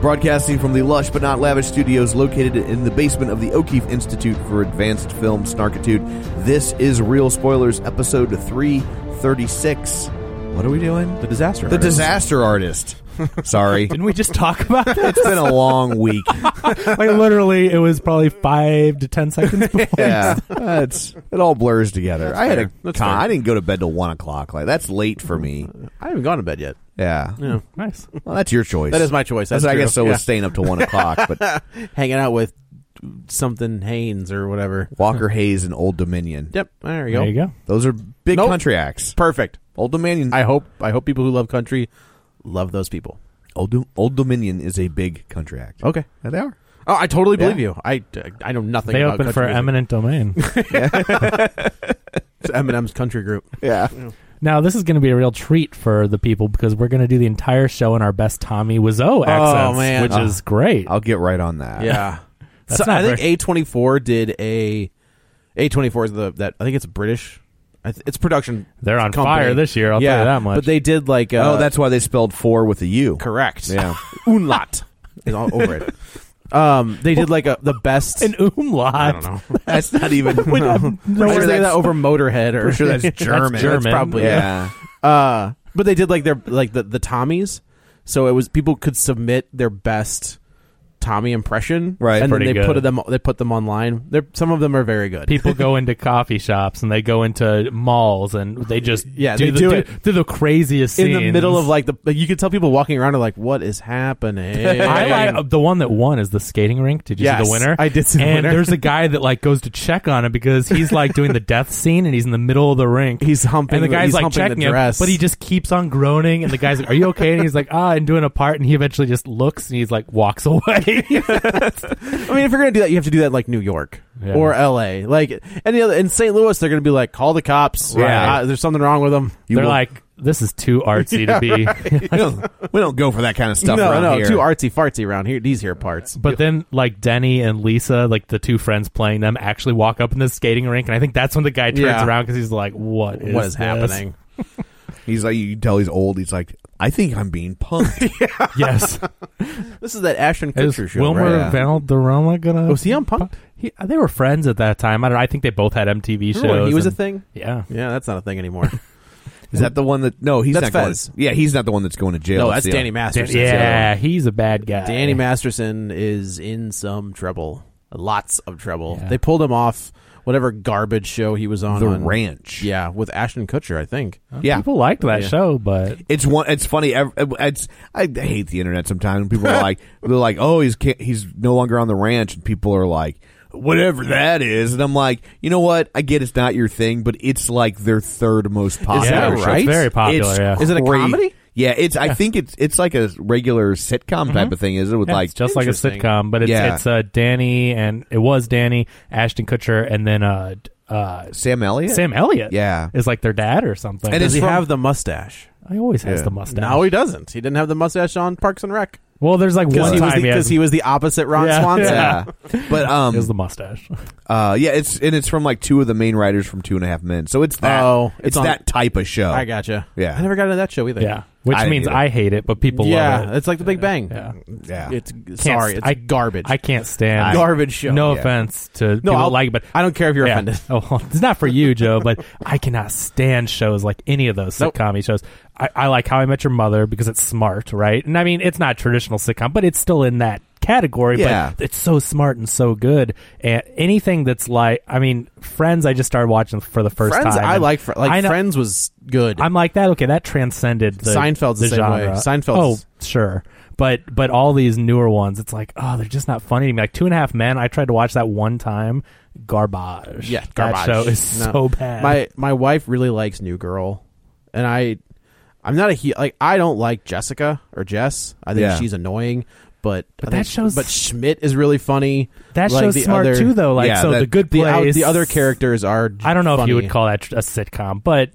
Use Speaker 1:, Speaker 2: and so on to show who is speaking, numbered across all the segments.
Speaker 1: Broadcasting from the lush but not lavish studios located in the basement of the O'Keefe Institute for Advanced Film Snarkitude, this is Real Spoilers, episode 336. What are we doing?
Speaker 2: The disaster.
Speaker 1: The Disaster Artist. Sorry.
Speaker 2: Didn't we just talk about that?
Speaker 1: it's been a long week.
Speaker 2: like literally, it was probably five to ten seconds before.
Speaker 1: yeah. That's, it all blurs together. I had a
Speaker 2: fair. That's
Speaker 1: con-
Speaker 2: fair.
Speaker 1: I didn't go to bed till 1 o'clock. Like That's late for me.
Speaker 3: I haven't gone to bed yet.
Speaker 1: Yeah.
Speaker 3: Yeah.
Speaker 2: Nice.
Speaker 1: Well, that's your choice.
Speaker 3: That is my choice. That's
Speaker 1: I
Speaker 3: true.
Speaker 1: guess so
Speaker 3: Yeah.
Speaker 1: was staying up till 1 o'clock, but
Speaker 3: Hanging out with something Haynes or whatever.
Speaker 1: Walker Hayes and Old Dominion.
Speaker 3: Yep. There you go.
Speaker 2: There you go.
Speaker 1: Those are big
Speaker 3: Nope.
Speaker 1: country acts.
Speaker 3: Perfect.
Speaker 1: Old Dominion.
Speaker 3: I hope I hope people who love country love those people.
Speaker 1: Old, Dom- Old Dominion is a big country act.
Speaker 3: Okay.
Speaker 1: Yeah, they are.
Speaker 3: Oh, I totally believe
Speaker 1: Yeah.
Speaker 3: you. I, I know nothing
Speaker 2: They
Speaker 3: about
Speaker 2: opened for
Speaker 3: country music.
Speaker 2: eminent domain.
Speaker 3: It's Eminem's country group.
Speaker 1: Yeah.
Speaker 2: now this is going to be a real treat for the people because we're going to do the entire show in our best Tommy Wiseau accents,
Speaker 3: man.
Speaker 2: which
Speaker 3: Oh.
Speaker 2: is great.
Speaker 1: I'll get right on that.
Speaker 3: Yeah.
Speaker 2: That's
Speaker 3: so
Speaker 2: not
Speaker 3: I think
Speaker 2: very-
Speaker 3: A24 did a A24 is the that I think it's British. I th- it's production.
Speaker 2: They're on
Speaker 3: company.
Speaker 2: fire this year, I'll
Speaker 3: yeah,
Speaker 2: tell you that much.
Speaker 3: But they did like uh,
Speaker 1: oh, that's why they spelled four with a U.
Speaker 3: correct.
Speaker 1: Yeah.
Speaker 3: Unlat is all over it. Um, they did like a the best.
Speaker 2: An umlaut.
Speaker 3: I don't know.
Speaker 1: That's not even.
Speaker 2: Wait, I'm- no,
Speaker 3: I'm sure they
Speaker 2: that's-
Speaker 3: did that over Motorhead or
Speaker 1: sure that's German.
Speaker 2: That's German.
Speaker 3: probably
Speaker 1: yeah.
Speaker 3: Uh, but they did like their like the the Tommies, so it was people could submit their best Tommy impression,
Speaker 1: Right.
Speaker 3: And then
Speaker 2: Pretty
Speaker 3: they
Speaker 2: good.
Speaker 3: put them they put them online. They're, some of them are very good.
Speaker 2: people go into coffee shops and they go into malls and they just
Speaker 3: Yeah,
Speaker 2: do
Speaker 3: they
Speaker 2: the,
Speaker 3: do it.
Speaker 2: do the craziest
Speaker 3: in
Speaker 2: scenes.
Speaker 3: the middle of like the like, you could tell people walking around are like, "What is happening?"
Speaker 2: I like the one that won is the skating rink. Did you see
Speaker 3: Yes,
Speaker 2: the winner?
Speaker 3: I did see the
Speaker 2: and
Speaker 3: winner.
Speaker 2: there's a guy that like goes to check on him because he's like doing the death scene and he's in the middle of the rink.
Speaker 3: He's humping-
Speaker 2: and the guy's
Speaker 3: he's
Speaker 2: like
Speaker 3: humping the
Speaker 2: checking him,
Speaker 3: dress.
Speaker 2: but he just keeps on groaning. And the guy's like, "Are you okay?" And he's like, "Ah," and doing a part. And he eventually just looks and he's like walks away.
Speaker 3: I mean, if you're gonna do that, you have to do that in, like New York
Speaker 2: Yeah.
Speaker 3: or L.A. Like any other in St. Louis, they're gonna be like, "Call the cops!
Speaker 1: Right.
Speaker 3: Uh, there's something wrong with them."
Speaker 2: They're
Speaker 1: will-
Speaker 2: like, "This is too artsy to be."
Speaker 1: we, don't, we don't go for that kind of stuff
Speaker 3: no,
Speaker 1: around
Speaker 3: no,
Speaker 1: here.
Speaker 3: too artsy fartsy around here. These here parts,
Speaker 2: But then, like Denny and Lisa, like the two friends playing them, actually walk up in the skating rink, and I think that's when the guy turns
Speaker 3: Yeah.
Speaker 2: around because he's like, "What is,
Speaker 3: what
Speaker 2: this?"
Speaker 3: is happening?
Speaker 1: He's like, you can tell he's old. He's like, I think I'm being punked.
Speaker 2: yes,
Speaker 3: This is that Ashton
Speaker 2: is
Speaker 3: Kutcher show,
Speaker 2: Wilmer
Speaker 3: right? Oh,
Speaker 1: Yeah.
Speaker 2: Valderrama gonna?
Speaker 3: Was he on Punk'd?
Speaker 2: He, uh, they were friends at that time. I don't. know. I think they both had MTV shows.
Speaker 3: Remember when he was a
Speaker 2: and-
Speaker 3: thing.
Speaker 2: Yeah,
Speaker 3: Yeah, that's not a thing anymore.
Speaker 1: Is that the one that? No, he's
Speaker 3: That's
Speaker 1: not going.
Speaker 3: Fez.
Speaker 1: Yeah, he's not the one that's going to jail.
Speaker 3: no,
Speaker 1: It's
Speaker 3: that's
Speaker 1: the-
Speaker 3: Danny Masterson.
Speaker 2: yeah, he's a bad guy.
Speaker 3: Danny Masterson is in some trouble. Lots of trouble.
Speaker 2: Yeah.
Speaker 3: They pulled him off whatever garbage show he was on.
Speaker 1: uh, The
Speaker 3: on-
Speaker 1: Ranch.
Speaker 3: Yeah, with Ashton Kutcher, I think.
Speaker 1: Yeah.
Speaker 2: People liked that
Speaker 3: Yeah.
Speaker 2: show, but
Speaker 1: It's one. It's funny. ev- It's I hate the internet sometimes. People are like, they're like, oh, he's ca he's no longer on the ranch, and people are like, whatever that is, and I'm like, you know what? I get it's not your thing, but it's like their third most popular.
Speaker 2: yeah,
Speaker 1: show.
Speaker 2: it's
Speaker 3: right?
Speaker 2: very popular.
Speaker 1: It's
Speaker 2: yeah,
Speaker 3: Is it a
Speaker 1: great.
Speaker 3: comedy?
Speaker 1: Yeah, it's. I think it's it's like a regular sitcom type of thing. Is it with
Speaker 2: Mm-hmm. Yeah,
Speaker 1: like
Speaker 2: it's just like a
Speaker 3: Interesting.
Speaker 2: sitcom, but it's
Speaker 1: Yeah.
Speaker 2: it's uh, Danny and it was Danny Ashton Kutcher, and then uh, d- uh,
Speaker 1: Sam Elliott?
Speaker 2: Sam Elliott.
Speaker 1: Yeah.
Speaker 2: is like their dad or something.
Speaker 1: And
Speaker 3: Does
Speaker 1: it's
Speaker 3: he
Speaker 1: from-
Speaker 3: have the mustache?
Speaker 2: he always has
Speaker 1: Yeah.
Speaker 2: the mustache.
Speaker 3: No, he doesn't. He didn't have the mustache on Parks and Rec
Speaker 2: well, there's like
Speaker 3: because
Speaker 2: one
Speaker 3: he, was
Speaker 2: time
Speaker 3: the-
Speaker 2: he,
Speaker 3: 'cause
Speaker 2: has,
Speaker 3: he was the opposite Ron
Speaker 2: Yeah.
Speaker 3: Swanson.
Speaker 1: Yeah, but um,
Speaker 2: he has the mustache.
Speaker 1: uh, yeah, it's and it's from like two of the main writers from Two and a Half Men, so it's that.
Speaker 3: Oh,
Speaker 1: it's,
Speaker 3: it's on-
Speaker 1: that type of show.
Speaker 3: I gotcha.
Speaker 1: Yeah.
Speaker 3: I never got into that show either.
Speaker 2: yeah, which
Speaker 1: I
Speaker 2: means
Speaker 1: hate it.
Speaker 2: I hate it, but people
Speaker 3: yeah.
Speaker 2: love it.
Speaker 3: It's like The Big Bang.
Speaker 2: Yeah.
Speaker 1: Yeah.
Speaker 3: it's
Speaker 2: Can't
Speaker 3: sorry.
Speaker 2: st-
Speaker 3: It's
Speaker 2: I-
Speaker 3: garbage.
Speaker 2: I can't stand
Speaker 3: garbage show.
Speaker 2: No
Speaker 1: Yeah.
Speaker 2: offense to people that
Speaker 3: I'll-
Speaker 2: like, it, but
Speaker 3: I don't care if you're
Speaker 2: Yeah.
Speaker 3: offended.
Speaker 2: Oh, well, it's not for you, Joe, but I cannot stand shows like any of those
Speaker 3: Nope.
Speaker 2: sitcom shows. I, I like How I Met Your Mother because it's smart, right? And I mean, it's not traditional sitcom, but it's still in that category,
Speaker 1: Yeah.
Speaker 2: but it's so smart and so good. And anything that's like, I mean, Friends, I just started watching for the first
Speaker 3: Friends,
Speaker 2: time.
Speaker 3: I
Speaker 2: and
Speaker 3: like Fr- like
Speaker 2: I know-
Speaker 3: Friends was good.
Speaker 2: I'm like that. Okay, that transcended the,
Speaker 3: Seinfeld's the same way.
Speaker 2: genre.
Speaker 3: Seinfeld's-
Speaker 2: oh sure, but but all these newer ones, it's like oh they're just not funny to me. Like Two and a Half Men, I tried to watch that one time, garbage.
Speaker 3: yeah,
Speaker 2: That
Speaker 3: garbage.
Speaker 2: show is
Speaker 3: No.
Speaker 2: so bad.
Speaker 3: My my wife really likes New Girl, and I I'm not a he like I don't like Jessica or Jess. I think
Speaker 1: Yeah.
Speaker 3: she's annoying, but but I
Speaker 2: that
Speaker 3: think,
Speaker 2: show's-
Speaker 3: but Schmidt is really funny.
Speaker 2: that
Speaker 3: Like,
Speaker 2: show's
Speaker 3: the
Speaker 2: smart
Speaker 3: other-
Speaker 2: too, though. Like
Speaker 1: Yeah,
Speaker 2: so,
Speaker 1: that-
Speaker 2: the good
Speaker 3: The, out-
Speaker 2: place.
Speaker 3: the other characters are.
Speaker 2: I don't know if you would
Speaker 3: funny.
Speaker 2: call that a sitcom, but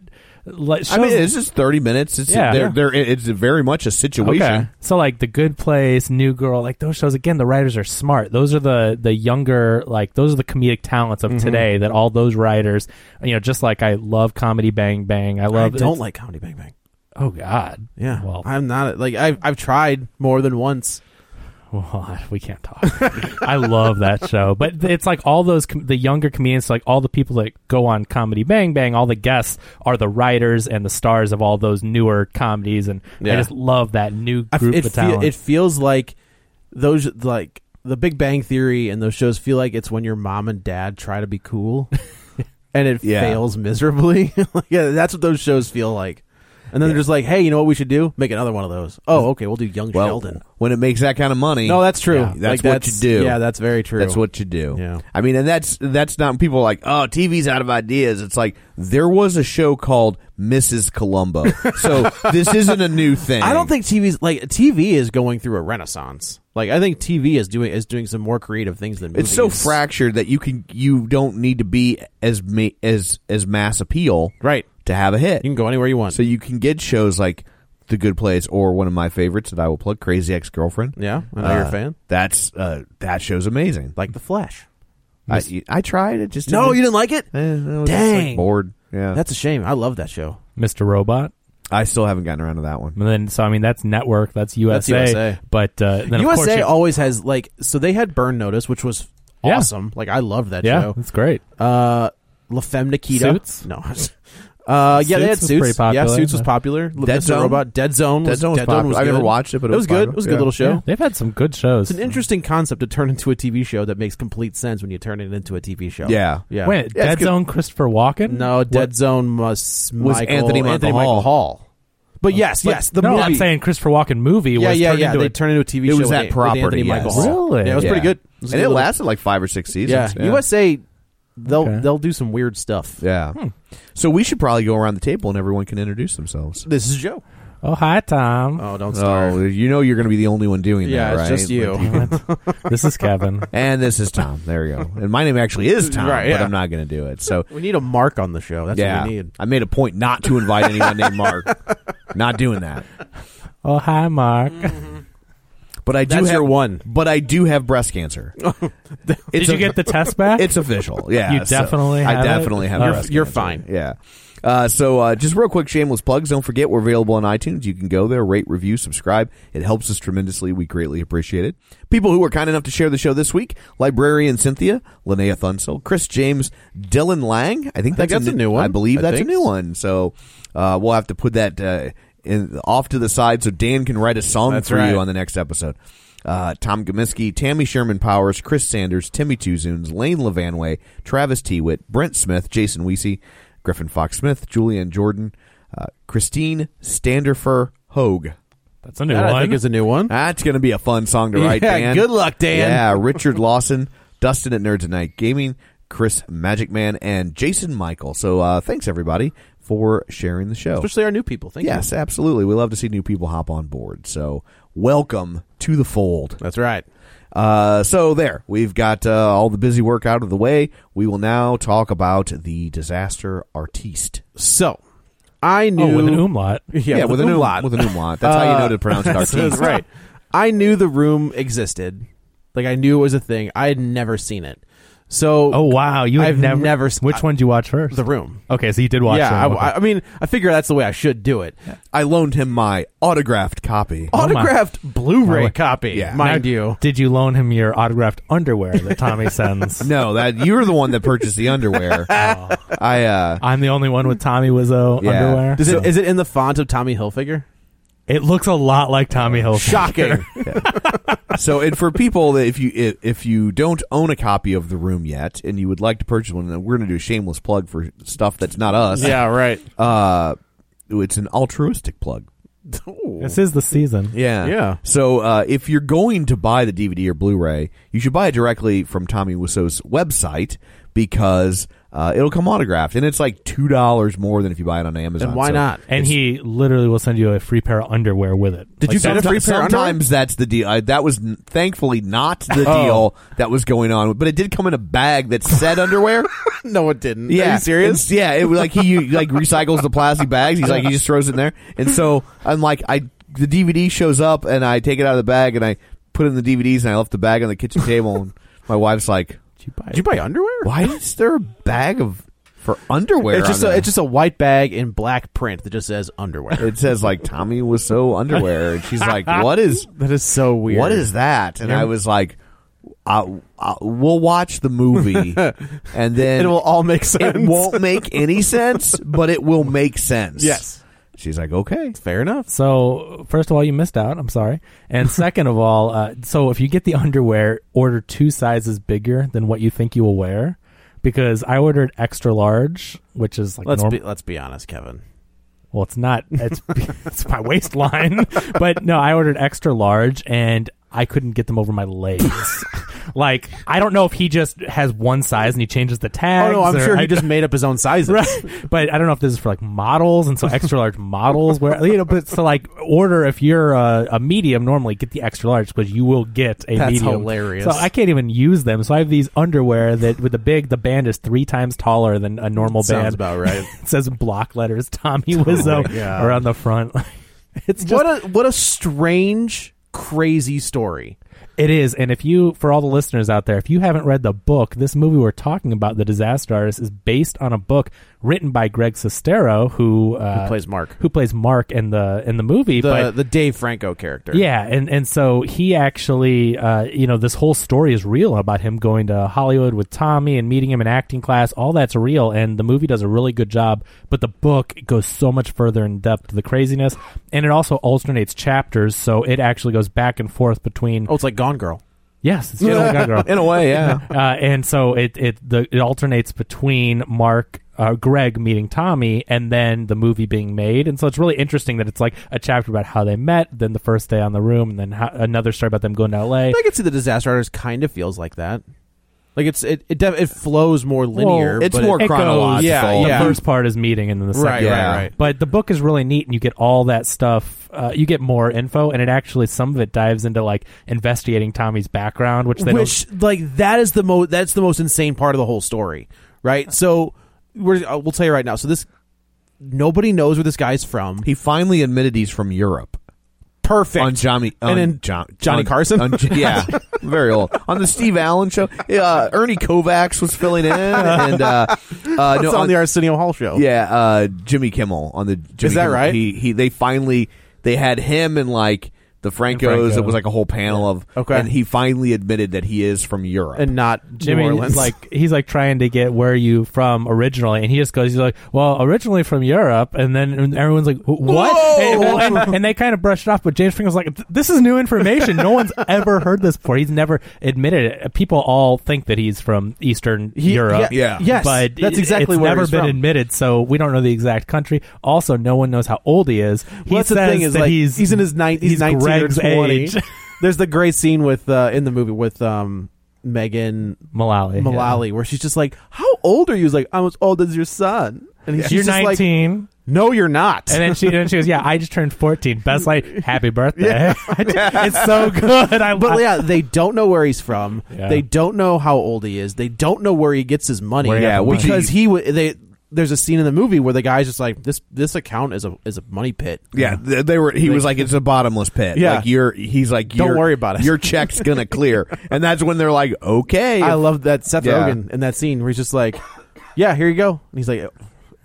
Speaker 2: like
Speaker 1: I mean,
Speaker 2: shows-
Speaker 1: it's just thirty minutes. It's
Speaker 2: Yeah.
Speaker 1: they're, they're, it's very much a situation.
Speaker 2: So like The Good Place, New Girl, like those shows again, the writers are smart. Those are the the younger like those are the comedic talents of today that all those writers, you know, just like I love comedy Bang Bang. I
Speaker 3: I
Speaker 2: love
Speaker 3: don't
Speaker 2: it's-
Speaker 3: like Comedy Bang Bang.
Speaker 2: Oh god.
Speaker 3: Yeah,
Speaker 2: Well,
Speaker 3: I'm not like I've I've tried more than once.
Speaker 2: Well, we can't talk. I love that show, but th- it's like all those com- the younger comedians, like all the people that go on Comedy Bang Bang, all the guests are the writers and the stars of all those newer comedies, and I
Speaker 3: Yeah.
Speaker 2: just love that new
Speaker 3: I f-
Speaker 2: group
Speaker 3: it,
Speaker 2: of
Speaker 3: feel-
Speaker 2: talent.
Speaker 3: it feels like those like the Big Bang Theory and those shows feel like it's when your mom and dad try to be cool, and it
Speaker 1: Yeah.
Speaker 3: fails miserably. Like, yeah, that's what those shows feel like. And then they're just like, "Hey, you know what we should do? Make another one of those." Oh, okay, we'll do Young
Speaker 1: Well,
Speaker 3: Sheldon.
Speaker 1: when it makes that kind of money,
Speaker 3: No, that's true.
Speaker 1: Yeah, that's
Speaker 3: Like,
Speaker 1: what you do.
Speaker 3: Yeah, that's very true.
Speaker 1: That's what you do.
Speaker 3: Yeah.
Speaker 1: I mean, and that's that's not people are like, oh, TV's out of ideas. It's like there was a show called Mrs. Columbo. so this isn't a new thing.
Speaker 3: I don't think TV's like TV is going through a renaissance. Like I think TV is doing is doing some more creative things than movies.
Speaker 1: it's so fractured that you can you don't need to be as ma- as as mass appeal
Speaker 3: Right.
Speaker 1: to have a hit.
Speaker 3: You can go anywhere you want.
Speaker 1: so you can get shows like The Good Place or one of my favorites that I will plug, Crazy Ex Girlfriend.
Speaker 3: yeah, I know you're a fan.
Speaker 1: Uh, That's uh, that show's amazing.
Speaker 3: Like The Flash.
Speaker 1: I, I tried it just
Speaker 3: No, you didn't like it.
Speaker 1: Eh, I was just, like,
Speaker 3: Dang,
Speaker 1: bored. Yeah,
Speaker 3: that's a shame. I love that show.
Speaker 2: Mr. Robot.
Speaker 1: I still haven't gotten around to that one.
Speaker 2: And then so I mean that's network, that's
Speaker 3: That's
Speaker 2: USA.
Speaker 3: USA.
Speaker 2: But uh, then of course
Speaker 3: USA
Speaker 2: you-
Speaker 3: always has like so they had Burn Notice, which was
Speaker 2: Yeah.
Speaker 3: awesome. Like I loved that
Speaker 2: yeah,
Speaker 3: show.
Speaker 2: that's great.
Speaker 3: Uh, La Femme Nikita.
Speaker 2: Suits?
Speaker 3: No. Uh, yeah, they had
Speaker 2: Suits was
Speaker 3: Suits.
Speaker 2: pretty popular.
Speaker 3: Yeah, Suits was
Speaker 2: Yeah.
Speaker 3: popular. Dead
Speaker 1: Dead Zone?
Speaker 3: Robot. Dead Zone.
Speaker 1: Dead Zone was popular. I never
Speaker 3: good.
Speaker 1: watched it, but it
Speaker 3: it
Speaker 1: was
Speaker 3: was good.
Speaker 1: popular.
Speaker 3: It was a
Speaker 1: Yeah.
Speaker 3: good little show.
Speaker 2: Yeah, they've had some good shows.
Speaker 3: It's an interesting concept to turn into a TV show that makes complete sense when you turn it into a TV show.
Speaker 1: Yeah.
Speaker 3: yeah.
Speaker 2: Wait,
Speaker 1: Yeah, it's
Speaker 2: Dead
Speaker 1: good.
Speaker 2: Zone, Christopher Walken.
Speaker 3: no, Dead Zone must
Speaker 1: Was
Speaker 3: Michael,
Speaker 1: Anthony Michael Hall.
Speaker 3: Hall. But yes,
Speaker 2: But-
Speaker 3: yes, the
Speaker 2: no,
Speaker 3: movie.
Speaker 2: I'm saying Christopher Walken movie
Speaker 3: yeah,
Speaker 2: was
Speaker 3: yeah,
Speaker 2: turned
Speaker 3: yeah.
Speaker 2: into
Speaker 3: they
Speaker 2: a
Speaker 3: turned into a TV
Speaker 1: It
Speaker 3: show.
Speaker 1: was that
Speaker 3: with, with
Speaker 1: property,
Speaker 3: Anthony Michael
Speaker 1: yes.
Speaker 3: Hall.
Speaker 2: Really?
Speaker 3: Yeah, it was pretty
Speaker 1: Yeah.
Speaker 3: good. was a
Speaker 1: and
Speaker 3: good
Speaker 1: it
Speaker 3: little-
Speaker 1: lasted like five or six
Speaker 3: Yeah.
Speaker 1: seasons.
Speaker 3: USA. They'll
Speaker 2: Okay.
Speaker 3: they'll do some weird stuff.
Speaker 1: Yeah. So we should probably go around the table and everyone can introduce themselves.
Speaker 3: This is Joe.
Speaker 2: Oh hi Tom.
Speaker 3: Oh, don't start.
Speaker 1: Oh, you know you're going to be the only one doing
Speaker 3: yeah,
Speaker 1: that,
Speaker 3: it's
Speaker 1: right?
Speaker 3: just you.
Speaker 2: this is Kevin.
Speaker 1: And this is Tom. There you go. And my name actually is Tom,
Speaker 3: Right,
Speaker 1: but
Speaker 3: yeah.
Speaker 1: I'm not going to do it. So
Speaker 3: we need a mark on the show. That's
Speaker 1: yeah,
Speaker 3: what we need.
Speaker 1: I made a point not to invite anyone named Mark. Not doing that.
Speaker 2: Oh hi Mark.
Speaker 3: Mm.
Speaker 1: But I do
Speaker 3: That's
Speaker 1: have
Speaker 3: your one.
Speaker 1: But I do have breast cancer.
Speaker 2: Did you get the test back?
Speaker 1: It's official. Yeah,
Speaker 2: You
Speaker 1: so
Speaker 2: definitely
Speaker 1: I
Speaker 2: have it?
Speaker 1: definitely have.
Speaker 2: You're-
Speaker 1: breast
Speaker 3: you're
Speaker 1: cancer.
Speaker 3: fine.
Speaker 1: Yeah. Uh, so uh, just real quick, shameless plugs. Don't forget we're available on iTunes. You can go there, rate, review, subscribe. It helps us tremendously. We greatly appreciate it. People who were kind enough to share the show this week: librarian Cynthia, Linnea Thunsell, Chris James, Dylan Lang. I think that's,
Speaker 3: that's a new one.
Speaker 1: I believe
Speaker 3: I
Speaker 1: that's
Speaker 3: think
Speaker 1: a new one. So uh, we'll have to put that uh, in, off to the side so Dan can write a song
Speaker 3: That's
Speaker 1: for
Speaker 3: right.
Speaker 1: you on the next episode. Uh, Tom Gaminsky, Tammy Sherman Powers, Chris Sanders, Timmy Tuzoons, Lane Levanway, Travis Tewitt, Brent Smith, Jason Weesey, Griffin Fox Smith, Julianne Jordan, uh, Christine Standifer Hogue.
Speaker 2: that's a new
Speaker 3: That,
Speaker 2: one.
Speaker 3: I think is a new one.
Speaker 1: That's going to be a fun song to write,
Speaker 3: Yeah,
Speaker 1: Dan.
Speaker 3: good luck, Dan.
Speaker 1: Yeah, Richard Lawson, Dustin at Nerds at Night Gaming, Chris Magic Man, and Jason Michael. So uh, thanks, everybody, for sharing the show.
Speaker 3: Especially our new people. Thank you.
Speaker 1: Yes, absolutely. We love to see new people hop on board. So welcome to the fold.
Speaker 3: That's right.
Speaker 1: Uh, so there, we've got uh, all the busy work out of the way. We will now talk about the disaster artiste.
Speaker 3: So, I knew
Speaker 2: oh, with an umlaut.
Speaker 3: Yeah, with, an umlaut.
Speaker 1: With an umlaut. That's how you know to pronounce it artiste.
Speaker 3: That's right. I knew the room existed. Like I knew it was a thing. I had never seen it. So
Speaker 2: Oh wow, you have
Speaker 3: I've
Speaker 2: never,
Speaker 3: never s-
Speaker 2: Which one did you watch first?
Speaker 3: the room.
Speaker 2: Okay, so you did watch.
Speaker 3: yeah,
Speaker 2: the
Speaker 3: I,
Speaker 2: room. Okay.
Speaker 3: I- I mean, I figure that's the way I should do it.
Speaker 1: I loaned him my autographed copy.
Speaker 2: Oh, my.
Speaker 3: Autographed Blu-ray
Speaker 2: My-
Speaker 3: copy,
Speaker 1: Yeah.
Speaker 3: mind
Speaker 2: Now,
Speaker 3: you.
Speaker 2: Did you loan him your autographed underwear that Tommy sends?
Speaker 1: No, that you're the one that purchased the underwear. I uh
Speaker 3: Oh.
Speaker 2: I'm the only one with Tommy Wiseau
Speaker 1: Yeah.
Speaker 2: underwear.
Speaker 3: Does it, is it in the font of Tommy Hilfiger?
Speaker 2: It looks a lot like Tommy Hill.
Speaker 3: Shocking.
Speaker 1: So, and for people that if you if, if you don't own a copy of the room yet, and you would like to purchase one, then we're going to do a shameless plug for stuff that's not us.
Speaker 3: yeah, right.
Speaker 1: uh, it's an altruistic plug.
Speaker 2: This is the season.
Speaker 1: Yeah,
Speaker 3: Yeah.
Speaker 1: So, uh, if you're going to buy the DVD or Blu-ray, you should buy it directly from Tommy Wiseau's website because uh, it'll come autographed, and it's like two dollars more than if you buy it on Amazon.
Speaker 3: and why
Speaker 1: So-
Speaker 3: not?
Speaker 2: And he literally will send you a free pair of underwear with it.
Speaker 3: Did you get a
Speaker 1: Someti-
Speaker 3: free pair of
Speaker 1: sometimes that's the deal. I, that was n- thankfully not the
Speaker 3: Oh.
Speaker 1: deal that was going on, but it did come in a bag that said underwear.
Speaker 3: No, it didn't.
Speaker 1: Yeah,
Speaker 3: Are you serious?
Speaker 1: It's- yeah, it was like he like recycles the plastic bags. He's like he just throws it in there, and so I'm like I the DVD shows up and I take it out of the bag and I put it in the DVDs and I left the bag on the kitchen table and my wife's like,
Speaker 3: Did you buy underwear?
Speaker 1: "Why is there a bag of for underwear?"
Speaker 3: It's just
Speaker 1: on
Speaker 3: a,
Speaker 1: there?"
Speaker 3: it's just a white bag in black print that just says underwear.
Speaker 1: it says like Tommy was so underwear, and she's like, "What is
Speaker 3: that is so weird.
Speaker 1: what is that?" And I was like. I, I, we'll watch the movie, and then
Speaker 3: It will all make sense.
Speaker 1: it won't make any sense, but it will make sense.
Speaker 3: Yes.
Speaker 1: She's like, okay.
Speaker 3: Fair enough.
Speaker 2: So, first of all, you missed out. I'm sorry. And second of all, uh, so if you get the underwear, order two sizes bigger than what you think you will wear. Because I ordered extra large, which is like
Speaker 3: Let's
Speaker 2: normal.
Speaker 3: be let's be honest, Kevin.
Speaker 2: Well, it's not. It's it's my waistline. But no, I ordered extra large, and I couldn't get them over my legs. like I don't know if he just has one size and he changes the
Speaker 3: Oh
Speaker 2: tags.
Speaker 3: no, I'm
Speaker 2: or
Speaker 3: sure
Speaker 2: I
Speaker 3: he just made up his own sizes.
Speaker 2: Right. But I don't know if this is for like models, and so extra large models where you know. But so like order if you're a, a medium, normally get the extra large because you will get a
Speaker 3: That's
Speaker 2: medium.
Speaker 3: hilarious.
Speaker 2: So I can't even use them. So I have these underwear that with the big, the band is three times taller than a normal band.
Speaker 3: Sounds about right.
Speaker 2: It says in block letters Tommy Wiseau
Speaker 3: God.
Speaker 2: or on the front. it's just
Speaker 3: Oh, what a what a strange, crazy story.
Speaker 2: it is. And if you for all the listeners out there, if you haven't read the book, this movie we're talking about, The Disaster Artist, is based on a book written by Greg Sestero, who uh,
Speaker 3: Who plays Mark?
Speaker 2: who plays Mark in the in the movie.
Speaker 3: The
Speaker 2: but
Speaker 3: the Dave Franco character.
Speaker 2: yeah, and and so he actually, uh, you know, this whole story is real about him going to Hollywood with Tommy and meeting him in acting class. All that's real, and the movie does a really good job. But the book goes so much further in depth to the craziness, and it also alternates chapters, so it actually goes back and forth between.
Speaker 3: Oh, it's like Gone Girl.
Speaker 2: Yes, it's General Gun Girl.
Speaker 1: In a way, yeah.
Speaker 2: Uh, and so it it the, it alternates between Mark. Uh, Greg meeting Tommy, and then the movie being made, and so it's really interesting that it's like a chapter about how they met, then the first day on the room, and then how, another story about them going to L.A.
Speaker 3: I can see the Disaster Artist kind of feels like that. Like it's it it, def- it flows more linear.
Speaker 1: it's
Speaker 3: but
Speaker 1: more
Speaker 3: it,
Speaker 2: It goes-
Speaker 1: chronological.
Speaker 3: Yeah, yeah.
Speaker 2: The first part is meeting, and then the second
Speaker 3: right,
Speaker 1: yeah.
Speaker 3: right, right.
Speaker 2: But the book is really neat, and you get all that stuff. Uh, you get more info, and it actually some of it dives into like investigating Tommy's background, which they don't-
Speaker 3: Which like that is the most that's the most insane part of the whole story, right? So we're uh, we'll tell you right now. So this nobody knows where this guy's from.
Speaker 1: He finally admitted he's from Europe.
Speaker 3: Perfect.
Speaker 1: On Johnny, on
Speaker 3: And then
Speaker 1: John,
Speaker 3: Johnny
Speaker 1: on-
Speaker 3: Carson?
Speaker 1: on- yeah, very old. On the Steve Allen show, uh, Ernie Kovacs was filling in, and uh, uh, no,
Speaker 3: it's on,
Speaker 1: on-
Speaker 3: the Arsenio Hall show.
Speaker 1: yeah, uh, Jimmy Kimmel on the. Jimmy
Speaker 3: Oh. Is that
Speaker 1: Kimmel.
Speaker 3: right?
Speaker 1: He he. They finally they had him and like the Francos.
Speaker 2: Franco.
Speaker 1: It was like a whole panel of.
Speaker 3: Okay.
Speaker 1: and he finally admitted that he is from Europe.
Speaker 3: and not
Speaker 2: Jimmy
Speaker 3: New
Speaker 2: is
Speaker 3: Orleans.
Speaker 2: like he's like trying to get where you from originally, and he just goes, he's like, well, originally from Europe, and then and everyone's like, "Wh- what? And, well, and, and they kind of brushed it off, but James Franco's like, this is new information. No one's ever heard this before. He's never admitted it. People all think that he's from Eastern
Speaker 3: He-
Speaker 2: Europe.
Speaker 3: yeah,
Speaker 1: Yeah.
Speaker 3: yes,
Speaker 2: But
Speaker 3: that's
Speaker 2: it-
Speaker 3: exactly
Speaker 2: it's
Speaker 3: where
Speaker 2: never
Speaker 3: he's
Speaker 2: been
Speaker 3: from.
Speaker 2: admitted, so we don't know the exact country. Also, no one knows how old he is. He
Speaker 3: Well, that's the
Speaker 2: says
Speaker 3: thing is
Speaker 2: that
Speaker 3: like
Speaker 2: he's
Speaker 3: in his nine, he's,
Speaker 2: he's
Speaker 3: nineteen
Speaker 2: Greg's
Speaker 3: or twenty.
Speaker 2: age.
Speaker 3: There's the great scene with uh, in the movie with um, Megan
Speaker 2: Malali. yeah.
Speaker 3: Mullally where she's just like, "How old are you?" He's like, "I'm as old as your son." And he's
Speaker 2: You're
Speaker 3: just like,
Speaker 2: 19.
Speaker 3: "No, you're not."
Speaker 2: And then she and she goes, "Yeah, I just turned 14. Best like happy birthday. it's so good. I
Speaker 3: but
Speaker 2: love
Speaker 3: yeah, they don't know where he's from.
Speaker 2: Yeah.
Speaker 3: They don't know how old he is. They don't know where he gets his money.
Speaker 2: Where he got the money.
Speaker 3: because he wa- they there's a scene in the movie where the guy's just like this this account is a is a money pit.
Speaker 1: Yeah, th- they were. He was like, "It's a bottomless pit."
Speaker 3: Yeah.
Speaker 1: like you're. He's like,
Speaker 3: Don't
Speaker 1: your-
Speaker 3: worry about it.
Speaker 1: Your check's gonna clear, and that's when they're like, "Okay."
Speaker 3: I love that Seth
Speaker 1: Yeah.
Speaker 3: Rogen in that scene where he's just like, "Yeah, here you go," and he's like, "It,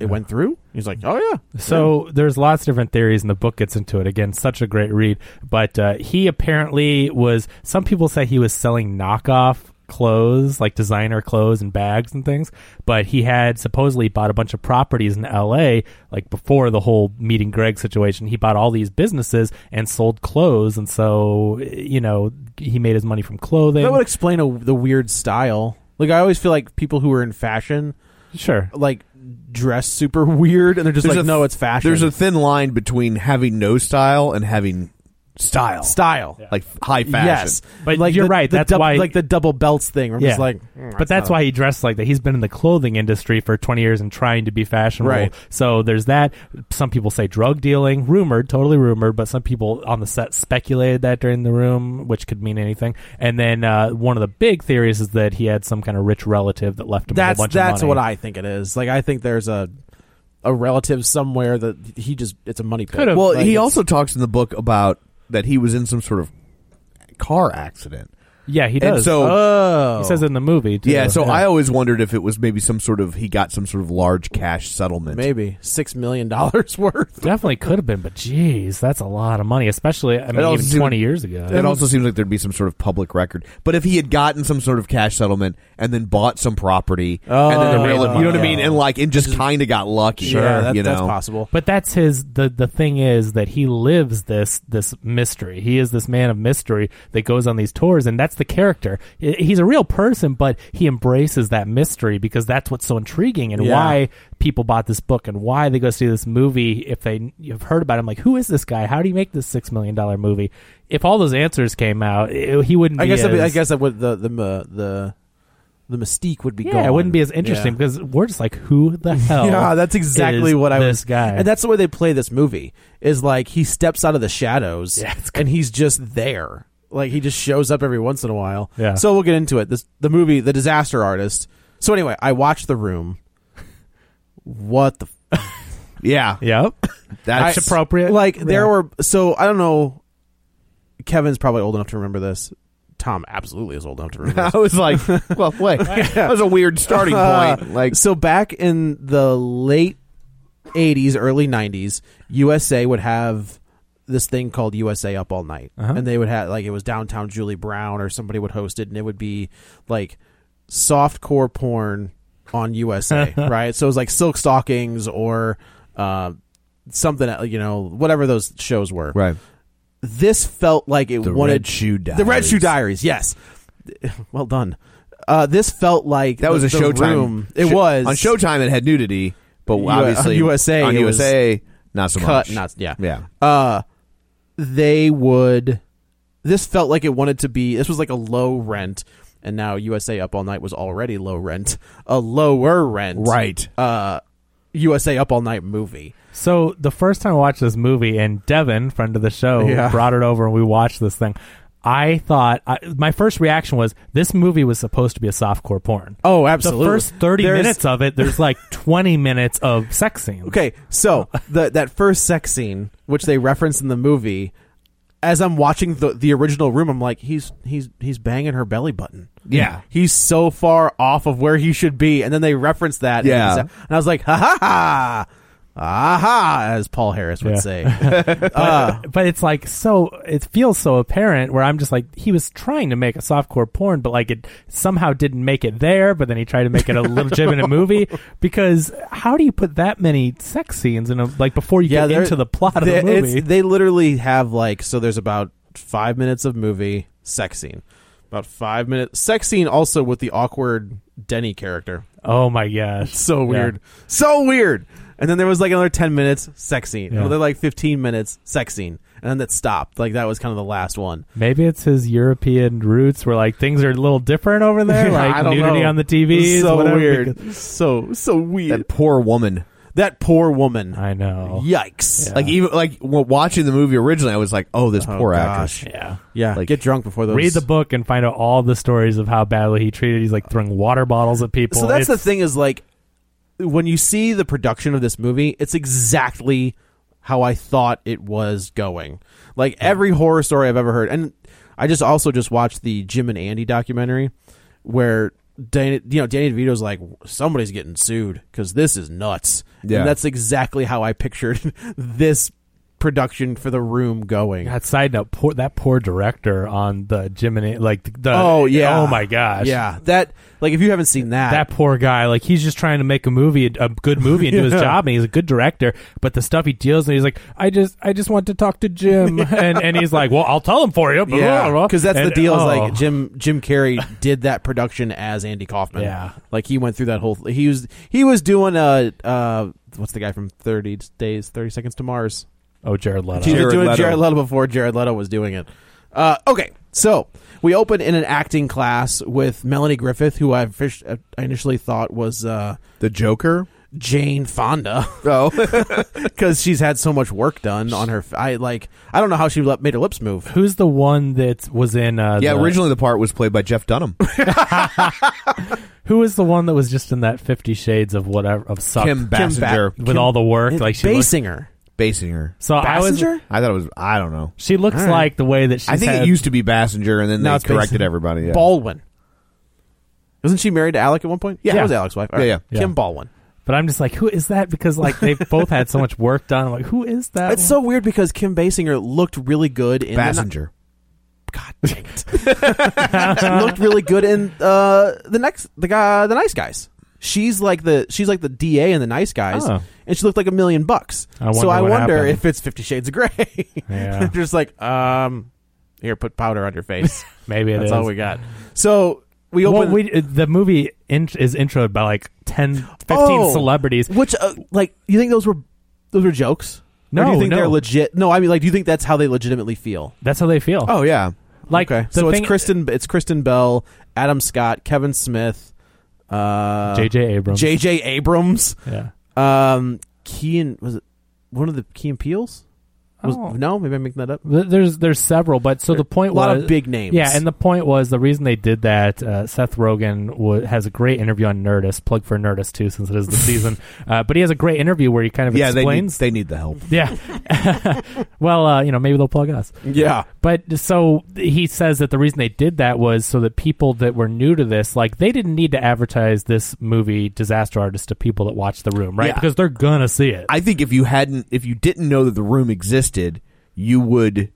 Speaker 3: it went through." He's like, "Oh yeah."
Speaker 2: So there's lots of different theories, and the book gets into it. Again, such a great read. But uh, he apparently was. Some people say he was selling knockoff clothes, like designer clothes and bags and things. But he had supposedly bought a bunch of properties in LA, like before the whole meeting Greg situation. He bought all these businesses and sold clothes. And so, you know, he made his money from clothing.
Speaker 3: That would explain a, the weird style. Like I always feel like people who are in fashion
Speaker 2: sure.
Speaker 3: like dress super weird, and they're just
Speaker 1: There's
Speaker 3: like,
Speaker 1: a
Speaker 3: no,
Speaker 1: th-
Speaker 3: it's fashion.
Speaker 1: There's a thin line between having no style and having style,
Speaker 3: style.
Speaker 1: like high fashion.
Speaker 3: Yes,
Speaker 2: But
Speaker 3: like
Speaker 2: you're
Speaker 3: the-
Speaker 2: right,
Speaker 3: The
Speaker 2: that's
Speaker 3: dou-
Speaker 2: why-
Speaker 3: like the double belts thing. I'm just
Speaker 2: Yeah.
Speaker 3: like, mm,
Speaker 2: but that's why he dressed like that. He's been in the clothing industry for 20 years and trying to be fashionable.
Speaker 3: Right.
Speaker 2: So there's that. Some people say drug dealing, rumored, totally rumored, but some people on the set speculated that during the room, which could mean anything. And then uh, one of the big theories is that he had some kind of rich relative that left him
Speaker 3: that's
Speaker 2: with a bunch
Speaker 3: that's
Speaker 2: of money.
Speaker 3: what I think it is. Like I think there's a a relative somewhere that he just it's a money pit.
Speaker 2: Could've.
Speaker 1: Well,
Speaker 3: Like,
Speaker 1: he
Speaker 3: it's-
Speaker 1: also talks in the book about that he was in some sort of car accident.
Speaker 2: Yeah, he
Speaker 1: And
Speaker 2: does.
Speaker 1: so-
Speaker 3: oh
Speaker 2: he says it in the movie. Too.
Speaker 1: Yeah, so I always wondered if it was maybe some sort of he got some sort of large cash settlement.
Speaker 3: maybe six million dollars worth.
Speaker 2: Definitely could have been, but geez, that's a lot of money, especially I mean,
Speaker 1: also
Speaker 2: even
Speaker 1: seemed-
Speaker 2: 20 years ago.
Speaker 1: It also seems like there'd be some sort of public record. But if he had gotten some sort of cash settlement and then bought some property, and then
Speaker 2: Oh,
Speaker 1: the real,
Speaker 2: yeah.
Speaker 1: you know what I mean, and like it just kind of got lucky.
Speaker 3: yeah, that,
Speaker 1: you know?
Speaker 3: that's possible.
Speaker 2: But that's his the the thing is that he lives this this mystery. He is this man of mystery that goes on these tours and that's the character. I- He's a real person but he embraces that mystery because that's what's so intriguing and
Speaker 3: Yeah.
Speaker 2: why people bought this book and why they go see this movie if they have heard about him like who is this guy? How do you make this 6 million dollar movie? If all those answers came out, it- he wouldn't
Speaker 3: I
Speaker 2: be
Speaker 3: guess that,
Speaker 2: as-
Speaker 3: I guess that would the the the the, the mystique would be
Speaker 2: yeah,
Speaker 3: gone.
Speaker 2: it wouldn't be as interesting
Speaker 3: Yeah.
Speaker 2: because we're just like who the hell
Speaker 3: Yeah, that's exactly
Speaker 2: is
Speaker 3: what I
Speaker 2: this
Speaker 3: was.
Speaker 2: guy.
Speaker 3: and that's the way they play this movie. Is like he steps out of the shadows,
Speaker 2: Yeah, it's
Speaker 3: and he's just there. Like he just shows up every once in a while.
Speaker 2: Yeah.
Speaker 3: So we'll get into it. This the movie, The Disaster Artist. So anyway, I watched The Room. What the f-
Speaker 1: Yeah,
Speaker 2: Yep.
Speaker 1: that's
Speaker 2: I- appropriate.
Speaker 3: Like
Speaker 2: Yeah.
Speaker 3: there were so I don't know. Kevin's probably old enough to remember this. Tom absolutely is old enough to remember this.
Speaker 1: I was like, well, wait, that was a weird starting
Speaker 3: Uh,
Speaker 1: point. Like,
Speaker 3: so back in the late 80s early 90s usa would have this thing called usa up all night
Speaker 1: Uh-huh.
Speaker 3: and they would have like it was downtown julie brown or somebody would host it and it would be like soft core porn on usa right so it was like silk stockings or uh, something uh, you know whatever those shows were
Speaker 1: right,
Speaker 3: this felt like it
Speaker 1: The
Speaker 3: wanted
Speaker 1: Red Shoe
Speaker 3: the red
Speaker 1: Diaries.
Speaker 3: shoe diaries yes well done uh, this felt like
Speaker 1: that was a
Speaker 3: the- the
Speaker 1: Showtime.
Speaker 3: room. It
Speaker 1: Sho-
Speaker 3: was
Speaker 1: on Showtime. It had nudity, but
Speaker 3: U-
Speaker 1: obviously
Speaker 3: on USA,
Speaker 1: on
Speaker 3: it was
Speaker 1: USA, not so
Speaker 3: cut
Speaker 1: much.
Speaker 3: not yeah
Speaker 1: yeah,
Speaker 3: uh they would this felt like it wanted to be this was like a low rent and now usa up all night was already low rent a lower rent
Speaker 1: right.
Speaker 3: uh usa up all night movie
Speaker 2: So the first time I watched this movie, and Devin, friend of the show,
Speaker 3: Yeah.
Speaker 2: brought it over, and we watched this thing. I thought I, my first reaction was this movie was supposed to be a softcore porn.
Speaker 3: oh
Speaker 2: the first thirty minutes of it, there's like twenty minutes of sex scenes.
Speaker 3: okay so the, that first sex scene which they reference in the movie as i'm watching the, the original room i'm like he's he's he's banging her belly button
Speaker 1: Yeah.
Speaker 3: he's so far off of where he should be and then they reference that in
Speaker 1: Yeah.
Speaker 3: the se- and i was like ha ha ha aha as paul harris would
Speaker 2: Yeah.
Speaker 3: say Ah.
Speaker 2: but it's like so it feels so apparent where I'm just like he was trying to make a softcore porn, but like it somehow didn't make it there. But then he tried to make it a legitimate movie because how do you put that many sex scenes in a like before you get
Speaker 3: they're-
Speaker 2: into the plot of
Speaker 3: they-
Speaker 2: the
Speaker 3: it's-
Speaker 2: movie?
Speaker 3: they literally have like so there's about five minutes of movie sex scene about five minutes sex scene also with the awkward denny character
Speaker 2: Oh my gosh,
Speaker 3: so weird so weird and then there was like another 10 minutes sex scene
Speaker 2: Yeah.
Speaker 3: another like 15 minutes sex scene and then that stopped like that was kind of the last one
Speaker 2: Maybe it's his European roots where like things are a little different over there, like
Speaker 3: I don't
Speaker 2: nudity
Speaker 3: know.
Speaker 2: on the TV.
Speaker 3: so weird so so weird
Speaker 1: That poor woman.
Speaker 3: that poor woman
Speaker 2: I know.
Speaker 3: yikes
Speaker 1: Like even like w- watching the movie originally, I was like, oh, this poor actress.
Speaker 2: Yeah.
Speaker 3: yeah
Speaker 1: Like-
Speaker 3: get drunk before those
Speaker 2: Read the book and find out all the stories of how badly he treated. He's like throwing water bottles at people.
Speaker 3: so that's the
Speaker 2: It's-
Speaker 3: thing is like when you see the production of this movie it's exactly how i thought it was going like every horror story i've ever heard and i just also just watched the jim and andy documentary where Danny, you know, Danny DeVito's like somebody's getting sued because this is nuts.
Speaker 1: Yeah.
Speaker 3: and that's exactly how I pictured this production for the room going.
Speaker 2: God, side note, poor, that poor director on the Jiminy, like the, the-
Speaker 3: oh yeah.
Speaker 2: oh my gosh,
Speaker 3: Yeah, that like if you haven't seen that,
Speaker 2: that poor guy, like he's just trying to make a movie, a good movie, and do his job, and he's a good director. But the stuff he deals with, he's like, I just, I just want to talk to Jim, and and he's like, well, I'll tell him for you,
Speaker 3: yeah, because that's the
Speaker 2: And-
Speaker 3: deal. Is
Speaker 2: oh.
Speaker 3: like Jim Jim Carrey did that production as Andy Kaufman.
Speaker 2: Yeah.
Speaker 3: like he went through that whole. He was he was doing uh uh what's the guy from Thirty Days Thirty Seconds to Mars.
Speaker 2: oh, Jared Leto.
Speaker 3: He
Speaker 1: Jared
Speaker 3: was doing
Speaker 1: Leto.
Speaker 3: Jared Leto before Jared Leto was doing it. Uh, okay, so we opened in an acting class with Melanie Griffith, who I fish, uh, I initially thought was uh,
Speaker 1: The Joker.
Speaker 3: Jane Fonda
Speaker 1: Oh,
Speaker 3: because she's had so much work done on her. f- I like I don't know how she le- made her lips move.
Speaker 2: Who's the one that was in? Uh,
Speaker 1: yeah.
Speaker 2: the-
Speaker 1: Originally, the part was played by Jeff Dunham.
Speaker 2: who is the one that was just in that Fifty Shades of whatever of suck
Speaker 1: Kim Bassinger,
Speaker 2: with all the work? Like she
Speaker 3: Bay
Speaker 2: looks-
Speaker 3: singer
Speaker 1: Bassinger.
Speaker 2: so I was.
Speaker 3: Bassinger.
Speaker 1: I thought it was. I don't know.
Speaker 2: She looks
Speaker 3: All right.
Speaker 2: like the way that she's
Speaker 1: I think
Speaker 2: had,
Speaker 1: it used to be Bassinger, and then
Speaker 3: Now
Speaker 1: they
Speaker 3: it's
Speaker 1: corrected
Speaker 3: Bassinger.
Speaker 1: everybody. Yeah.
Speaker 3: Baldwin. Wasn't she married to Alec at one point? Yeah,
Speaker 2: Yeah.
Speaker 3: that was Alec's wife. All
Speaker 1: Yeah,
Speaker 3: right.
Speaker 2: yeah.
Speaker 3: Kim
Speaker 2: Yeah.
Speaker 3: Baldwin.
Speaker 2: But I'm just like, who is that? Because like they both had so much work done. I'm like, who is that?
Speaker 3: It's so weird because Kim Basinger looked really good in
Speaker 1: Bassinger.
Speaker 3: The, God dang it. looked really good in uh, the next the guy the nice guys. She's like the she's like the DA in the nice guys,
Speaker 2: Oh.
Speaker 3: and she looked like a million bucks.
Speaker 2: I
Speaker 3: so
Speaker 2: wonder
Speaker 3: I
Speaker 2: what
Speaker 3: wonder
Speaker 2: happened.
Speaker 3: if it's Fifty Shades of Grey.
Speaker 2: Yeah.
Speaker 3: just like um, here, put powder on your face.
Speaker 2: maybe it
Speaker 3: That's
Speaker 2: is.
Speaker 3: all we got. So we
Speaker 2: Well,
Speaker 3: opened.
Speaker 2: we, uh, the movie int- is introed by like 10, 15
Speaker 3: Oh.
Speaker 2: celebrities.
Speaker 3: Which, uh, like, you think those were those were jokes? Or do
Speaker 2: No,
Speaker 3: you think
Speaker 2: no.
Speaker 3: they're legit? No, I mean, like, do you think that's how they legitimately feel?
Speaker 2: That's how they feel.
Speaker 1: Oh yeah.
Speaker 2: like
Speaker 3: okay,
Speaker 2: the
Speaker 3: so
Speaker 2: thing-
Speaker 3: it's Kristen, it's Kristen Bell, Adam Scott, Kevin Smith, uh,
Speaker 2: J.J. Abrams.
Speaker 3: J.J. Abrams,
Speaker 2: yeah.
Speaker 3: um, Kean was it one of the Kean Peels? Was,
Speaker 2: Oh.
Speaker 3: No, maybe I'm making that up.
Speaker 2: Th- There's there's several, but so the point
Speaker 3: a lot
Speaker 2: was
Speaker 3: of big names.
Speaker 2: Yeah, and the point was the reason they did that. Uh, Seth Rogen wa has a great interview on Nerdist. Plug for Nerdist too, since it is the season. Uh, but he has a great interview where he kind of
Speaker 1: Yeah. They need,
Speaker 2: explains.
Speaker 1: they need the help.
Speaker 2: yeah. well, uh, you know, maybe they'll plug us.
Speaker 3: yeah,
Speaker 2: But so he says that the reason they did that was so that people that were new to this, like they didn't need to advertise this movie Disaster Artist to people that watch the room, right?
Speaker 1: Yeah.
Speaker 2: Because they're gonna see it.
Speaker 1: I think if you hadn't, if you didn't know that the room existed, you would.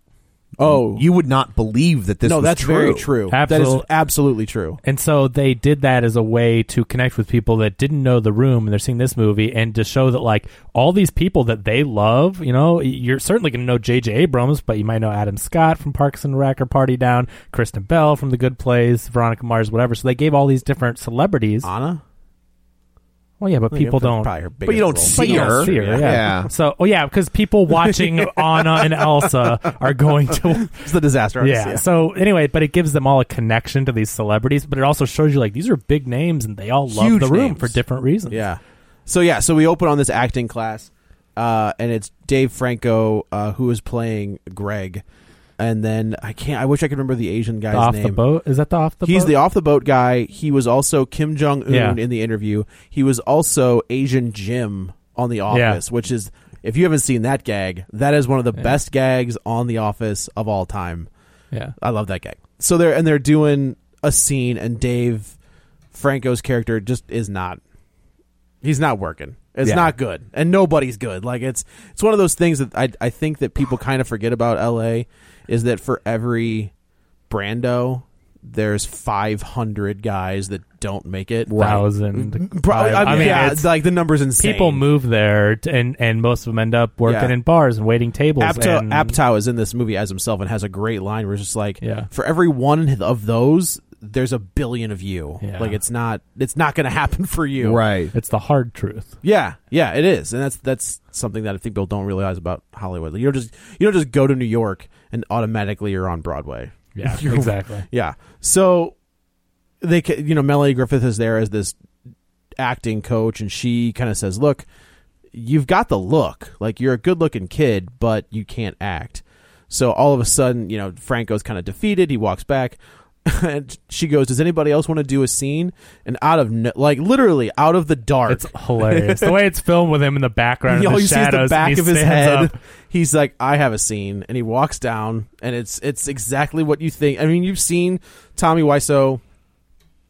Speaker 3: Oh.
Speaker 1: you would not believe that this.
Speaker 3: no,
Speaker 1: was
Speaker 3: that's very true. That is
Speaker 2: Absolute-
Speaker 3: absolutely true.
Speaker 2: and so they did that as a way to connect with people that didn't know the room and they're seeing this movie and to show that like all these people that they love, you know, you're certainly going to know J.J. Abrams, but you might know Adam Scott from Parks and Rec or Party Down, Kristen Bell from The Good Place, Veronica Mars, whatever. So they gave all these different celebrities.
Speaker 3: Anna,
Speaker 2: Well, yeah, but people don't.
Speaker 3: Probably her
Speaker 1: But you don't
Speaker 3: biggest role.
Speaker 1: see
Speaker 2: But you don't
Speaker 1: her.
Speaker 2: see her, yeah.
Speaker 1: Yeah.
Speaker 2: So, oh yeah, because people watching Anna and Elsa are going to,
Speaker 3: It's the disaster.
Speaker 2: yeah.
Speaker 3: artist,
Speaker 2: So anyway, but it gives them all a connection to these celebrities, but it also shows you like these are big names and they all love
Speaker 3: Huge
Speaker 2: the room
Speaker 3: names.
Speaker 2: for different reasons.
Speaker 3: Yeah. So yeah, so we open on this acting class, uh, and it's Dave Franco uh, who is playing Greg, and then I can't. I wish I could remember the Asian
Speaker 2: The
Speaker 3: guy's
Speaker 2: off
Speaker 3: name.
Speaker 2: the boat is that the off the
Speaker 3: He's
Speaker 2: boat?
Speaker 3: the off the boat guy. He was also Kim Jong Un
Speaker 2: Yeah.
Speaker 3: in the interview. He was also Asian Jim on The Office, which is if you haven't seen that gag, that is one of the best gags on The Office of all time.
Speaker 2: yeah.
Speaker 3: I love that gag. So they're and they're doing a scene, and Dave Franco's character just is not. He's not working. It's
Speaker 2: Yeah.
Speaker 3: not good, and nobody's good. Like it's it's one of those things that I I think that people kind of forget about L.A. is that for every Brando, there's 500 guys that don't make it.
Speaker 2: Thousand.
Speaker 3: Mm-hmm. Bro, I, mean, yeah,
Speaker 2: it's-
Speaker 3: like the numbers insane.
Speaker 2: people move there t- and and most of them end up working
Speaker 3: Yeah.
Speaker 2: in bars and waiting tables.
Speaker 3: Apto,
Speaker 2: and,
Speaker 3: Aptow is in this movie as himself and has a great line where it's just like,
Speaker 2: Yeah.
Speaker 3: for every one of those, there's a billion of you.
Speaker 2: Yeah.
Speaker 3: Like it's not, it's not going to happen for you.
Speaker 1: Right.
Speaker 2: It's the hard truth.
Speaker 3: Yeah, yeah, it is, and that's that's something that I think people don't realize about Hollywood. Like, you don't just you don't just go to New York and automatically you're on Broadway.
Speaker 2: Yeah, exactly.
Speaker 3: Yeah. So they, ca- you know, Melanie Griffith is there as this acting coach, and she kind of says, "Look, you've got the look. Like you're a good-looking kid, but you can't act." So all of a sudden, you know, Franco's kind of defeated. He walks back. And she goes, "Does anybody else want to do a scene?" And out of no, like literally out of the dark,
Speaker 2: It's hilarious the way it's filmed with him in the background.
Speaker 3: he,
Speaker 2: in
Speaker 3: all
Speaker 2: the
Speaker 3: you see is
Speaker 2: shadows,
Speaker 3: the
Speaker 2: and
Speaker 3: back
Speaker 2: he
Speaker 3: of his
Speaker 2: stands
Speaker 3: head.
Speaker 2: up.
Speaker 3: He's like, "I have a scene," and he walks down, and it's it's exactly what you think. I mean, you've seen Tommy Wiseau.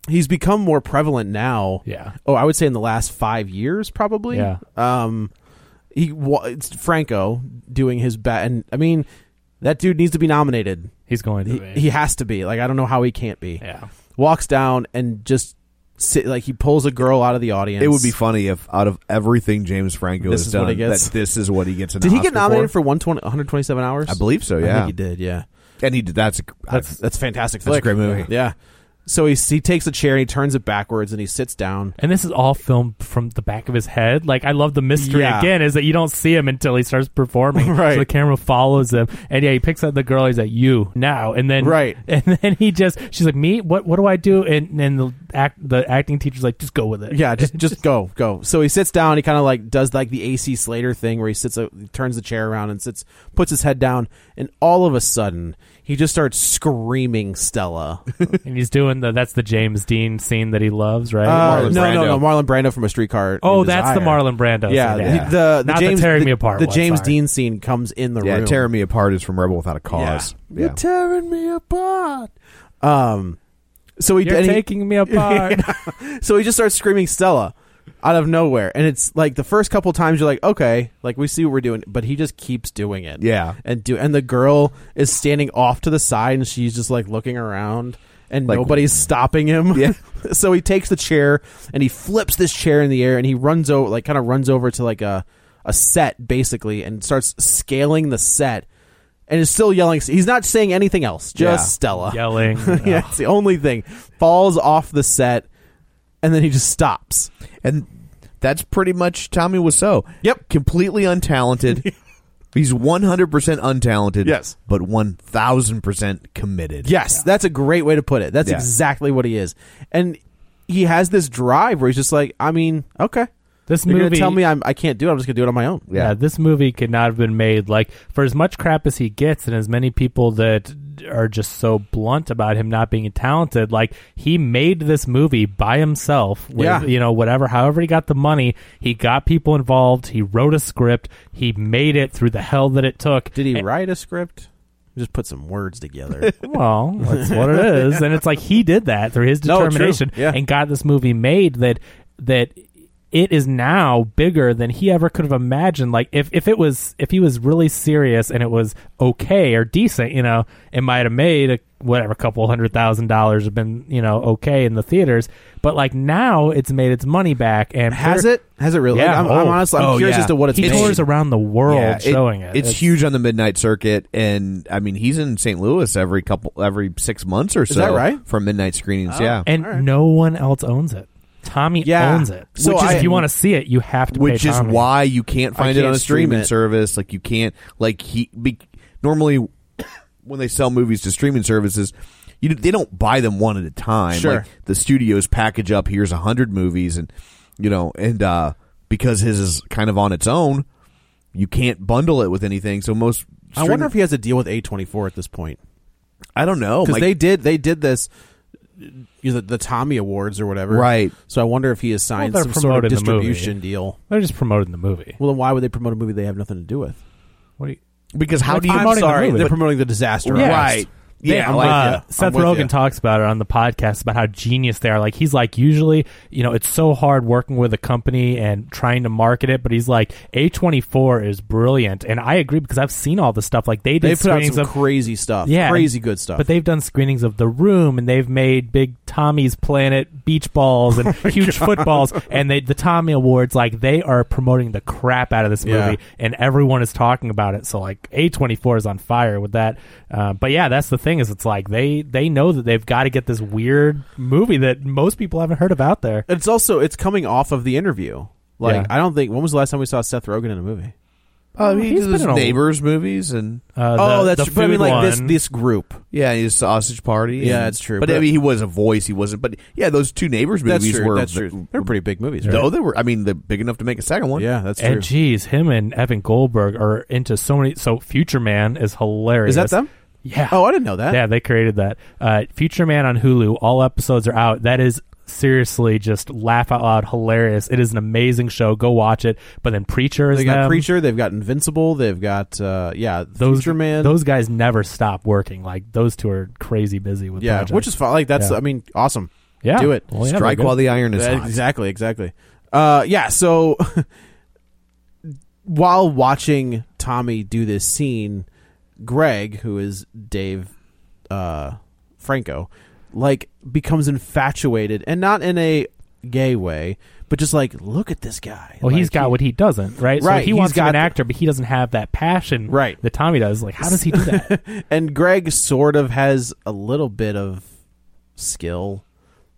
Speaker 3: He's become more prevalent now.
Speaker 2: Yeah.
Speaker 3: Oh, I would say in the last five years, probably.
Speaker 2: Yeah.
Speaker 3: Um, he wa- it's Franco doing his best, and I mean that dude needs to be nominated.
Speaker 2: He's going to
Speaker 3: He,
Speaker 2: be.
Speaker 3: he has to be. Like I don't know how he can't be.
Speaker 2: yeah.
Speaker 3: Walks down and just sit like he pulls a girl out of the audience.
Speaker 1: It would be funny if out of everything James Franco
Speaker 3: This
Speaker 1: has
Speaker 3: is
Speaker 1: done,
Speaker 3: what he gets.
Speaker 1: that this is what he gets. An
Speaker 3: Did he get
Speaker 1: Oscar
Speaker 3: nominated for, 120, 127 hours?
Speaker 1: I believe so.
Speaker 3: I
Speaker 1: Yeah,
Speaker 3: think he did. Yeah.
Speaker 1: and he did. That's a,
Speaker 3: That's that's a fantastic.
Speaker 1: That's a
Speaker 3: flick.
Speaker 1: great movie.
Speaker 3: Yeah. So he he takes a chair and he turns it backwards and he sits down.
Speaker 2: And this is all filmed from the back of his head. Like I love the mystery
Speaker 3: Yeah.
Speaker 2: again is that you don't see him until he starts performing.
Speaker 3: Right.
Speaker 2: So the camera follows him. And yeah, he picks up the girl, he's like, You now and then
Speaker 3: Right.
Speaker 2: and then he just she's like, Me? What what do I do? And and the act the acting teacher's like, just go with it.
Speaker 3: Yeah, just just go go. So he sits down. He kind of like does like the AC Slater thing where he sits, uh, turns the chair around and sits, puts his head down, and all of a sudden he just starts screaming Stella.
Speaker 2: And he's doing the that's the James Dean scene that he loves, right?
Speaker 3: Uh, no,
Speaker 1: Marlon
Speaker 3: no, no,
Speaker 1: Brando.
Speaker 3: Marlon Brando from a streetcar.
Speaker 2: oh,
Speaker 3: Named
Speaker 2: that's the
Speaker 3: Desire.
Speaker 2: Marlon Brando.
Speaker 3: Yeah,
Speaker 2: scene.
Speaker 3: The, the,
Speaker 2: Not the
Speaker 3: James
Speaker 2: tearing
Speaker 3: the,
Speaker 2: me apart
Speaker 3: The
Speaker 2: one,
Speaker 3: James
Speaker 2: sorry.
Speaker 3: Dean scene comes in the
Speaker 1: Yeah,
Speaker 3: room.
Speaker 1: tearing me apart is from Rebel Without a Cause.
Speaker 3: Yeah. You're tearing me apart. Um, so he
Speaker 2: You're
Speaker 3: and he-
Speaker 2: taking me apart.
Speaker 3: So he just starts screaming Stella out of nowhere. And it's like the first couple times you're like, okay, like we see what we're doing, but he just keeps doing it.
Speaker 1: Yeah.
Speaker 3: And do and the girl is standing off to the side and she's just like looking around and
Speaker 1: Like-
Speaker 3: nobody's stopping him.
Speaker 1: Yeah.
Speaker 3: so he takes the chair and he flips this chair in the air and he runs over like kind of runs over to like a a set basically and starts scaling the set and is still yelling he's not saying anything else just
Speaker 1: Yeah.
Speaker 3: Stella
Speaker 2: Yelling.
Speaker 3: yeah, it's the only thing. Falls off the set, and then he just stops.
Speaker 1: and that's pretty much Tommy Wiseau.
Speaker 3: Yep.
Speaker 1: completely untalented. He's one hundred percent untalented.
Speaker 3: Yes.
Speaker 1: but one thousand percent committed.
Speaker 3: Yes, that's a great way to put it. That's
Speaker 1: Yeah.
Speaker 3: exactly what he is, and he has this drive where he's just like, I mean, okay,
Speaker 2: This
Speaker 3: you're
Speaker 2: movie
Speaker 3: gonna tell me I'm, I can't do it. I'm just gonna do it on my own.
Speaker 2: yeah. this movie could not have been made like for as much crap as he gets and as many people that are just so blunt about him not being talented like he made this movie by himself with
Speaker 3: Yeah.
Speaker 2: you know whatever however he got the money he got people involved he wrote a script he made it through the hell that it took
Speaker 3: Did he
Speaker 2: And-
Speaker 3: write a script? Just put some words together.
Speaker 2: well, that's what it is, and it's like he did that through his
Speaker 3: No, true.
Speaker 2: determination
Speaker 3: Yeah.
Speaker 2: and got this movie made that that it is now bigger than he ever could have imagined. Like if, if it was if he was really serious and it was okay or decent, you know, it might have made a whatever couple hundred thousand dollars have been you know okay in the theaters. But like now, it's made its money back and
Speaker 3: Has it? Has it really?
Speaker 2: Yeah.
Speaker 3: Like, I'm, I'm
Speaker 2: Oh.
Speaker 3: honestly, I'm
Speaker 1: Oh,
Speaker 3: curious
Speaker 1: yeah.
Speaker 3: as to what it's.
Speaker 2: He
Speaker 3: made.
Speaker 2: tours around the world
Speaker 1: Yeah, it-
Speaker 2: showing it.
Speaker 1: It's, huge on the midnight circuit, and I mean he's in St. Louis every couple every six months or so.
Speaker 3: that right?
Speaker 1: For midnight screenings, yeah.
Speaker 2: and no one else owns it. Tommy
Speaker 3: Yeah.
Speaker 2: owns it.
Speaker 3: So
Speaker 2: which is,
Speaker 3: I-
Speaker 2: if you want to see it, you have to.
Speaker 1: which
Speaker 2: pay
Speaker 1: is
Speaker 2: Tommy.
Speaker 1: why you can't find it
Speaker 3: can't
Speaker 1: on a
Speaker 3: stream
Speaker 1: streaming
Speaker 3: it.
Speaker 1: service. Like you can't like he be, normally when they sell movies to streaming services, you they don't buy them one at a time.
Speaker 3: Sure.
Speaker 1: Like, the studios package up here's a hundred movies, and you know, and uh, because his is kind of on its own, you can't bundle it with anything. So most.
Speaker 3: I wonder if he has a deal with A24 at this point.
Speaker 1: I don't
Speaker 2: Oh,
Speaker 1: know
Speaker 3: because
Speaker 1: Mike.
Speaker 3: they did they did this you know, the, the Tommy Awards or whatever,
Speaker 1: Right.
Speaker 3: So I wonder if he has signed
Speaker 2: Well, they're
Speaker 3: some sort of
Speaker 2: promoting the movie.
Speaker 3: distribution deal.
Speaker 2: They're just promoting the movie.
Speaker 3: Well, then why would they promote a movie they have nothing to do with?
Speaker 2: What do you?
Speaker 1: because how
Speaker 2: They're
Speaker 1: do you?
Speaker 2: promoting the
Speaker 3: Sorry,
Speaker 2: movie.
Speaker 3: they're promoting the disaster.
Speaker 2: Yeah.
Speaker 3: artist.
Speaker 1: Right. Yeah,
Speaker 2: They-
Speaker 1: like,
Speaker 2: uh,
Speaker 1: yeah, I'm
Speaker 2: Seth
Speaker 1: with
Speaker 2: Rogen
Speaker 1: you.
Speaker 2: talks about it on the podcast about how genius they are. Like he's like, usually, you know, it's so hard working with a company and trying to market it, but he's like, A twenty four is brilliant, and I agree because I've seen all the stuff. Like they did
Speaker 3: They put out
Speaker 2: screenings
Speaker 3: some
Speaker 2: of
Speaker 3: crazy stuff.
Speaker 2: yeah,
Speaker 3: crazy
Speaker 2: and-
Speaker 3: good stuff.
Speaker 2: But they've done screenings of The Room, and they've made big Tommy's Planet beach balls
Speaker 3: Oh
Speaker 2: and huge footballs, and they the Tommy Awards. Like they are promoting the crap out of this movie,
Speaker 3: Yeah.
Speaker 2: and everyone is talking about it. So like A twenty four is on fire with that. Uh, but yeah, that's the thing is it's like they they know that they've got to get this weird movie that most people haven't heard of out there.
Speaker 3: it's also it's coming off of the interview. Like
Speaker 2: Yeah.
Speaker 3: I don't think when was the last time we saw Seth Rogen in a movie?
Speaker 1: Oh, he
Speaker 2: He's
Speaker 1: did those
Speaker 2: been in a-
Speaker 1: neighbors movies and
Speaker 2: Uh,
Speaker 3: oh,
Speaker 2: the-
Speaker 3: that's
Speaker 2: the
Speaker 3: true. But I mean,
Speaker 2: food
Speaker 3: like this
Speaker 2: one.
Speaker 3: this group.
Speaker 1: yeah, his sausage party.
Speaker 3: Yeah,
Speaker 1: and-
Speaker 3: that's true,
Speaker 1: But, I
Speaker 3: but-
Speaker 1: mean, he was a voice. He wasn't. But yeah, those two neighbors
Speaker 3: That's
Speaker 1: movies
Speaker 3: true.
Speaker 1: were.
Speaker 3: that's true. They're pretty big movies. Right?
Speaker 1: Though they were, I mean, they're big enough to make a second one.
Speaker 3: Yeah, that's true.
Speaker 2: And geez, him and Evan Goldberg are into so many. So Future Man is hilarious.
Speaker 3: Is that them?
Speaker 2: Yeah.
Speaker 3: Oh, I didn't know that.
Speaker 2: Yeah, they created that. Uh, Future Man on Hulu. All episodes are out. That is seriously just laugh out loud hilarious. It is an amazing show. Go watch it. But then Preacher is
Speaker 3: They got
Speaker 2: them.
Speaker 3: Preacher. They've got Invincible. They've got uh, yeah,
Speaker 2: Those
Speaker 3: Future Man.
Speaker 2: Those guys never stop working. Like those two are crazy busy with
Speaker 3: yeah,
Speaker 2: projects.
Speaker 3: which is fine. Like that's
Speaker 2: Yeah.
Speaker 3: I mean, awesome.
Speaker 2: yeah.
Speaker 3: do it.
Speaker 2: Well, yeah,
Speaker 1: Strike
Speaker 2: they're good.
Speaker 1: while the iron is
Speaker 3: That-
Speaker 1: hot.
Speaker 3: exactly, exactly. Uh, yeah. So while watching Tommy do this scene, Greg, who is Dave uh, Franco, like becomes infatuated, and not in a gay way, but just like, look at this guy.
Speaker 2: Well,
Speaker 3: like,
Speaker 2: he's got what he doesn't, right? So
Speaker 3: Right,
Speaker 2: he
Speaker 3: he's
Speaker 2: wants to be an
Speaker 3: got-
Speaker 2: actor, but he doesn't have that passion
Speaker 3: Right.
Speaker 2: that Tommy does. Like, how does he do that?
Speaker 3: and Greg sort of has a little bit of skill.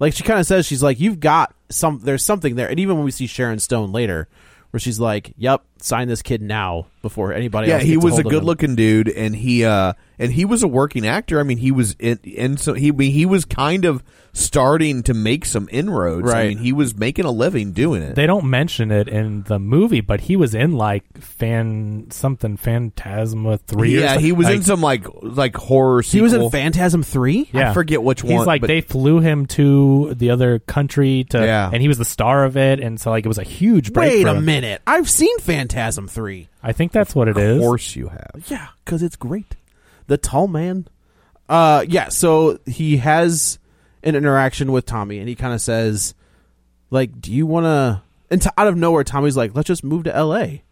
Speaker 3: Like she kind of says, she's like, "You've got some. There's something there." And even when we see Sharon Stone later, where she's like, "Yep, sign this kid now before anybody."
Speaker 1: Yeah,
Speaker 3: else
Speaker 1: he
Speaker 3: gets
Speaker 1: was a
Speaker 3: hold of him."
Speaker 1: good looking dude, and he uh and he was a working actor. I mean, he was in, and so he I mean, he was kind of starting to make some inroads. I
Speaker 3: Right.
Speaker 1: mean, he was making a living doing it.
Speaker 2: they don't mention it in the movie, but he was in like fan something Phantasma three. or
Speaker 1: yeah,
Speaker 2: something.
Speaker 1: he was
Speaker 2: Like,
Speaker 1: in some like like horror.
Speaker 3: He
Speaker 1: Sequel.
Speaker 3: was in Phantasm Three.
Speaker 2: Yeah.
Speaker 1: I forget which
Speaker 2: He's
Speaker 1: one.
Speaker 2: like
Speaker 1: but
Speaker 2: they flew him to the other country to,
Speaker 1: Yeah.
Speaker 2: and he was the star of it, and so like it was a huge break.
Speaker 3: Wait
Speaker 2: for
Speaker 3: a
Speaker 2: him.
Speaker 3: minute, I've seen Phantasm Three.
Speaker 2: I think that's what it is.
Speaker 1: of course you have.
Speaker 3: Yeah, because it's great. The tall man. Uh, yeah. So he has an interaction with Tommy, and he kind of says, "Like, do you want to?" And to, out of nowhere, Tommy's like, "Let's just move to L.A."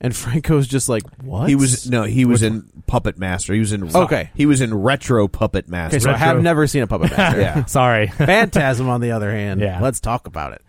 Speaker 3: And Franco's just like, "What?"
Speaker 1: He was no, he was in Puppet Master. He was in
Speaker 3: Okay.
Speaker 1: He was in Retro Puppet Master.
Speaker 3: Okay, so I have never seen a puppet master.
Speaker 1: yeah.
Speaker 2: Sorry.
Speaker 3: Phantasm, on the other hand,
Speaker 2: Yeah.
Speaker 3: let's talk about it.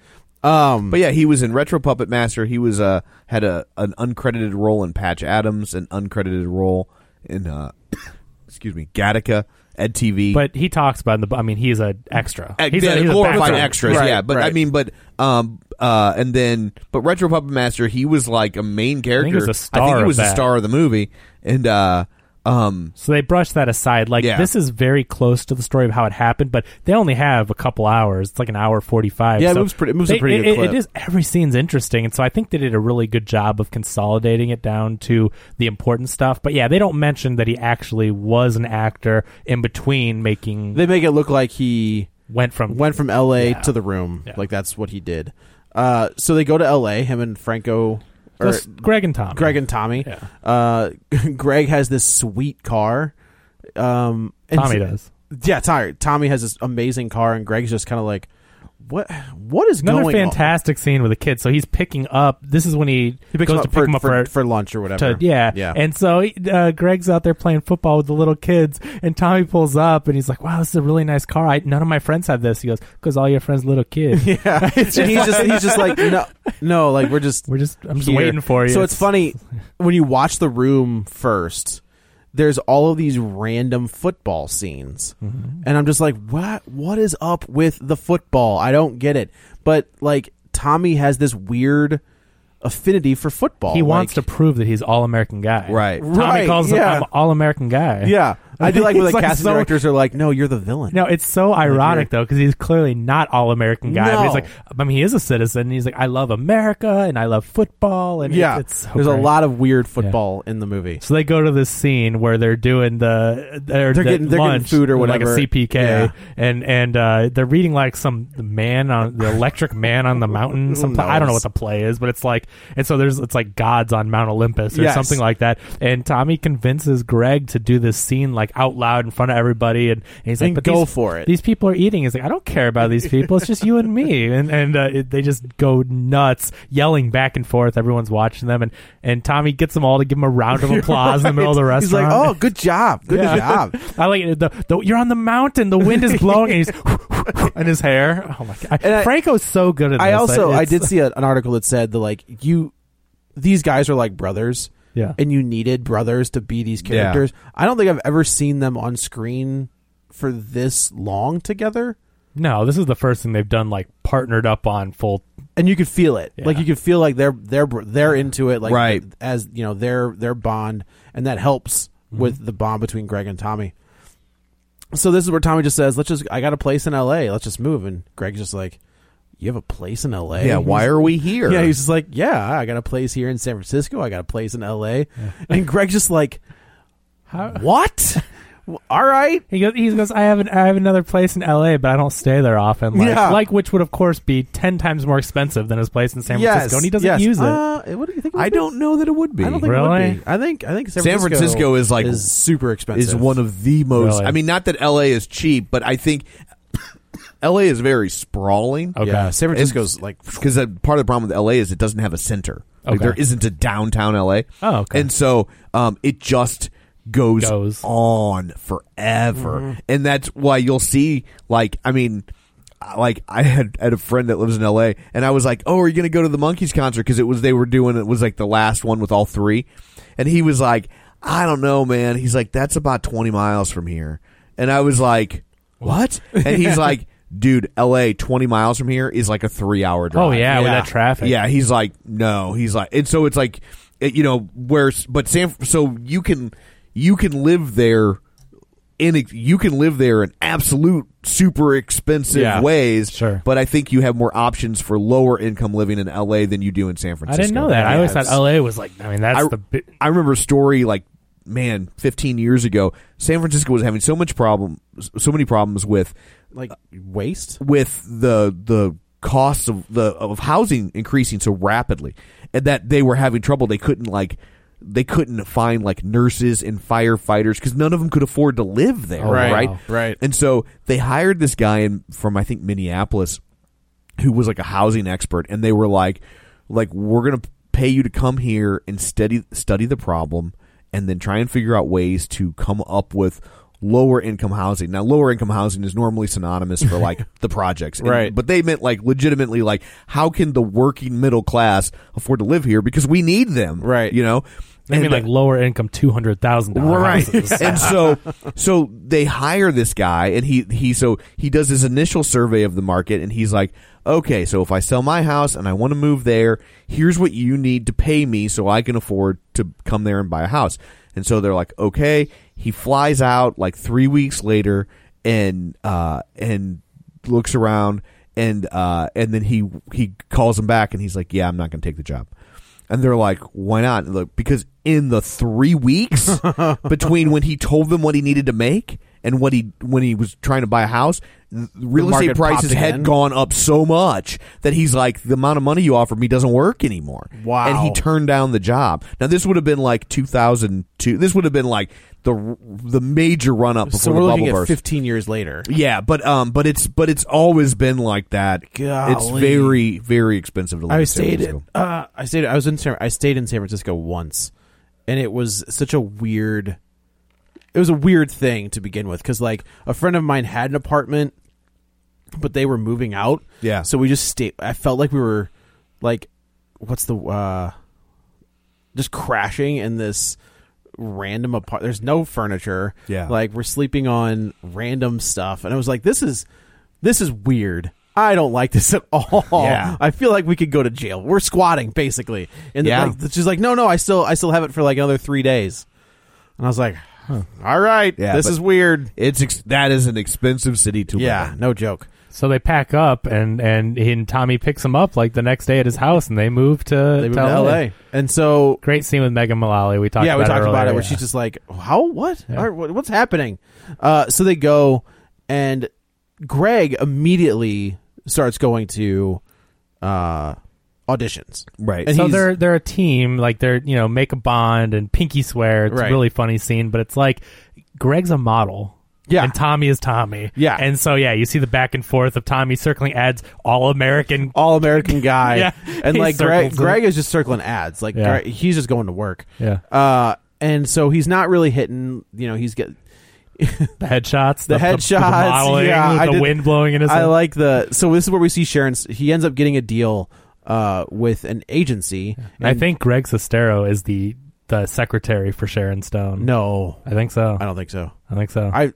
Speaker 3: Um,
Speaker 1: But yeah, he was in Retro Puppet Master. He was uh had a an uncredited role in Patch Adams, an uncredited role in uh excuse me, Gattaca, Ed TV.
Speaker 2: but he talks about in the. I mean, he's an extra.
Speaker 1: Uh,
Speaker 2: He's
Speaker 1: yeah,
Speaker 2: a, he's a
Speaker 1: glorified
Speaker 2: background.
Speaker 1: extras,
Speaker 3: Right,
Speaker 1: yeah. But I
Speaker 3: right.
Speaker 1: mean, but um, uh, and then, but Retro Puppet Master, he was like a main character.
Speaker 2: was a
Speaker 1: I think
Speaker 2: star
Speaker 1: he
Speaker 2: of
Speaker 1: was the
Speaker 2: that.
Speaker 1: star of the movie, and uh, um,
Speaker 2: So they brush that aside. Like
Speaker 1: Yeah.
Speaker 2: this is very close to the story of how it happened, but they only have a couple hours. It's like an hour forty five.
Speaker 3: Yeah, it
Speaker 2: so
Speaker 3: moves pretty- it moves a
Speaker 2: they-
Speaker 3: pretty good
Speaker 2: it-
Speaker 3: clip.
Speaker 2: it is every scene's interesting, and so I think they did a really good job of consolidating it down to the important stuff. But yeah, they don't mention that he actually was an actor in between making.
Speaker 3: they make it look like he
Speaker 2: went from
Speaker 3: went from L.A. to the room.
Speaker 2: Yeah.
Speaker 3: Like that's what he did. Uh, so they go to L.A. Him and Franco, or
Speaker 2: That's Greg and Tom.
Speaker 3: Greg and Tommy.
Speaker 2: Yeah.
Speaker 3: Uh, Greg has this sweet car. Um, and
Speaker 2: Tommy does.
Speaker 3: Yeah, Tommy. Tommy has this amazing car, and Greg's just kind of like, what? What is
Speaker 2: Another
Speaker 3: going? on?"
Speaker 2: fantastic scene with a kid. So he's picking up. This is when he,
Speaker 3: He picks
Speaker 2: goes
Speaker 3: him up
Speaker 2: to pick
Speaker 3: for,
Speaker 2: him up
Speaker 3: for,
Speaker 2: for,
Speaker 3: for lunch or whatever.
Speaker 2: to- yeah.
Speaker 3: yeah.
Speaker 2: And so he- uh, Greg's out there playing football with the little kids, and Tommy pulls up and he's like, "Wow, this is a really nice car. I, none of my friends have this." He goes, "Cause all your friends little kids."
Speaker 3: Yeah, and he's just he's just like no, no, like we're just
Speaker 2: We're just- I'm just
Speaker 3: here."
Speaker 2: waiting for you.
Speaker 3: So it's funny when you watch the room first. There's all of these random football scenes,
Speaker 2: Mm-hmm.
Speaker 3: and I'm just like, what? What is up with the football? I don't get it. But like Tommy has this weird affinity for football.
Speaker 2: He wants to
Speaker 3: Like,
Speaker 2: prove that he's all American guy.
Speaker 1: Right.
Speaker 2: Tommy
Speaker 3: Right,
Speaker 2: calls
Speaker 3: yeah.
Speaker 2: him all American guy.
Speaker 3: Yeah, I do like when the
Speaker 2: It's like
Speaker 3: casting
Speaker 2: so-
Speaker 3: directors are like, no, you're the villain.
Speaker 2: No, it's so ironic though because he's clearly not all American guy. But
Speaker 3: No.
Speaker 2: he's like, I mean, he is a citizen. and he's like, I love America and I love football. And
Speaker 3: yeah,
Speaker 2: it's, it's so
Speaker 3: there's a
Speaker 2: great.
Speaker 3: lot of weird football in the movie.
Speaker 2: So they go to this scene where they're doing the they're,
Speaker 3: They're
Speaker 2: the
Speaker 3: getting- they're getting
Speaker 2: lunch,
Speaker 3: food or
Speaker 2: like a
Speaker 3: whatever.
Speaker 2: CPK,
Speaker 3: Yeah.
Speaker 2: and and uh, they're reading like some the man on the electric man on the mountain. Some I don't know what the play is, but it's like and so there's it's like gods on Mount Olympus or
Speaker 3: Yes.
Speaker 2: something like that. And Tommy convinces Greg to do this scene like out loud in front of everybody, and, and he's like,
Speaker 3: And
Speaker 2: "But
Speaker 3: go
Speaker 2: these-
Speaker 3: for it."
Speaker 2: These people are eating. He's like, I don't care about these people. It's just you and me, and and uh, it, they just go nuts, yelling back and forth. Everyone's watching them, and and Tommy gets them all to give him a round of applause in the middle of the
Speaker 3: He's like,
Speaker 2: restaurant.
Speaker 3: oh, good job, good
Speaker 2: Yeah.
Speaker 3: job.
Speaker 2: I like it. The, the, you're on the mountain. The wind is blowing, and he's in his hair. Oh my god!
Speaker 3: And I-
Speaker 2: Franco's so good at.
Speaker 3: I
Speaker 2: this.
Speaker 3: also I
Speaker 2: it's-
Speaker 3: did see a, an article that said that like you these guys are like brothers.
Speaker 2: Yeah.
Speaker 3: And you needed brothers to be these characters. I don't think I've ever seen them on screen for this long together.
Speaker 2: No, this is the first thing they've done like partnered up on full.
Speaker 3: And you could feel it.
Speaker 2: Yeah.
Speaker 3: Like you could feel like they're they're br- they're into it like
Speaker 1: Right.
Speaker 3: as you know, their their bond and that helps with the bond between Greg and Tommy. So this is where Tommy just says, "Let's just I got a place in LA. Let's just move." And Greg's just like, "You have a place in LA?"
Speaker 1: yeah, why are we here?
Speaker 3: Yeah, he's just like, yeah, I got a place here in San Francisco. I got a place in L.A. And Greg's just like, what? W- All right.
Speaker 2: He goes. He goes. I have an, I have another place in L.A., but I don't stay there often. Like,
Speaker 3: Yeah.
Speaker 2: like which would of course be ten times more expensive than his place in San
Speaker 3: yes.
Speaker 2: Francisco, and he doesn't
Speaker 3: yes.
Speaker 2: use it.
Speaker 3: Uh, what do you think? it would
Speaker 1: I
Speaker 3: be?
Speaker 1: don't know that it would be.
Speaker 3: I don't think it
Speaker 2: Really?
Speaker 3: would be. I think I think San
Speaker 1: San
Speaker 3: Francisco,
Speaker 1: Francisco is like-
Speaker 3: is super expensive.
Speaker 1: is one of the most.
Speaker 2: Really?
Speaker 1: I mean, not that L.A. is cheap, but I think L.A. is very sprawling.
Speaker 2: Okay.
Speaker 3: Yeah, San Francisco's
Speaker 1: It's-
Speaker 3: like
Speaker 1: because part of the problem with LA is it doesn't have a center. Like
Speaker 2: Okay.
Speaker 1: there isn't a downtown LA.
Speaker 2: Oh, okay.
Speaker 1: And so um, it just goes,
Speaker 2: Goes.
Speaker 1: on forever, and that's why you'll see. Like, I mean. I- Like I had, had a friend that lives in L.A. and I was like, "Oh, are you going to go to the Monkeys concert?" Because it was they were doing it was like the last one with all three, and he was like, "I don't know, man." He's like, "That's about twenty miles from here," and I was like, "What?" And he's like, "Dude, L.A. twenty miles from here is like a three-hour drive."
Speaker 2: Oh yeah, with
Speaker 3: Yeah.
Speaker 2: that traffic.
Speaker 1: Yeah, he's like, no, he's like, and so it's like, it, you know, where, but San, so you can, you can live there in, ex- you can live there in absolute super expensive
Speaker 3: Yeah,
Speaker 1: ways.
Speaker 2: sure.
Speaker 1: But I think you have more options for lower income living in LA than you do in San
Speaker 2: I
Speaker 1: Francisco.
Speaker 2: didn't know that. I always
Speaker 1: Yeah,
Speaker 2: thought LA was like. I mean, that's
Speaker 1: I,
Speaker 2: the. Bi-
Speaker 1: I remember a story like man 15 years ago san francisco was having so much problem so many problems with
Speaker 3: like waste.
Speaker 1: with the the costs of the of housing increasing so rapidly and that they were having trouble they couldn't like they couldn't find like nurses and firefighters because none of them could afford to live there
Speaker 3: Right,
Speaker 1: right
Speaker 3: right.
Speaker 1: and so they hired this guy in from i think minneapolis who was like a housing expert and they were like like we're going to pay you to come here and study study the problem and then try and figure out ways to come up with lower income housing now lower income housing is normally synonymous for like the projects And-
Speaker 3: Right.
Speaker 1: but they meant like legitimately like how can the working middle class afford to live here because we need them
Speaker 3: Right.
Speaker 1: you know
Speaker 2: I mean, like lower income two hundred thousand dollars.
Speaker 1: right and so so they hire this guy and he he so he does his initial survey of the market and he's like okay so if i sell my house and i want to move there here's what you need to pay me so i can afford to come there and buy a house and so they're like okay he flies out like three weeks later and uh and looks around and uh and then he he calls him back and he's like yeah i'm not gonna take the job and they're like, why not? Look, because in the three weeks between when he told them what he needed to make and what he when he was trying to buy a house, th- real
Speaker 3: market
Speaker 1: estate prices
Speaker 3: popped
Speaker 1: had
Speaker 3: again.
Speaker 1: gone up so much that he's like, the amount of money you offered me doesn't work anymore.
Speaker 3: Wow.
Speaker 1: And he turned down the job. Now this would have been like 2002. This would have been like the the major run up before
Speaker 3: So
Speaker 1: the
Speaker 3: we're looking
Speaker 1: bubble
Speaker 3: at
Speaker 1: burst.
Speaker 3: 15 years later.
Speaker 1: yeah, but um, but it's but it's always been like that. It's
Speaker 3: Golly.
Speaker 1: very very expensive to live.
Speaker 3: I
Speaker 1: in San
Speaker 3: stayed.
Speaker 1: Francisco.
Speaker 3: in- Uh, I stayed. I was in. San, I stayed in San Francisco once, and it was such a weird. It was a weird thing to begin with because, like, a friend of mine had an apartment, but they were moving out.
Speaker 1: Yeah.
Speaker 3: So we just stayed. I felt like we were, like, what's the, uh, just crashing in this random apart. There's no furniture.
Speaker 1: Yeah.
Speaker 3: Like we're sleeping on random stuff, and I was like, this is this is weird. I don't like this at all.
Speaker 1: Yeah.
Speaker 3: I feel like we could go to jail. We're squatting basically, and
Speaker 1: Yeah.
Speaker 3: like, she's like, no, no, I still I still have it for like another three days, and I was like, huh, all right,
Speaker 1: Yeah,
Speaker 3: this
Speaker 1: but-
Speaker 3: is weird.
Speaker 1: It's ex- that is an expensive city to live
Speaker 3: Yeah,
Speaker 1: in.
Speaker 3: no joke.
Speaker 2: So they pack up, and and he and Tommy picks him up like the next day at his house, and they move to,
Speaker 3: They moved
Speaker 2: to
Speaker 3: to
Speaker 2: LA.
Speaker 3: LA, and so
Speaker 2: Great scene with Megan Mullally. We talked.
Speaker 3: yeah,
Speaker 2: about
Speaker 3: we talked
Speaker 2: earlier,
Speaker 3: about it. Where
Speaker 2: yeah.
Speaker 3: she's just like, "How? What? All right, what- what's happening?" Uh, so they go, and Greg immediately starts going to uh, auditions.
Speaker 1: Right.
Speaker 3: And
Speaker 2: so
Speaker 3: he's-
Speaker 2: they're they're a team, like they're you know make a bond and pinky swear. It's
Speaker 3: Right.
Speaker 2: a really funny scene, but it's like Greg's a model.
Speaker 3: Yeah.
Speaker 2: and Tommy is Tommy.
Speaker 3: Yeah.
Speaker 2: and so yeah, you see the back and forth of Tommy circling ads, all American.
Speaker 3: all American guy.
Speaker 2: Yeah,
Speaker 3: and
Speaker 2: he
Speaker 3: like Greg,
Speaker 2: circles them.
Speaker 3: Greg is just circling ads. Like
Speaker 2: Yeah.
Speaker 3: Greg, he's just going to work.
Speaker 2: Yeah.
Speaker 3: Uh, and so he's not really hitting. You know, he's get
Speaker 2: The headshots,
Speaker 3: the,
Speaker 2: the,
Speaker 3: headshots.
Speaker 2: modeling,
Speaker 3: yeah,
Speaker 2: with
Speaker 3: I
Speaker 2: the
Speaker 3: did-
Speaker 2: wind blowing in his.
Speaker 3: I like the. So this is where we see Sharon's. He ends up getting a deal uh, with an agency.
Speaker 2: I
Speaker 3: and-
Speaker 2: think Greg Sestero is the the secretary for Sharon Stone.
Speaker 3: no,
Speaker 2: I think so.
Speaker 3: I don't think so.
Speaker 2: I think so.
Speaker 3: I,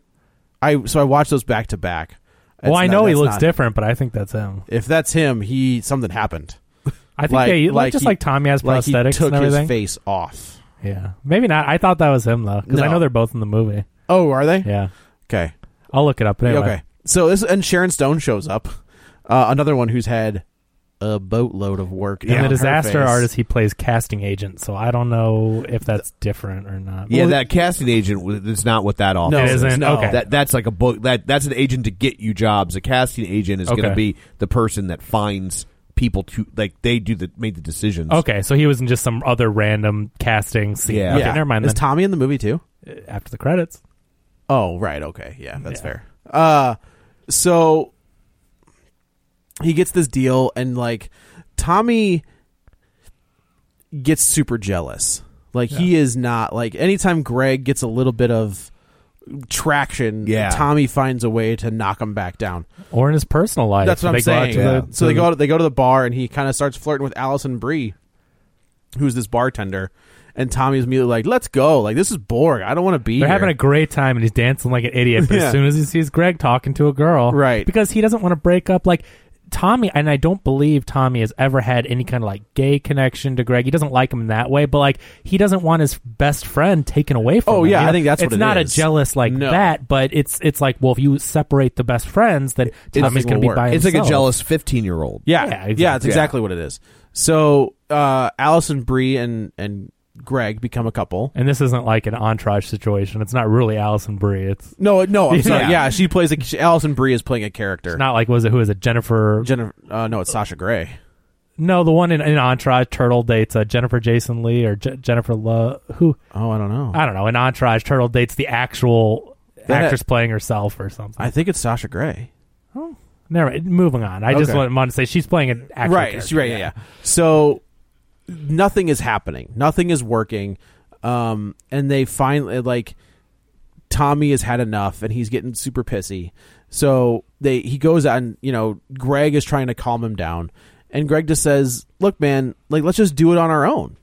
Speaker 3: I so I watched those back to back.
Speaker 2: well,
Speaker 3: It's
Speaker 2: I
Speaker 3: not-
Speaker 2: know he
Speaker 3: that's
Speaker 2: looks
Speaker 3: not-
Speaker 2: different, but I think that's him.
Speaker 3: If that's him, he something happened.
Speaker 2: I think
Speaker 3: Like-
Speaker 2: they like,
Speaker 3: like
Speaker 2: just
Speaker 3: he-
Speaker 2: like Tommy has
Speaker 3: Like he
Speaker 2: prosthetics
Speaker 3: took
Speaker 2: and everything.
Speaker 3: his face off.
Speaker 2: Yeah, maybe not. I thought that was him though, because I
Speaker 3: No.
Speaker 2: know they're both in the movie.
Speaker 3: Oh, are they?
Speaker 2: Yeah,
Speaker 3: Okay.
Speaker 2: I'll look it up. But anyway.
Speaker 3: Okay. So this and Sharon Stone shows up, uh, another one who's had a boatload of work.
Speaker 2: And
Speaker 3: down
Speaker 2: the
Speaker 3: her
Speaker 2: disaster
Speaker 3: face.
Speaker 2: artist, he plays casting agent, so I don't know if that's different or not.
Speaker 1: Yeah, that casting agent w- is not what that office
Speaker 3: No,
Speaker 2: it
Speaker 1: is.
Speaker 2: isn't.
Speaker 3: no.
Speaker 2: Okay,
Speaker 1: That that's like a book that that's an agent to get you jobs. A casting agent is going
Speaker 2: Okay.
Speaker 1: to be the person that finds people to like they do the made the decisions.
Speaker 2: okay. So he was in just some other random casting scene.
Speaker 1: Yeah.
Speaker 2: Okay,
Speaker 3: yeah.
Speaker 2: never mind.
Speaker 3: Is
Speaker 2: Then.
Speaker 3: Tommy in the movie too?
Speaker 2: After the credits,
Speaker 3: Oh, right. Okay. Yeah, that's fair. Uh, so he gets this deal and like Tommy gets super jealous. Like he is not like anytime Greg gets a little bit of traction,
Speaker 1: Yeah.
Speaker 3: Tommy finds a way to knock him back down.
Speaker 2: or in his personal life.
Speaker 3: That's what
Speaker 2: they
Speaker 3: I'm
Speaker 2: go out
Speaker 3: saying.
Speaker 2: to
Speaker 1: Yeah.
Speaker 2: the-
Speaker 3: so
Speaker 2: to
Speaker 3: they
Speaker 2: the-
Speaker 3: go out, they go to the bar and he kind of starts flirting with Allison Bree, who's this bartender. And Tommy's immediately like, "Let's go! Like this is boring. I don't want to be."
Speaker 2: They're
Speaker 3: here.
Speaker 2: having a great time, and he's dancing like an idiot. But
Speaker 3: Yeah.
Speaker 2: as soon as he sees Greg talking to a girl,
Speaker 3: Right.
Speaker 2: Because he doesn't want to break up. Like Tommy, and I don't believe Tommy has ever had any kind of like gay connection to Greg. He doesn't like him in that way, but like he doesn't want his best friend taken away from.
Speaker 3: Oh,
Speaker 2: him,
Speaker 3: yeah,
Speaker 2: you
Speaker 3: I
Speaker 2: know?
Speaker 3: think that's
Speaker 2: it's
Speaker 3: what it
Speaker 2: not
Speaker 3: is.
Speaker 2: a jealous like
Speaker 3: No.
Speaker 2: that, but it's it's like well, if you separate the best friends, then Tommy's
Speaker 3: nothing
Speaker 2: going to
Speaker 3: will
Speaker 2: be
Speaker 3: work.
Speaker 2: by
Speaker 1: It's
Speaker 2: himself.
Speaker 1: like a jealous fifteen-year-old.
Speaker 3: Yeah,
Speaker 2: Yeah,
Speaker 3: yeah,
Speaker 2: exactly.
Speaker 3: it's exactly what it is. So uh, Allison Brie and and Greg become a couple.
Speaker 2: And this isn't like an entourage situation. It's not really Allison Brie. It's
Speaker 3: No, no, I'm sorry.
Speaker 2: Yeah.
Speaker 3: Yeah, she plays a she, Allison Brie is playing a character.
Speaker 2: not like was it who is it Jennifer?
Speaker 3: Jennifer. Uh, no, it's Sasha Grey.
Speaker 2: No, the one in, in Entourage Turtle dates uh, Jennifer Jason Lee or Je- Jennifer Love. Who
Speaker 3: Oh, I don't know.
Speaker 2: I don't know. In Entourage Turtle dates the actual
Speaker 3: That-
Speaker 2: actress playing herself or something.
Speaker 3: I think it's Sasha Grey.
Speaker 2: Never mind. Moving on. I just
Speaker 3: Okay.
Speaker 2: want want to say she's playing an actual
Speaker 3: right,
Speaker 2: character.
Speaker 3: she- right, yeah, yeah. So nothing is happening. Nothing is working. Um, and they finally like Tommy has had enough, and he's getting super pissy. So they he goes out and you know Greg is trying to calm him down, and Greg just says, "Look, man, like let's just do it on our own."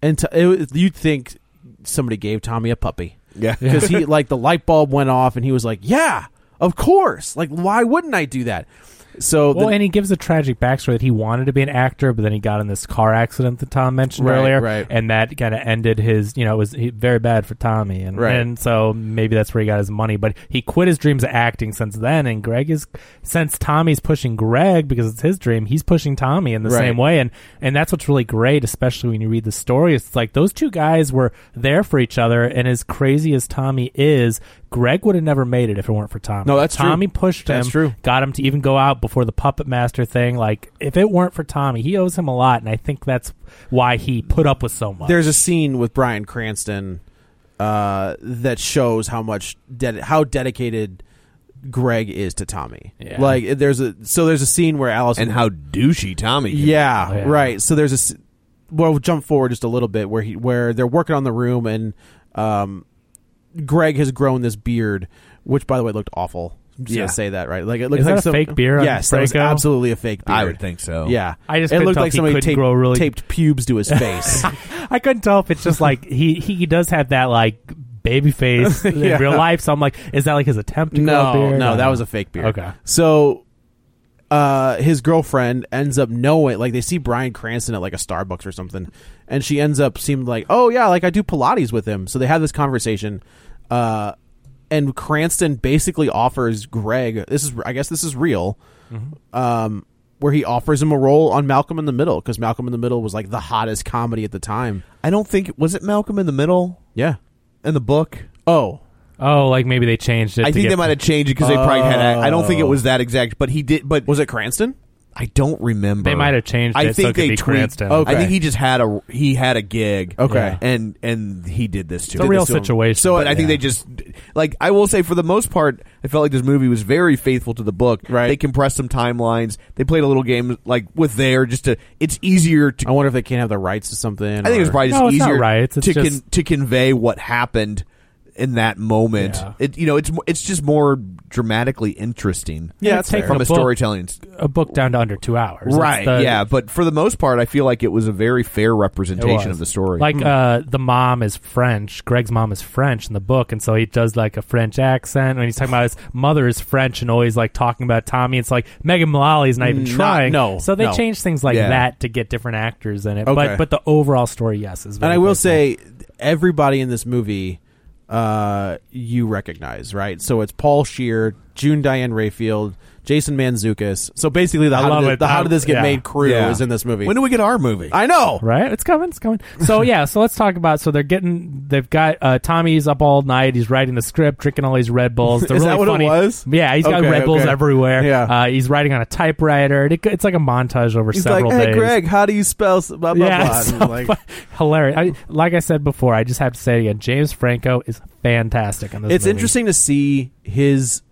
Speaker 3: And to, it, was- you'd think somebody gave Tommy a puppy
Speaker 1: Yeah.
Speaker 3: because he like the light bulb went off, and he was like, "Yeah, of course! Like why wouldn't I do that?" So
Speaker 2: Well,
Speaker 3: the-
Speaker 2: and he gives a tragic backstory that he wanted to be an actor, but then he got in this car accident that Tom mentioned
Speaker 3: Right,
Speaker 2: earlier,
Speaker 3: right.
Speaker 2: and that kind of ended his. You know, it was he, very bad for Tommy, and
Speaker 3: Right.
Speaker 2: and so maybe that's where he got his money. But he quit his dreams of acting since then, and Greg is since Tommy's pushing Greg because it's his dream, he's pushing Tommy in the
Speaker 3: Right.
Speaker 2: same way, and and that's what's really great, especially when you read the story. It's like those two guys were there for each other, and as crazy as Tommy is. Greg would have never made it if it weren't for Tommy.
Speaker 3: No, that's true.
Speaker 2: Tommy pushed
Speaker 3: That's
Speaker 2: him,
Speaker 3: true.
Speaker 2: got him to even go out before the puppet master thing. Like, if it weren't for Tommy, he owes him a lot, and I think that's why he put up with so much.
Speaker 3: there's a scene with Brian Cranston uh, that shows how much ded- how dedicated Greg is to Tommy.
Speaker 2: Yeah.
Speaker 3: Like it- there's a so there's a scene where Allison
Speaker 1: And how douchey Tommy. can
Speaker 3: yeah,
Speaker 2: Yeah.
Speaker 3: right. So there's a s- well we'll jump forward just a little bit where he where they're working on the room and um, Greg has grown this beard, which by the way looked awful. I'm just
Speaker 1: Yeah.
Speaker 3: gonna say that right. Like it looks
Speaker 2: Is that
Speaker 3: like
Speaker 2: a
Speaker 3: some-
Speaker 2: fake beard on
Speaker 3: Yes, that was
Speaker 2: Franco?
Speaker 3: absolutely a fake beard.
Speaker 1: I would think so.
Speaker 3: Yeah,
Speaker 2: I just
Speaker 3: it
Speaker 2: couldn't
Speaker 3: looked
Speaker 2: tell
Speaker 3: like
Speaker 2: if he
Speaker 3: somebody
Speaker 2: couldn't
Speaker 3: taped,
Speaker 2: grow really-
Speaker 3: taped pubes to his face.
Speaker 2: I couldn't tell if it's just like he he does have that like baby face in
Speaker 3: Yeah.
Speaker 2: real life. So I'm like, is that like his attempt to grow
Speaker 3: no,
Speaker 2: a beard?
Speaker 3: No, that was a fake beard.
Speaker 2: Okay.
Speaker 3: So uh his girlfriend ends up knowing like they see Brian Cranston at like a Starbucks or something and she ends up seeming like, "Oh yeah, like I do pilates with him." So they have this conversation uh and Cranston basically offers Greg, this is I guess this is real. Um where he offers him a role on Malcolm in the Middle because Malcolm in the Middle was like the hottest comedy at the time.
Speaker 1: I don't think was it Malcolm in the Middle
Speaker 3: Yeah.
Speaker 1: in the book.
Speaker 3: Oh,
Speaker 2: oh, like maybe they changed it.
Speaker 1: I
Speaker 2: to
Speaker 1: think
Speaker 2: get-
Speaker 1: they might have changed it because they probably had. I don't think it was that exact, but he did. But
Speaker 3: was it Cranston?
Speaker 1: I don't remember.
Speaker 2: They might have changed
Speaker 1: I
Speaker 2: it so
Speaker 1: think
Speaker 2: it could
Speaker 1: they
Speaker 2: be
Speaker 1: tweaked-
Speaker 2: Cranston.
Speaker 1: I
Speaker 3: Okay.
Speaker 1: think he just had a he had a gig.
Speaker 3: Okay.
Speaker 1: and and he did this too.
Speaker 2: It's a real situation.
Speaker 1: So
Speaker 2: but
Speaker 1: I think
Speaker 2: yeah.
Speaker 1: they just like I will say for the most part, I felt like this movie was very faithful to the book.
Speaker 3: Right.
Speaker 1: They compressed some timelines. They played a little game like with there just to. It's easier to.
Speaker 3: I wonder if they can't have the rights to something.
Speaker 1: I think it's
Speaker 3: or-
Speaker 1: probably just
Speaker 2: No, it's not
Speaker 1: easier
Speaker 2: riots, it's
Speaker 1: to
Speaker 2: just-
Speaker 1: to convey what happened in that moment.
Speaker 2: Yeah.
Speaker 1: It you know it's mo- it's just more dramatically interesting.
Speaker 3: Yeah,
Speaker 2: It's
Speaker 3: that's
Speaker 2: taken
Speaker 1: From
Speaker 2: a
Speaker 1: a
Speaker 2: book-
Speaker 1: storytelling
Speaker 2: a book down to under two hours. It's
Speaker 1: Right.
Speaker 2: the-
Speaker 1: yeah, but for the most part, I feel like it was a very fair representation
Speaker 2: It was.
Speaker 1: of the story. Hmm.
Speaker 2: Like uh, the mom is French. Greg's mom is French in the book, and so he does like a French accent. When he's talking about his mother is French and always like talking about Tommy, it's like Megan Mullally's not even
Speaker 3: Mm, Not-
Speaker 2: trying.
Speaker 3: no,
Speaker 2: so they
Speaker 3: no.
Speaker 2: change things like
Speaker 1: Yeah.
Speaker 2: that to get different actors in it.
Speaker 3: Okay.
Speaker 2: But but the overall story, yes, is. Very
Speaker 3: and I will
Speaker 2: faithful.
Speaker 3: say everybody in this movie uh you recognize right so it's paul shear june diane rayfield jason manzukis so basically the, how
Speaker 2: love
Speaker 3: did,
Speaker 2: it.
Speaker 3: the how did this get
Speaker 2: Yeah.
Speaker 3: made crew
Speaker 1: Yeah.
Speaker 3: is in this movie
Speaker 1: when do we get our movie?
Speaker 3: i know
Speaker 2: Right, it's coming, it's coming. So yeah, so let's talk about. So they're getting, they've got uh, Tommy's up all night. He's writing the script, drinking all these Red Bulls. They're
Speaker 3: Is
Speaker 2: really
Speaker 3: that what it
Speaker 2: funny.
Speaker 3: was?
Speaker 2: Yeah, he's got
Speaker 3: Okay,
Speaker 2: Red Bulls
Speaker 3: okay.
Speaker 2: everywhere.
Speaker 3: Yeah.
Speaker 2: uh, he's writing on a typewriter. It, it's like a montage over
Speaker 3: he's like
Speaker 2: several
Speaker 3: hey
Speaker 2: days.
Speaker 3: greg how do you spell s- blah blah blah
Speaker 2: yeah,
Speaker 3: And
Speaker 2: so
Speaker 3: like,
Speaker 2: fu- hilarious. I, like I said before, I just have to say it again. James Franco is fantastic in this.
Speaker 3: it's
Speaker 2: movie.
Speaker 3: interesting to see his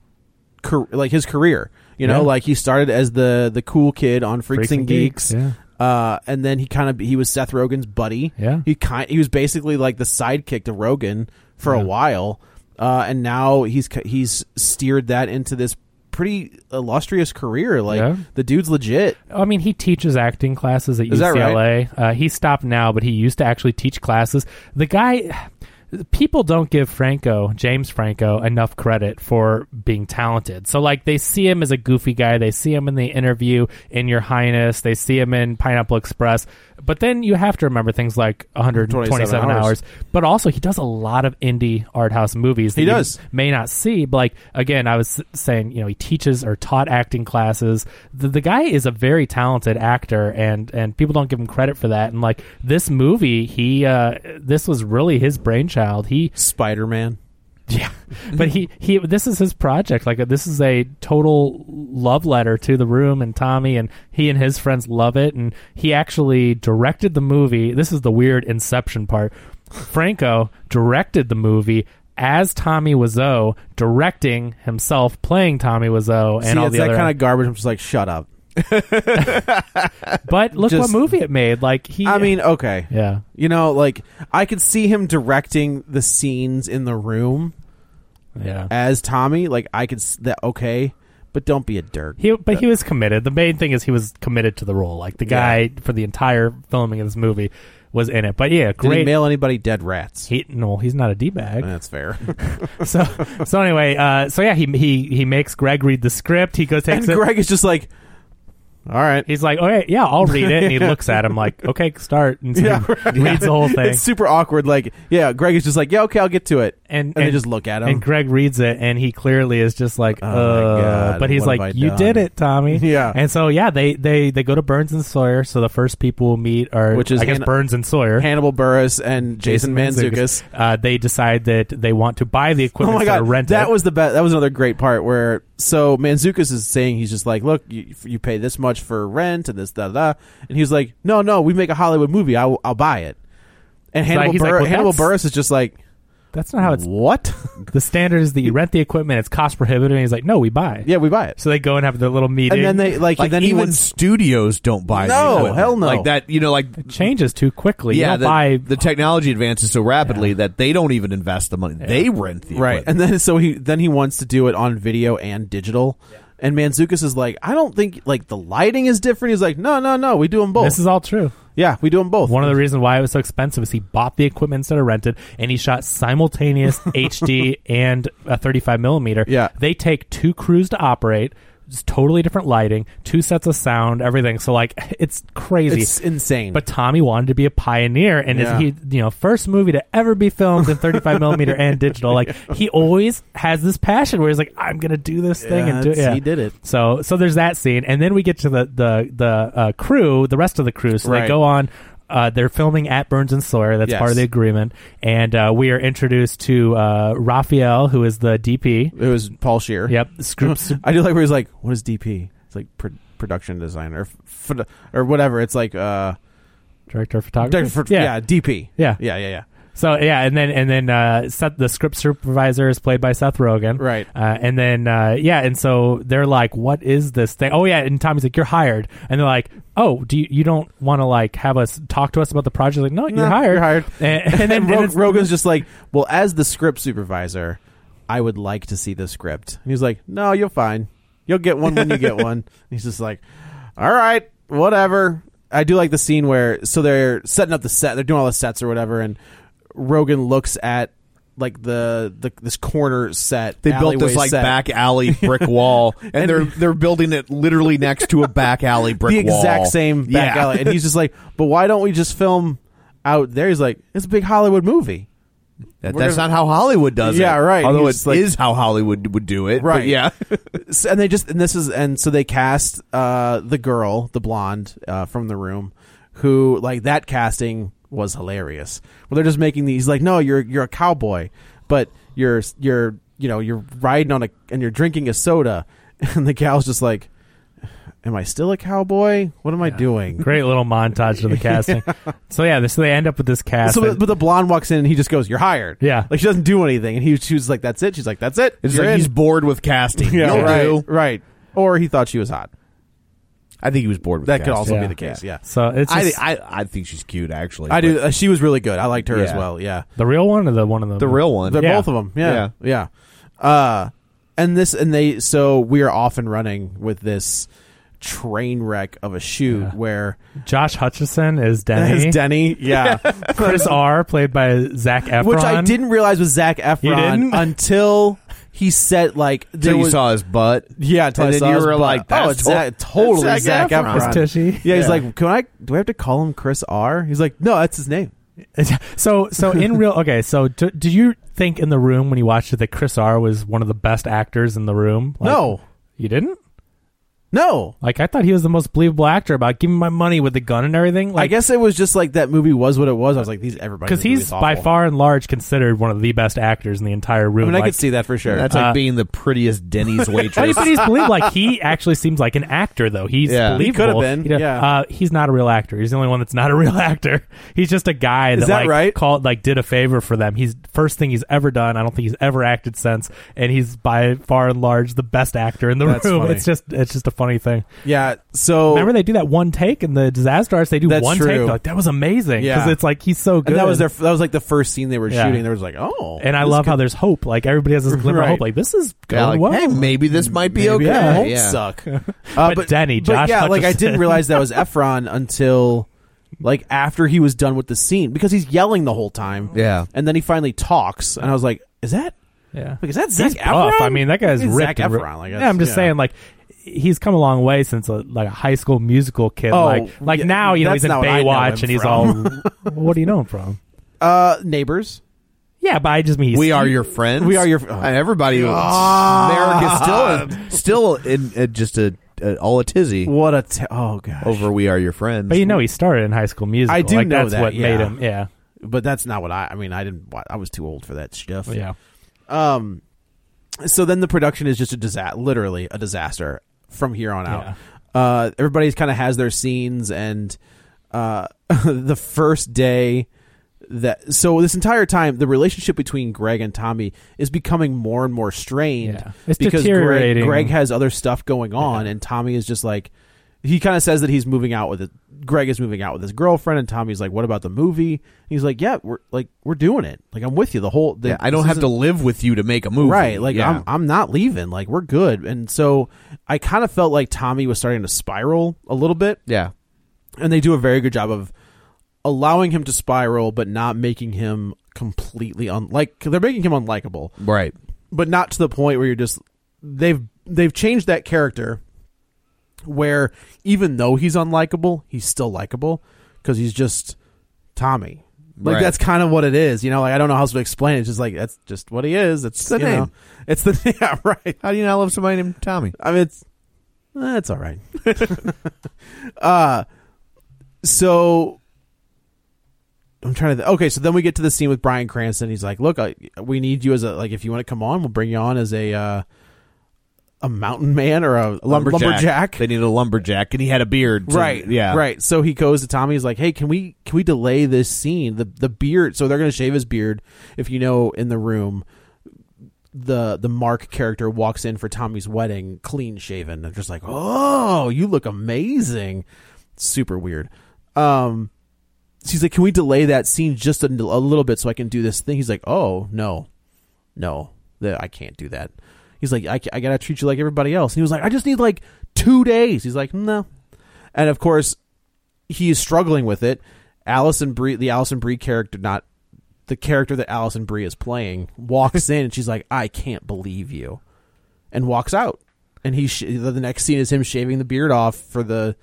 Speaker 3: car- like his career You know,
Speaker 2: Yeah.
Speaker 3: like he started as the the cool kid on Freaks, and Geeks,
Speaker 2: Yeah.
Speaker 3: uh, and then he kind of he was Seth Rogen's buddy.
Speaker 2: Yeah.
Speaker 3: he kind he was basically like the sidekick to Rogan for a while, uh, and now he's c- he's steered that into this pretty illustrious career. Like
Speaker 2: Yeah.
Speaker 3: the dude's legit.
Speaker 2: I mean, he teaches acting classes at
Speaker 3: Is that
Speaker 2: UCLA. Uh, he stopped now, but he used to actually teach classes. The guy, people don't give Franco, James Franco, enough credit for being talented. So, like, they see him as a goofy guy. They see him in the interview in Your Highness. They see him in Pineapple Express. But then you have to remember things like 127
Speaker 3: 27
Speaker 2: hours.
Speaker 3: hours.
Speaker 2: But also, he does a lot of indie art house movies. That
Speaker 3: He
Speaker 2: you
Speaker 3: does.
Speaker 2: may not see. But like again, I was s- saying, you know, he teaches or taught acting classes. The, the guy is a very talented actor, and and people don't give him credit for that. And like this movie, he uh, this was really his brainchild. He
Speaker 3: Spider Man.
Speaker 2: yeah, but he he this is his project. Like this is a total love letter to the room and Tommy, and he and his friends love it. And he actually directed the movie. This is the weird Inception part. Franco directed the movie as Tommy Wiseau, directing himself playing Tommy Wiseau, and
Speaker 3: See,
Speaker 2: all
Speaker 3: it's
Speaker 2: the
Speaker 3: that
Speaker 2: other.
Speaker 3: kind of garbage. I'm just like, shut up.
Speaker 2: but look
Speaker 3: just-
Speaker 2: what movie it made. Like he,
Speaker 3: I mean, okay,
Speaker 2: yeah,
Speaker 3: you know, like I could see him directing the scenes in the room
Speaker 2: yeah.
Speaker 3: as Tommy. Like I could s- that okay, but don't be a dirt.
Speaker 2: He, but he was committed. The main thing is he was committed to the role. Like the guy for the entire filming of this movie was in it. But yeah,
Speaker 3: Did
Speaker 2: great.
Speaker 3: he mail anybody dead rats?
Speaker 2: He no, he's not a d bag.
Speaker 3: That's fair.
Speaker 2: So so anyway, uh, so yeah, he he he makes Greg read the script. He goes
Speaker 3: and
Speaker 2: takes it.
Speaker 3: Greg is just like, all right.
Speaker 2: He's like, all right, yeah, I'll read it. And he looks at him like, okay, start. And so he reads the whole thing.
Speaker 3: It's super awkward. Like, yeah, Greg is just like, yeah, okay, I'll get to it.
Speaker 2: And-
Speaker 3: they
Speaker 2: and-
Speaker 3: just look at him.
Speaker 2: And Greg reads it, and he clearly is just like,
Speaker 3: Oh my
Speaker 2: uh,
Speaker 3: God,
Speaker 2: but he's
Speaker 3: what have
Speaker 2: like,
Speaker 3: I
Speaker 2: you
Speaker 3: done?"
Speaker 2: did it, Tommy.
Speaker 3: Yeah.
Speaker 2: And so yeah, they they they go to Burns and Sawyer. So the first people we'll meet are
Speaker 3: Which is
Speaker 2: I guess
Speaker 3: Han-
Speaker 2: Burns and Sawyer.
Speaker 3: Hannibal Burris and Jason, Manzukis.
Speaker 2: Uh, they decide that they want to buy the
Speaker 3: Oh
Speaker 2: equipment
Speaker 3: my god,
Speaker 2: to rent
Speaker 3: that
Speaker 2: it.
Speaker 3: was the best. That was another great part where so Manzukis is saying he's just like, look, you, you pay this much for rent and this da da, da. and he's like, no, no, we make a Hollywood movie, I'll, I'll buy it. And
Speaker 2: like-
Speaker 3: Hannibal,
Speaker 2: he's like,
Speaker 3: Bur-
Speaker 2: "Well,
Speaker 3: Hannibal
Speaker 2: that's-
Speaker 3: Burris is just like,
Speaker 2: That's not how it's.
Speaker 3: what?
Speaker 2: The standard is that you rent the equipment. It's cost prohibitive. And he's like, no, we buy.
Speaker 3: yeah, we buy it.
Speaker 2: So they go and have their little meeting.
Speaker 3: and then they like,
Speaker 1: Like
Speaker 3: and then
Speaker 1: even
Speaker 3: he wins.
Speaker 1: studios don't buy. the
Speaker 3: No,
Speaker 1: equipment.
Speaker 3: hell no.
Speaker 1: Like that, you know, like
Speaker 2: changes too quickly.
Speaker 1: yeah,
Speaker 2: you don't
Speaker 1: the,
Speaker 2: buy.
Speaker 1: the technology advances so rapidly that they don't even invest the money; they rent the
Speaker 3: right
Speaker 1: equipment.
Speaker 3: and then so he then he wants to do it on video and digital and manzukis is like i don't think like the lighting is different he's like no no no we do them both
Speaker 2: this is all true.
Speaker 3: yeah we do them both
Speaker 2: One of the reasons why it was so expensive is he bought the equipment instead of rented, and he shot simultaneous HD and a 35 millimeter.
Speaker 3: Yeah.
Speaker 2: they take two crews to operate. It's totally different lighting, two sets of sound, everything. So like, it's crazy.
Speaker 3: it's insane
Speaker 2: But Tommy wanted to be a pioneer, and
Speaker 3: Yeah.
Speaker 2: is he, you know, first movie to ever be filmed in 35 millimeter and digital. Like he always has this passion where he's like, "I'm gonna do this thing," and do,
Speaker 3: That's-
Speaker 2: yeah.
Speaker 3: he did it.
Speaker 2: So, so there's that scene, and then we get to the the the uh, crew, the rest of the crew. So they
Speaker 3: Right.
Speaker 2: go on. Uh, they're filming at Burns and Sawyer. That's
Speaker 3: Yes.
Speaker 2: part of the agreement, and uh, we are introduced to uh, Raphael, who is the DP.
Speaker 3: it was paul shear
Speaker 2: Yep, scripts.
Speaker 3: i do like where he's like what is dp it's like pro- production designer f- photo- or whatever it's like uh
Speaker 2: director of photography.
Speaker 3: director for- yeah. dp
Speaker 2: Yeah.
Speaker 3: yeah yeah yeah
Speaker 2: So yeah, and then and then uh, Seth, the script supervisor is played by Seth Rogen,
Speaker 3: Right.
Speaker 2: Uh, and then uh, yeah, and so they're like, "What is this thing?" Oh yeah, and Tommy's like, "You're hired," and they're like, "Oh, do you, you don't want to like have us talk to us about the project?" Like, no, you're
Speaker 3: No,
Speaker 2: hired.
Speaker 3: you're hired.
Speaker 2: And, and then
Speaker 3: and then
Speaker 2: and
Speaker 3: Rog-
Speaker 2: it's-
Speaker 3: rogan's just like well as the script supervisor i would like to see the script and he's like no you're fine you'll get one when you get one and he's just like all right whatever i do like the scene where so they're setting up the set they're doing all the sets or whatever and rogan looks at like the, the this corner set
Speaker 1: They built
Speaker 3: alleyway
Speaker 1: this like
Speaker 3: set.
Speaker 1: back alley brick wall, and, they're they're building it literally next to a back alley brick
Speaker 3: the
Speaker 1: wall.
Speaker 3: exact same back
Speaker 1: Yeah.
Speaker 3: alley and he's just like but why don't we just film out there he's like it's a big hollywood movie
Speaker 1: That, that's not how Hollywood does it.
Speaker 3: Yeah, right.
Speaker 1: Although
Speaker 3: He's
Speaker 1: it
Speaker 3: like-
Speaker 1: is how Hollywood would do it. but
Speaker 3: Right.
Speaker 1: yeah.
Speaker 3: So- and they just and this is and so they cast uh the girl the blonde uh from the room who like that casting was hilarious well they're just making these like no you're you're a cowboy but you're you're you know you're riding on a and you're drinking a soda and the gal's just like am i still a cowboy what am i doing
Speaker 2: great little montage of the casting. So yeah, so they end up with this cast.
Speaker 3: so
Speaker 2: and-
Speaker 3: but, but the blonde walks in and he just goes you're hired
Speaker 2: Yeah.
Speaker 3: like she doesn't do anything and he she was like that's it she's like that's it
Speaker 1: It's
Speaker 3: You're
Speaker 1: like
Speaker 3: in."
Speaker 1: he's bored with casting.
Speaker 3: yeah,
Speaker 1: You'll
Speaker 3: right
Speaker 1: do.
Speaker 3: right or he thought she was hot.
Speaker 1: I think he was bored with
Speaker 3: That
Speaker 1: the
Speaker 3: could
Speaker 1: cast.
Speaker 3: also
Speaker 2: Yeah.
Speaker 3: be the case. Yeah,
Speaker 2: So it's
Speaker 1: I,
Speaker 2: just
Speaker 1: I I think she's cute actually.
Speaker 3: I do.
Speaker 1: but
Speaker 3: Uh, she was really good. I liked her as
Speaker 1: Yeah.
Speaker 3: well. Yeah,
Speaker 2: the real one or the one of them.
Speaker 1: the real one.
Speaker 3: they're
Speaker 2: Yeah.
Speaker 3: both of them. Yeah, yeah. Uh, and this and they. So we are off and running with this train wreck of a shoot where
Speaker 2: Josh Hutcherson is Denny.
Speaker 3: Denny. Denny yeah.
Speaker 2: Chris R. played by Zach Efron.
Speaker 3: Which I didn't realize was Zach
Speaker 2: You
Speaker 3: Efron
Speaker 2: didn't?
Speaker 3: until he said like there
Speaker 1: Till you
Speaker 3: was-
Speaker 1: saw his butt.
Speaker 3: Yeah, until
Speaker 1: And
Speaker 3: I
Speaker 1: then
Speaker 3: saw
Speaker 1: you
Speaker 3: his
Speaker 1: were
Speaker 3: butt.
Speaker 1: like,
Speaker 3: oh,
Speaker 1: that's
Speaker 3: it's
Speaker 1: to-
Speaker 3: Zach, totally
Speaker 1: that's
Speaker 3: Zach,
Speaker 1: Zac
Speaker 3: Efron.
Speaker 1: Efron.
Speaker 2: It's Tushy.
Speaker 3: Yeah, he's
Speaker 1: Yeah.
Speaker 3: like, can I? Do I have to call him Chris R? He's like, no, that's his name.
Speaker 2: so so in real okay. So do, do you think in the room when you watched it that Chris R. was one of the best actors in the room? Like,
Speaker 3: no,
Speaker 2: you didn't.
Speaker 3: no.
Speaker 2: Like I thought he was the most believable actor about giving my money with the gun and everything. Like
Speaker 3: I guess it was just like that movie was what it was. I was like, these everybody
Speaker 2: because he's by far and large considered one of the best actors in the entire
Speaker 3: I
Speaker 2: room.
Speaker 3: mean, I
Speaker 2: Like,
Speaker 3: could see that for sure.
Speaker 1: That's like being the prettiest Denny's
Speaker 2: But
Speaker 1: waitress.
Speaker 2: he's- but he's believable. Like he actually seems like an actor, though. He's
Speaker 1: Yeah. He
Speaker 2: believable.
Speaker 3: could've been,
Speaker 2: does-
Speaker 3: yeah.
Speaker 2: uh, he's not a real actor. He's the only one that's not a real actor. He's just a guy that,
Speaker 3: that
Speaker 2: like
Speaker 3: right?
Speaker 2: called like did a favor for them. He's first thing he's ever done. I don't think he's ever acted since, and he's by far and large the best actor in the
Speaker 3: That's
Speaker 2: room.
Speaker 3: funny.
Speaker 2: It's just it's just a funny thing.
Speaker 3: yeah. So
Speaker 2: Remember they do that one take in the disaster artist. They do
Speaker 3: That's
Speaker 2: one
Speaker 3: true.
Speaker 2: take. They're like that was amazing because
Speaker 3: Yeah.
Speaker 2: it's like he's so good.
Speaker 3: and that was their that was like the first scene they were
Speaker 2: Yeah.
Speaker 3: shooting. There was like, oh,
Speaker 2: And I
Speaker 3: this
Speaker 2: love
Speaker 3: could-
Speaker 2: how there's hope. Like everybody has this glimmer
Speaker 3: Right.
Speaker 2: of hope. Like this is going
Speaker 1: Yeah, like,
Speaker 2: well.
Speaker 1: hey, maybe this might be
Speaker 3: Maybe,
Speaker 1: okay.
Speaker 3: yeah, it won't
Speaker 1: Yeah.
Speaker 3: suck. Uh,
Speaker 2: But Denny, Josh
Speaker 3: yeah, like I
Speaker 2: Hutcherson.
Speaker 3: didn't realize that was Efron until like after he was done with the scene because he's yelling the whole time.
Speaker 1: Yeah.
Speaker 3: and then he finally talks, and I was like, is that
Speaker 2: Yeah.
Speaker 3: Like, is that
Speaker 2: He's
Speaker 3: Zac
Speaker 2: buff.
Speaker 3: Efron?
Speaker 2: I mean, that guy's
Speaker 3: He's
Speaker 2: ripped.
Speaker 3: Zac
Speaker 2: and ri-
Speaker 3: Efron, like,
Speaker 2: yeah, I'm just
Speaker 3: yeah.
Speaker 2: saying, like, he's come a long way since a, like a high school musical kid.
Speaker 3: Oh,
Speaker 2: like, like
Speaker 3: yeah,
Speaker 2: now you know
Speaker 3: that's
Speaker 2: he's in
Speaker 3: not what I know him
Speaker 2: Baywatch and he's
Speaker 3: from.
Speaker 2: all. what do you know him from?
Speaker 3: uh neighbors?
Speaker 2: Yeah, but I just mean he's,
Speaker 1: We are your friends.
Speaker 3: We are your-
Speaker 1: Uh, everybody. America's still still in, uh, just a, a all a tizzy
Speaker 3: What a t- oh gosh.
Speaker 1: over. We are your friends.
Speaker 2: But you know, he started in High School Musical.
Speaker 3: I do
Speaker 2: like,
Speaker 3: know
Speaker 2: that's
Speaker 3: that,
Speaker 2: what
Speaker 3: yeah.
Speaker 2: made him. Yeah,
Speaker 3: but that's not what I. I mean, I didn't. wa- I was too old for that stuff.
Speaker 2: yeah.
Speaker 3: Um. So then the production is just a disaster, literally a disaster from here on out. Uh, everybody's kind of has their scenes, and uh, the first day that so this entire time the relationship between Greg and Tommy is becoming more and more strained
Speaker 2: Yeah. It's
Speaker 3: because Greg,
Speaker 2: deteriorating.
Speaker 3: Greg has other stuff going on, and Tommy is just like he kind of says that he's moving out with it. Greg is moving out with his girlfriend, and Tommy's like, "What about the movie?" And he's like, "Yeah, we're like we're doing it. Like I'm with you the whole. The,
Speaker 1: Yeah, I don't have to live with you to make a movie.
Speaker 3: Right. Like
Speaker 1: Yeah.
Speaker 3: I'm I'm not leaving. Like we're good. And so I kind of felt like Tommy was starting to spiral a little bit.
Speaker 1: yeah.
Speaker 3: And they do a very good job of allowing him to spiral but not making him completely un like they're making him unlikable,
Speaker 1: Right.
Speaker 3: but not to the point where you're just they've they've changed that character where even though he's unlikable, he's still likable cuz he's just Tommy. Like
Speaker 1: Right.
Speaker 3: that's kind of what it is, you know. Like I don't know how else to explain it. It's just like that's just what he is. It's,
Speaker 1: the
Speaker 3: you know,
Speaker 1: name.
Speaker 3: it's the yeah, right.
Speaker 1: How do you not love somebody named Tommy?
Speaker 3: I mean, it's eh, it's all right. uh, so I'm trying to. Th- okay, so then we get to the scene with Brian Cranston. He's like, "Look, I, we need you as a like if you want to come on, we'll bring you on as a uh, a mountain man or a lumberjack."
Speaker 1: They needed a lumberjack, and he had a beard. so-
Speaker 3: Right.
Speaker 1: Yeah.
Speaker 3: Right. So he goes to Tommy. He's like, "Hey, can we can we delay this scene? The the beard. So they're gonna shave his beard. If you know, in the room, the the Mark character walks in for Tommy's wedding, clean shaven. They're just like, "Oh, you look amazing." Super weird. Um, so he's like, "Can we delay that scene just a, a little bit so I can do this thing?" He's like, "Oh no, no, the, I can't do that." He's like, I, ca- I gotta treat you like everybody else. And he was like, I just need like two days. He's like, no, and of course he is struggling with it. Allison Brie, the Allison Brie character, not the character that Allison Brie is playing, walks in and she's like, "I can't believe you," and walks out. And he sh- the the next scene is him shaving the beard off for the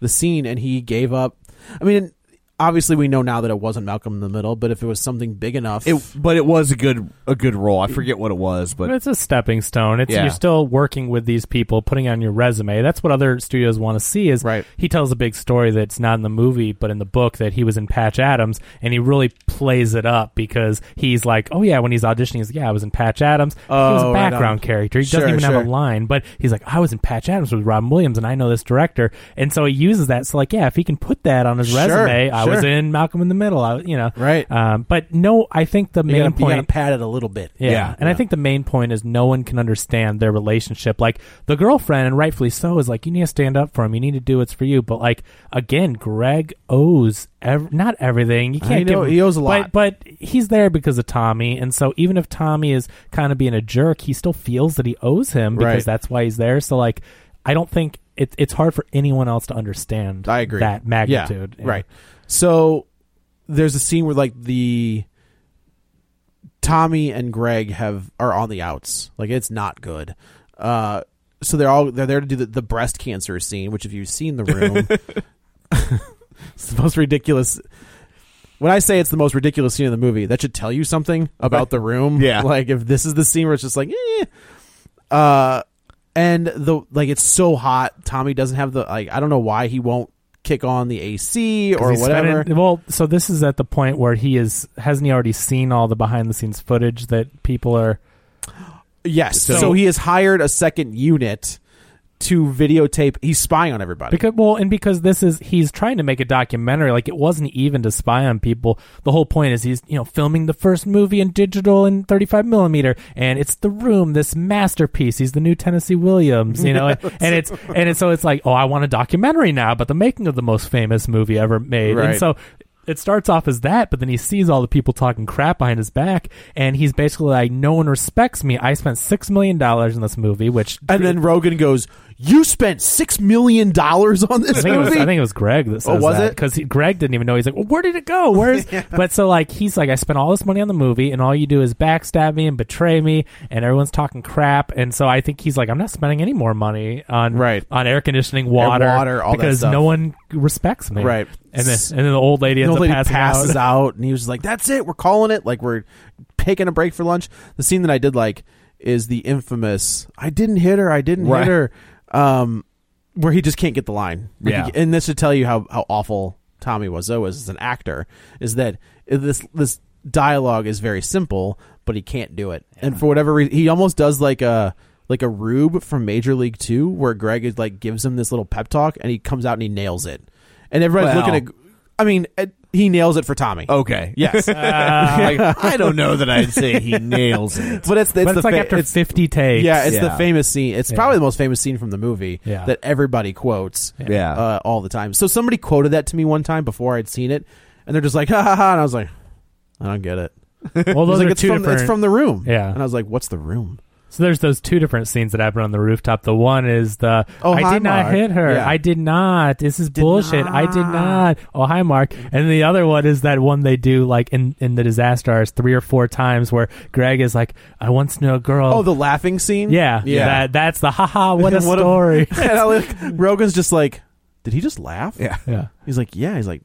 Speaker 3: the scene, and he gave up. I mean, obviously we know now that it wasn't Malcolm in the Middle, but if it was something big enough,
Speaker 1: It, but it was a good a good role. I forget what it was, but
Speaker 2: But it's a stepping stone. It's
Speaker 1: Yeah.
Speaker 2: you're still working with these people, putting on your resume. That's what other studios want to see. Is
Speaker 3: Right.
Speaker 2: he tells a big story that's not in the movie, but in the book that he was in Patch Adams, and he really plays it up because he's like, oh yeah, when he's auditioning, he's like, yeah, I was in Patch Adams. he was
Speaker 3: Oh,
Speaker 2: a
Speaker 3: right
Speaker 2: background
Speaker 3: on.
Speaker 2: character. He
Speaker 3: Sure,
Speaker 2: doesn't even have
Speaker 3: sure.
Speaker 2: a line, but he's like, I was in Patch Adams with Robin Williams, and I know this director, and so he uses that. So like, yeah, if he can put that on his
Speaker 3: Sure,
Speaker 2: resume, I I was
Speaker 3: Sure.
Speaker 2: in Malcolm in the Middle. I, was- you know,
Speaker 3: Right.
Speaker 2: Um, but no, I think the
Speaker 3: You
Speaker 2: main
Speaker 3: gotta, you
Speaker 2: point
Speaker 3: gotta pat it a little bit.
Speaker 2: yeah. And I think the main point is no one can understand their relationship. Like the girlfriend, and rightfully so, is like, you need to stand up for him. You need to do what's for you. But like, again, Greg owes ev- not everything. You
Speaker 3: I
Speaker 2: can't
Speaker 3: know,
Speaker 2: give him-
Speaker 3: he owes a lot.
Speaker 2: But, but he's there because of Tommy. And so even if Tommy is kind of being a jerk, he still feels that he owes him because
Speaker 3: Right.
Speaker 2: that's why he's there. So like, I don't think it, it's hard for anyone else to understand
Speaker 3: I agree.
Speaker 2: that magnitude.
Speaker 3: Yeah, Right. So there's a scene where like the Tommy and Greg have are on the outs. Like it's not good. Uh so they're all they're there to do the, the breast cancer scene, which if you've seen the room it's the most ridiculous when I say it's the most ridiculous scene in the movie, that should tell you something about the room.
Speaker 1: Yeah.
Speaker 3: Like if this is the scene where it's just like eh. Uh and the like it's so hot. Tommy doesn't have the like I don't know why he won't kick on the AC or
Speaker 2: He's
Speaker 3: whatever.
Speaker 2: spending- well, so this is at the point where he is hasn't he already seen all the behind the scenes footage that people are
Speaker 3: Yes.
Speaker 2: So-
Speaker 3: So, he has hired a second unit to videotape. He's spying on everybody.
Speaker 2: because well, and because this is he's trying to make a documentary. Like it wasn't even to spy on people. The whole point is he's you know filming the first movie in digital in 35 millimeter, and it's the room, this masterpiece. He's the new Tennessee Williams, you know, and, and it's and it's, so it's like oh, I want a documentary now about the making of the most famous movie ever made, and
Speaker 3: Right.
Speaker 2: so. It starts off as that, but then he sees all the people talking crap behind his back, and he's basically like, "No one respects me. I spent six million dollars in this movie, which
Speaker 3: and then Rogan goes, "You spent six million dollars on this
Speaker 2: I think, it
Speaker 3: movie."
Speaker 2: was, I think it was Greg that says
Speaker 3: Oh, was it?
Speaker 2: because Greg didn't even know. He's like, well, where did it go? Where's? But so like he's like, I spent all this money on the movie, and all you do is backstab me and betray me, and everyone's talking crap. And so I think he's like, I'm not spending any more money on
Speaker 3: Right.
Speaker 2: on air conditioning, water,
Speaker 3: water, all that
Speaker 2: because
Speaker 3: stuff.
Speaker 2: no one respects me,
Speaker 3: Right.
Speaker 2: And then and then the old lady
Speaker 3: The
Speaker 2: ends
Speaker 3: old
Speaker 2: up
Speaker 3: lady
Speaker 2: passing
Speaker 3: passes
Speaker 2: out.
Speaker 3: out. and he was like, "That's it. We're calling it. Like we're taking a break for lunch." The scene that I did like is the infamous, "I didn't hit her. I didn't
Speaker 1: Right.
Speaker 3: hit her," um, where he just can't get the line. Like,
Speaker 1: Yeah.
Speaker 3: and this should tell you how how awful Tommy Wiseau was as an actor. Is that this this dialogue is very simple, but he can't do it, and for whatever reason, he almost does like a. Like a rube from Major League Two, where Greg is like gives him this little pep talk, and he comes out and he nails it, and everybody's
Speaker 1: Well-
Speaker 3: looking at I mean, it, he nails it for Tommy.
Speaker 2: Oh,
Speaker 1: Okay. Yes. Like, I don't know that I'd say he nails it.
Speaker 3: But it's, it's
Speaker 2: But it's,
Speaker 3: the
Speaker 2: like
Speaker 3: fa-
Speaker 2: after
Speaker 3: it's-
Speaker 2: 50 takes.
Speaker 3: yeah, it's
Speaker 1: Yeah.
Speaker 3: the famous scene. It's
Speaker 2: Yeah.
Speaker 3: probably the most famous scene from the movie
Speaker 2: Yeah.
Speaker 3: that everybody quotes
Speaker 1: Yeah.
Speaker 3: uh, all the time. So somebody quoted that to me one time before I'd seen it, and they're just like, ha ha ha. And I was like, I don't get it.
Speaker 2: well,
Speaker 3: I was
Speaker 2: those
Speaker 3: like,
Speaker 2: are
Speaker 3: it's
Speaker 2: two
Speaker 3: from,
Speaker 2: different.
Speaker 3: it's from the room.
Speaker 2: Yeah.
Speaker 3: And I was like, what's the room?
Speaker 2: So there's those two different scenes that happen on the rooftop. The one is the
Speaker 3: Oh,
Speaker 2: I
Speaker 3: hi,
Speaker 2: did not
Speaker 3: Mark.
Speaker 2: hit her.
Speaker 3: Yeah.
Speaker 2: I did not. This is bullshit. I did not. Oh hi Mark. And the other one is that one they do like in, in the disaster artist three or four times where Greg is like, I once knew a girl.
Speaker 3: Oh, the laughing scene?
Speaker 2: yeah,
Speaker 3: Yeah.
Speaker 2: That that's the haha. What a
Speaker 3: What a-
Speaker 2: story.
Speaker 3: and I like, Rogan's just like, did he just laugh?
Speaker 1: yeah.
Speaker 2: yeah.
Speaker 3: He's like, yeah. He's like,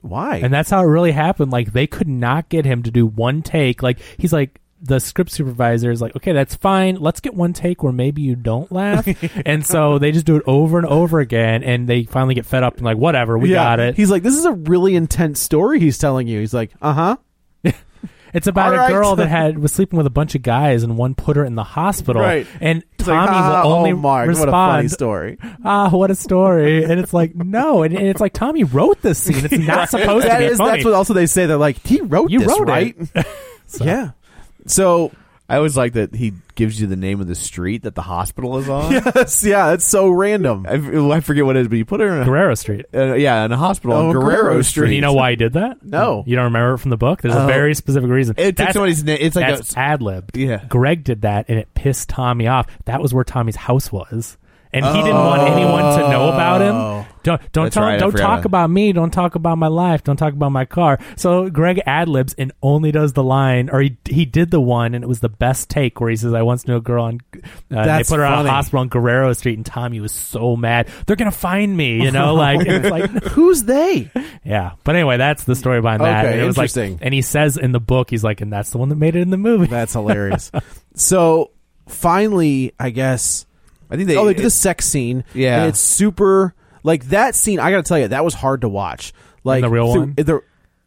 Speaker 3: why?
Speaker 2: And that's how it really happened. Like they could not get him to do one take. Like he's like the script supervisor is like, okay, that's fine. Let's get one take where maybe you don't laugh. and so they just do it over and over again, and they finally get fed up and like, whatever, we
Speaker 3: Yeah.
Speaker 2: got it.
Speaker 3: He's like, this is a really intense story he's telling you. He's like, uh huh.
Speaker 2: It's about
Speaker 3: All
Speaker 2: a
Speaker 3: right.
Speaker 2: girl that had was sleeping with a bunch of guys, and one put her in the hospital.
Speaker 3: Right.
Speaker 2: And
Speaker 3: He's
Speaker 2: Tommy
Speaker 3: like, "Ha,
Speaker 2: will
Speaker 3: ha,
Speaker 2: only
Speaker 3: oh, Mark,
Speaker 2: respond.
Speaker 3: What a funny story.
Speaker 2: Ah, what a story! and it's like no, and, and it's like Tommy wrote this scene. It's not supposed to
Speaker 3: That
Speaker 2: be
Speaker 3: is-
Speaker 2: funny.
Speaker 3: That's what also they say. They're like, he wrote
Speaker 2: You
Speaker 3: this,
Speaker 2: wrote it.
Speaker 3: right? Yeah. So
Speaker 1: I always like that he gives you the name of the street that the hospital is on.
Speaker 3: yes, yeah, it's so random.
Speaker 1: I, I forget what it is, but you put her in a,
Speaker 2: Guerrero Street.
Speaker 1: uh, yeah, in a hospital
Speaker 3: Oh,
Speaker 1: on Guerrero,
Speaker 3: Guerrero
Speaker 1: Street.
Speaker 2: And you know why he did that?
Speaker 3: No.
Speaker 2: You don't remember it from the book? There's a
Speaker 1: Oh.
Speaker 2: very specific reason.
Speaker 1: It took
Speaker 2: That's-
Speaker 1: somebody's name. It's like
Speaker 2: that's
Speaker 1: a,
Speaker 2: ad libbed.
Speaker 1: Yeah.
Speaker 2: Greg did that and it pissed Tommy off. That was where Tommy's house was. And he didn't want anyone to know about him. Don't don't
Speaker 1: Oh. That's
Speaker 2: tell,
Speaker 1: right, I
Speaker 2: don't
Speaker 1: forgot
Speaker 2: talk
Speaker 1: about-
Speaker 2: about me. Don't talk about my life. Don't talk about my car. So Greg ad libs and only does the line, or he he did the one, and it was the best take where he says, "I once knew a girl on." Uh, and they
Speaker 3: That's
Speaker 2: put her on a
Speaker 3: funny.
Speaker 2: hospital on Guerrero Street, and Tommy was so mad. They're gonna find me, you know. Like it's like
Speaker 3: Who's they?
Speaker 2: yeah, but anyway, that's the story behind that.
Speaker 3: Okay,
Speaker 2: and it was like-
Speaker 3: interesting.
Speaker 2: and he says in the book, he's like, and that's the one that made it in the movie.
Speaker 3: That's hilarious. so finally, I guess.
Speaker 1: I think they.
Speaker 3: oh, they do
Speaker 1: it-
Speaker 3: the sex scene.
Speaker 1: Yeah.
Speaker 3: and it's super like that scene. I got to tell you, that was hard to watch. Like
Speaker 2: the real one?
Speaker 3: the-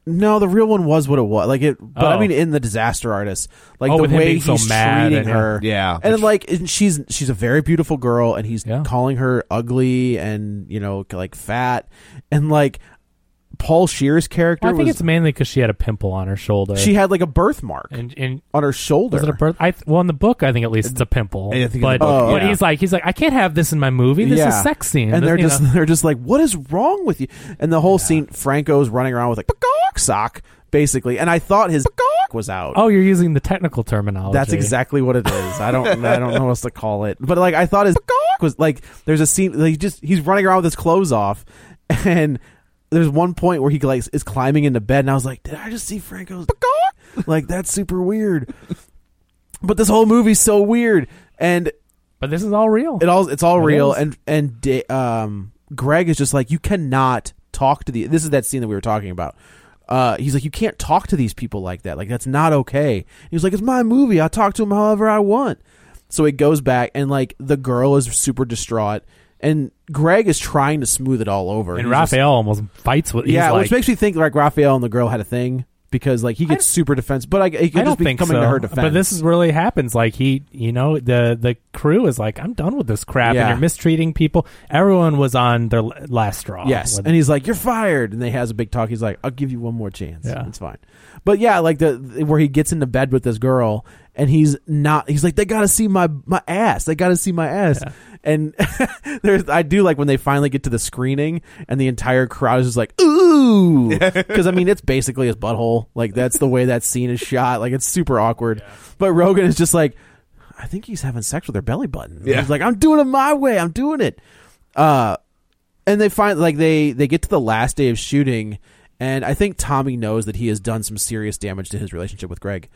Speaker 3: no, the real one was what it was. Like it, but
Speaker 2: Oh.
Speaker 3: I mean, in the disaster artist, like
Speaker 2: Oh,
Speaker 3: the
Speaker 2: with him
Speaker 3: way
Speaker 2: being so
Speaker 3: he's
Speaker 2: mad
Speaker 3: treating
Speaker 2: and-
Speaker 3: her,
Speaker 1: yeah.
Speaker 3: and then, like and she's she's a very beautiful girl, and he's
Speaker 2: Yeah.
Speaker 3: calling her ugly and you know like fat, and like Paul Shear's character
Speaker 2: Well, I think
Speaker 3: was
Speaker 2: it's mainly because she had a pimple on her shoulder.
Speaker 3: she had like a birthmark
Speaker 2: and and
Speaker 3: on her shoulder.
Speaker 2: was it a birth? I well, in the book, I think at least it's a pimple.
Speaker 1: I think in
Speaker 2: but
Speaker 1: the book,
Speaker 2: but
Speaker 1: yeah.
Speaker 2: he's like he's like I can't have this in my movie. This is
Speaker 3: Oh, Yeah.
Speaker 2: a sex scene,
Speaker 3: and
Speaker 2: This-
Speaker 3: they're
Speaker 2: you
Speaker 3: just
Speaker 2: know.
Speaker 3: they're just like, "What is wrong with you?" And the whole scene, Franco's running around with like "Peacock sock basically, and I thought his "Peacock" was out.
Speaker 2: oh, you're using the technical terminology.
Speaker 3: That's exactly what it is. I don't I don't know what else to call it. But like I thought his was like there's a scene like, he just he's running around with his clothes off and there's one point where he like is climbing into bed and I was like, Did I just see Franco's like that's super weird. But this whole movie's so weird. And
Speaker 2: But this is all real.
Speaker 3: it all it's all
Speaker 2: It
Speaker 3: real
Speaker 2: is.
Speaker 3: and and da- um Greg is just like you cannot talk to the this is that scene that we were talking about. Uh, he's like, you can't talk to these people like that. Like that's not okay. He was like, it's my movie. I talk to him however I want. So it goes back and like the girl is super distraught, and Greg is trying to smooth it all over.
Speaker 2: and
Speaker 3: He's just-
Speaker 2: Raphael almost fights with. he's
Speaker 3: yeah,
Speaker 2: like,
Speaker 3: which makes me think like Raphael and the girl had a thing because like he gets super defensive, but like, he
Speaker 2: I
Speaker 3: could
Speaker 2: don't
Speaker 3: just be
Speaker 2: think
Speaker 3: coming
Speaker 2: so.
Speaker 3: to her defense.
Speaker 2: But this is really happens. Like he, you know, the the crew is like, I'm done with this crap,
Speaker 3: Yeah.
Speaker 2: and you're mistreating people. Everyone was on their l- last straw.
Speaker 3: Yes,
Speaker 2: With-
Speaker 3: and he's like, "You're fired," and they has a big talk. He's like, "I'll give you one more chance.
Speaker 2: Yeah.
Speaker 3: It's fine." But yeah, like the where he gets into bed with this girl, and he's not. He's like, "They got to see my my ass. They got to see my ass." And there's, I do like when they finally get to the screening, and the entire crowd is just like, "Ooh," because I mean, it's basically his butthole. Like that's the way that scene is shot. Like it's super awkward. But Rogan is just like. I think he's having sex with her belly button.
Speaker 1: Yeah.
Speaker 3: He's like, I'm doing it my way. I'm doing it. Uh, and they find like they they get to the last day of shooting, and I think Tommy knows that he has done some serious damage to his relationship with Greg.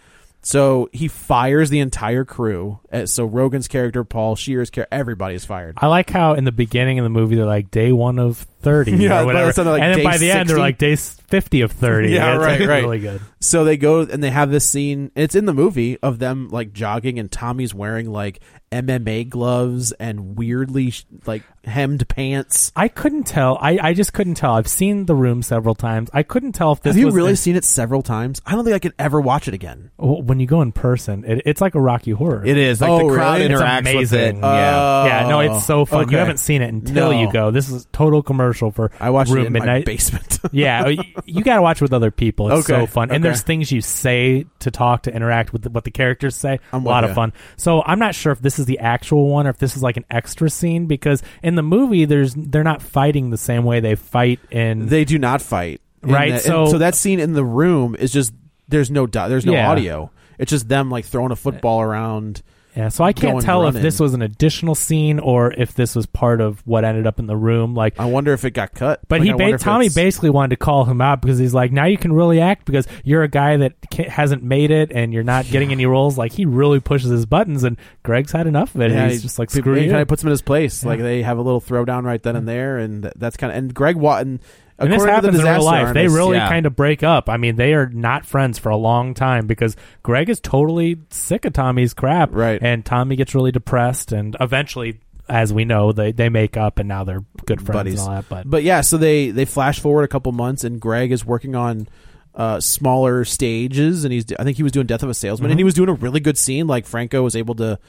Speaker 3: So he fires the entire crew. Uh, So Rogan's character, Paul Shear's character, everybody is fired.
Speaker 2: I like how in the beginning of the movie they're like day one of thirty, or
Speaker 3: Yeah, but
Speaker 2: whatever,
Speaker 3: it's not like
Speaker 2: and then
Speaker 3: day
Speaker 2: by the end
Speaker 3: 60.
Speaker 2: they're like day s- fifty of thirty.
Speaker 3: Yeah,
Speaker 2: It's,
Speaker 3: right,
Speaker 2: like,
Speaker 3: right.
Speaker 2: really good.
Speaker 3: So they go and they have this scene. and It's in the movie of them like jogging, and Tommy's wearing like MMA gloves and weirdly sh- like hemmed pants.
Speaker 2: I couldn't tell. I, I just couldn't tell. I've seen the room several times. I couldn't tell if this
Speaker 3: Have you
Speaker 2: was
Speaker 3: really
Speaker 2: in-
Speaker 3: seen it several times? I don't think I could ever watch it again.
Speaker 2: Well, when you go in person. It, it's like a Rocky Horror.
Speaker 1: It is like
Speaker 3: Oh,
Speaker 1: the crowd
Speaker 3: really? Uh,
Speaker 2: It's
Speaker 1: interacts with it.
Speaker 2: amazing.
Speaker 1: yeah,
Speaker 2: yeah, no, it's so fun.
Speaker 3: okay.
Speaker 2: You haven't seen it until
Speaker 3: No.
Speaker 2: you go. This is total commercial for
Speaker 3: I watched
Speaker 2: Room
Speaker 3: it in my
Speaker 2: Midnight.
Speaker 3: basement.
Speaker 2: yeah, you, you got to watch it with other people. It's
Speaker 3: Okay,
Speaker 2: so fun, and
Speaker 3: okay.
Speaker 2: there's things you say to talk to interact with the, what the characters say.
Speaker 3: I'm
Speaker 2: a lot of
Speaker 3: with ya.
Speaker 2: fun. So I'm not sure if this is the actual one or if this is like an extra scene because in the movie there's they're not fighting the same way they fight in.
Speaker 3: they do not fight in
Speaker 2: Right,
Speaker 3: that- and
Speaker 2: so-
Speaker 3: so that scene in the room is just there's no di- there's no
Speaker 2: Yeah.
Speaker 3: audio it's just them like throwing a football around
Speaker 2: yeah, so I can't
Speaker 3: going
Speaker 2: tell if
Speaker 3: running.
Speaker 2: this was an additional scene or if this was part of what ended up in the room. Like
Speaker 3: i wonder if it got cut
Speaker 2: But
Speaker 3: Like,
Speaker 2: he,
Speaker 3: I wonder
Speaker 2: ba-
Speaker 3: if
Speaker 2: Tommy
Speaker 3: it's-
Speaker 2: basically wanted to call him out because he's like, now you can really act because you're a guy that ca hasn't made it and you're not getting any roles. Like he really pushes his buttons, and Greg's had enough of it.
Speaker 3: yeah,
Speaker 2: and he's just like, screw
Speaker 3: it
Speaker 2: you.
Speaker 3: kind of puts him in his place like they have a little throwdown right then and there and th- that's kind of and greg watton
Speaker 2: and this
Speaker 3: according to the
Speaker 2: happens in real
Speaker 3: disaster
Speaker 2: life. they
Speaker 3: artist-
Speaker 2: really
Speaker 1: yeah.
Speaker 2: kind of break up. I mean, they are not friends for a long time because Greg is totally sick of Tommy's crap,
Speaker 3: Right.
Speaker 2: And Tommy gets really depressed, and eventually, as we know, they they make up, and now they're good friends
Speaker 3: buddies.
Speaker 2: and all that. But,
Speaker 3: yeah, so they they flash forward a couple months, and Greg is working on uh, smaller stages, and he's I think he was doing Death of a Salesman,
Speaker 2: Mm-hmm.
Speaker 3: and he was doing a really good scene. Like Franco was able to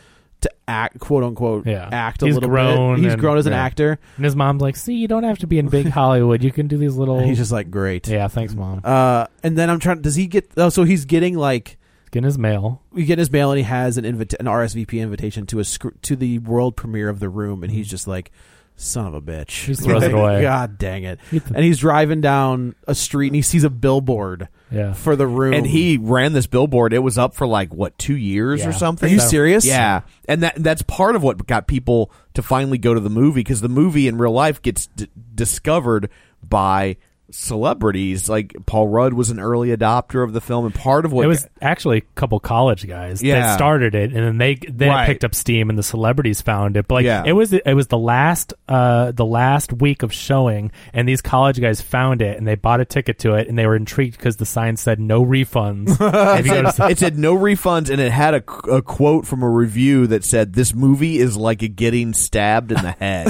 Speaker 3: to act quote unquote
Speaker 2: Yeah.
Speaker 3: act a
Speaker 2: He's
Speaker 3: little
Speaker 2: grown
Speaker 3: bit. He's
Speaker 2: and-
Speaker 3: grown as an
Speaker 2: yeah.
Speaker 3: actor.
Speaker 2: and his mom's like, see, you don't have to be in big Hollywood. You can do these little.
Speaker 3: And he's just like great.
Speaker 2: yeah, thanks, mom.
Speaker 3: Uh, and then I'm trying. Does he get? Oh, so he's getting like
Speaker 2: Getting his mail.
Speaker 3: we get his mail, and he has an invita- an RSVP invitation to a sc- to the world premiere of The Room, and he's just like. Son of a bitch!
Speaker 2: He throws Mm-hmm. it away.
Speaker 3: God dang it!
Speaker 2: Get the-
Speaker 3: And he's driving down a street, and he sees a billboard,
Speaker 2: Yeah.
Speaker 3: for the room.
Speaker 1: and he ran this billboard. It was up for like what two years
Speaker 2: Yeah.
Speaker 1: or something.
Speaker 3: Are you serious?
Speaker 1: Yeah, and that that's part of what got people to finally go to the movie because the movie in real life gets d- discovered by celebrities. Like Paul Rudd was an early adopter of the film, and part of what
Speaker 2: it was actually a couple college guys that
Speaker 1: uh, Yeah.
Speaker 2: started it, and then they then
Speaker 1: Right.
Speaker 2: it picked up steam, and the celebrities found it. But like
Speaker 1: Yeah.
Speaker 2: it was it was the last uh the last week of showing, and these college guys found it, and they bought a ticket to it, and they were intrigued because the sign said no refunds. If you go to the-
Speaker 1: it said no refunds, and it had a, a quote from a review that said, "This movie is like a getting stabbed in the head."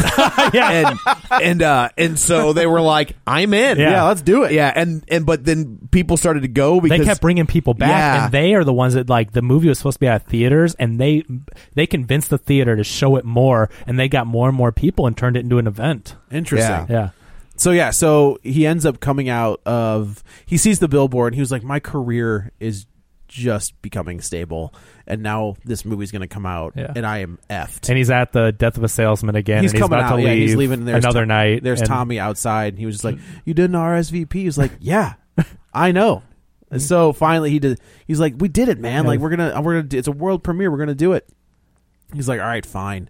Speaker 1: yeah, and and uh, and so they were like, "I'm in,
Speaker 2: Yeah. Yeah,
Speaker 1: let's do it." Yeah, and and but then people started to go because
Speaker 2: they kept bringing people back,
Speaker 1: Yeah.
Speaker 2: and they are the ones that like the movie was supposed to be out of theaters, and they they convinced the theater to show it more, and they got more and more people and turned it into an event.
Speaker 3: Interesting.
Speaker 1: Yeah.
Speaker 2: Yeah.
Speaker 3: So yeah, so he ends up coming out of he sees the billboard and he was like, My career is just becoming stable and now this movie's gonna come out
Speaker 2: Yeah.
Speaker 3: and I am effed.
Speaker 2: And he's at the death of a salesman again.
Speaker 3: he's
Speaker 2: and
Speaker 3: coming
Speaker 2: about
Speaker 3: out,
Speaker 2: to
Speaker 3: yeah,
Speaker 2: leave
Speaker 3: he's leaving and there's
Speaker 2: another
Speaker 3: Tom-
Speaker 2: night.
Speaker 3: There's
Speaker 2: and
Speaker 3: Tommy outside and he was just like, You did an RSVP? He's like, Yeah, I know. And so finally he did he's like, We did it, man. Like we're gonna we're gonna do, it's a world premiere, we're gonna do it. He's like, All right, fine.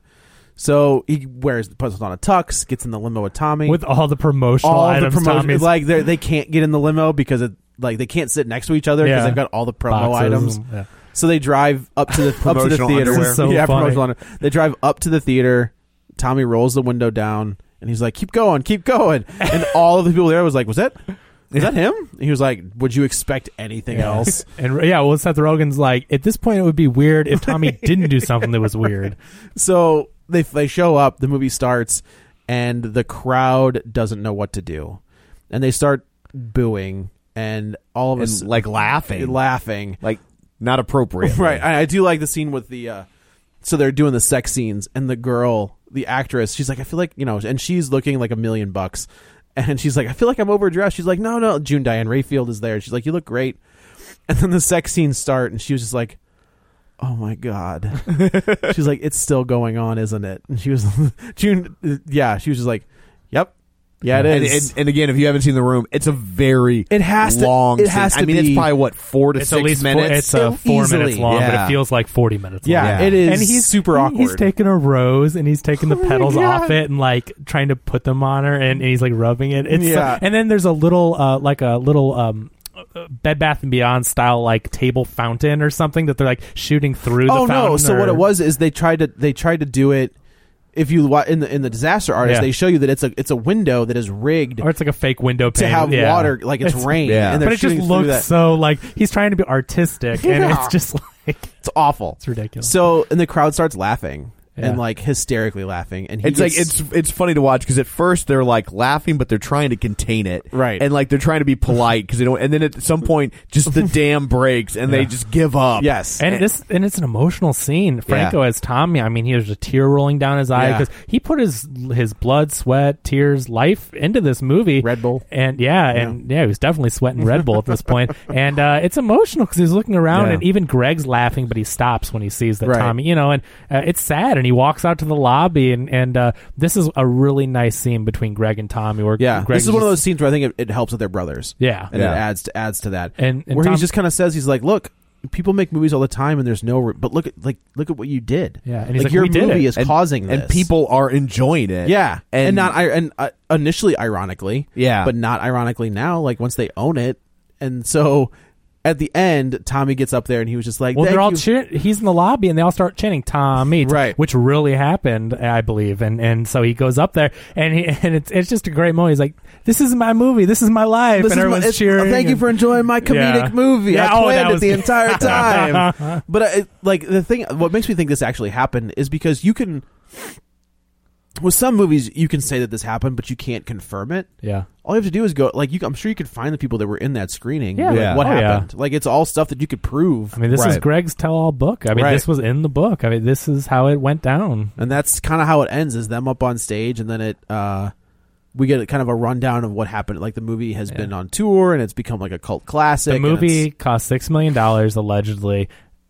Speaker 3: So he wears puts on a tux, gets in the limo with Tommy
Speaker 2: with all the promotional
Speaker 3: all the
Speaker 2: items.
Speaker 3: promotion.
Speaker 2: Tommy's
Speaker 3: Like they they can't get in the limo because it like they can't sit next to each other because
Speaker 2: Yeah.
Speaker 3: they've got all the promo
Speaker 2: boxes
Speaker 3: items.
Speaker 2: and- yeah.
Speaker 3: So they drive up to the up to the
Speaker 1: Promotional
Speaker 3: theater.
Speaker 1: underwear.
Speaker 2: This is so
Speaker 3: yeah,
Speaker 2: funny.
Speaker 3: promotional underwear. They drive up to the theater. Tommy rolls the window down and he's like, "Keep going, keep going." And all of the people there was like, "Was that?" Is that him? And He was like, "Would you expect anything else?"
Speaker 2: And yeah, well, Seth Rogen's like, at this point, it would be weird if Tommy didn't do something that was weird.
Speaker 3: So they they show up, the movie starts, and the crowd doesn't know what to do, and they start booing, and all of us
Speaker 1: And, like laughing,
Speaker 3: laughing,
Speaker 1: like not appropriate.
Speaker 3: Right. I, I do like the scene with the. Uh, so they're doing the sex scenes, and the girl, the actress, she's like, I feel like you know, and she's looking like a million bucks, and she's like, I feel like I'm overdressed. She's like, No, no. June Diane Rayfield is there. She's like, You look great. And then the sex scenes start, and she was just like, Oh my god. she's like, It's still going on, isn't it? And she was June. uh, Yeah, she was just like, Yep. Yeah, it
Speaker 1: And,
Speaker 3: is.
Speaker 1: and, and again, if you haven't seen the room, it's a very
Speaker 3: It has to-
Speaker 1: long.
Speaker 3: it has
Speaker 1: scene.
Speaker 3: to
Speaker 1: I mean,
Speaker 3: be-
Speaker 1: it's probably what four to
Speaker 2: It's
Speaker 1: six
Speaker 2: at least
Speaker 1: minutes.
Speaker 2: Four, it's uh,
Speaker 3: So
Speaker 2: four
Speaker 3: easily,
Speaker 2: minutes long, but
Speaker 1: yeah.
Speaker 2: it feels like forty minutes. long.
Speaker 3: yeah,
Speaker 1: Yeah.
Speaker 3: it is.
Speaker 2: and he's
Speaker 3: super awkward.
Speaker 2: He's taking a rose and he's taking the
Speaker 3: Oh my
Speaker 2: petals off
Speaker 3: God.
Speaker 2: it and like trying to put them on her and, and he's like rubbing it. It's
Speaker 3: Yeah.
Speaker 2: and then there's a little uh, like a little um, uh, Bed Bath and Beyond style like table fountain or something that they're like shooting through.
Speaker 3: oh
Speaker 2: the fountain
Speaker 3: no! So
Speaker 2: or-
Speaker 3: what it was is they tried to they tried to do it. If you wa- in the in the disaster artist,
Speaker 2: Yeah.
Speaker 3: they show you that it's a it's a window that is rigged
Speaker 2: or it's like a fake window
Speaker 3: to
Speaker 2: pane.
Speaker 3: have
Speaker 2: yeah.
Speaker 3: water like it's, rain,
Speaker 1: yeah.
Speaker 3: and they're
Speaker 2: but it just
Speaker 3: shooting through
Speaker 2: looks
Speaker 3: that.
Speaker 2: so like he's trying to be artistic and it's just like
Speaker 3: it's awful.
Speaker 2: it's ridiculous.
Speaker 3: So and the crowd starts laughing
Speaker 2: Yeah.
Speaker 3: and like hysterically laughing, and he
Speaker 1: It's like it's it's funny to watch because at first they're like laughing, but they're trying to contain it,
Speaker 3: Right.
Speaker 1: And like they're trying to be polite because they don't. And then at some point, just the dam breaks and they just give up.
Speaker 3: yes,
Speaker 2: and this and it's an emotional scene. Franco as Tommy, I mean, he has a tear rolling down his eye
Speaker 3: Yeah.
Speaker 2: because he put his his blood, sweat, tears, life into this movie.
Speaker 3: Red Bull.
Speaker 2: and yeah, and yeah, he was definitely sweating Red Bull at this point. And uh, it's emotional because he's looking around,
Speaker 3: Yeah.
Speaker 2: and even Greg's laughing, but he stops when he sees that
Speaker 3: Right.
Speaker 2: Tommy, you know, and uh, it's sad. And he walks out to the lobby, and and uh, this is a really nice scene between Greg and Tommy. Where
Speaker 3: yeah.
Speaker 2: Greg
Speaker 3: this is one of
Speaker 2: just-
Speaker 3: those scenes where I think it, it helps with their brothers.
Speaker 2: Yeah.
Speaker 3: and
Speaker 1: Yeah.
Speaker 3: it adds to adds to that.
Speaker 2: And- and
Speaker 3: where
Speaker 2: Tom-
Speaker 3: he just kind of says he's like, look. People make movies all the time, and there's no. Re- but look at like look at what you did.
Speaker 2: Yeah, and he's like,
Speaker 3: your
Speaker 2: "We did
Speaker 3: movie
Speaker 2: it."
Speaker 3: is causing this,
Speaker 1: and people are enjoying it.
Speaker 3: Yeah, and,
Speaker 1: and,
Speaker 3: not ir- and uh, initially ironically,
Speaker 1: Yeah.
Speaker 3: but not ironically now. Like once they own it, and so at the end, Tommy gets up there and he was just like,
Speaker 2: Well,
Speaker 3: "Thank
Speaker 2: they're all
Speaker 3: you."
Speaker 2: cheering. He's in the lobby, and they all start chanting "Tommy," t-
Speaker 3: Right.
Speaker 2: Which really happened, I believe. And and so he goes up there, and he and it's it's just a great moment. He's like, "This is my movie. This is my life,"
Speaker 3: This
Speaker 2: and
Speaker 3: is my-
Speaker 2: everyone's
Speaker 3: it's- uh,
Speaker 2: cheering.
Speaker 3: Thank you
Speaker 2: and-
Speaker 3: for enjoying my comedic
Speaker 2: Yeah.
Speaker 3: movie.
Speaker 2: Yeah,
Speaker 3: I
Speaker 2: oh,
Speaker 3: planned
Speaker 2: that
Speaker 3: it
Speaker 2: was- Uh-huh.
Speaker 3: the entire time. but I, it- like the thing, what makes me think this actually happened is because you can, with some movies, you can say that this happened, but you can't confirm it.
Speaker 2: yeah.
Speaker 3: All you have to do is go. Like you, I'm sure you could find the people that were in that screening.
Speaker 2: Yeah.
Speaker 3: Like,
Speaker 1: Yeah.
Speaker 3: what
Speaker 2: Oh, yeah.
Speaker 3: happened? Like it's all stuff that you could prove.
Speaker 2: I mean, this is
Speaker 1: Right.
Speaker 2: Greg's tell-all book. I mean,
Speaker 3: Right.
Speaker 2: this was in the book. I mean, this is how it went down.
Speaker 3: and that's kind of how it ends is them up on stage and then it uh we get kind of a rundown of what happened like the movie has been on tour and it's become like a cult classic
Speaker 2: The
Speaker 3: and
Speaker 2: movie
Speaker 3: it's-
Speaker 2: cost six million dollars allegedly.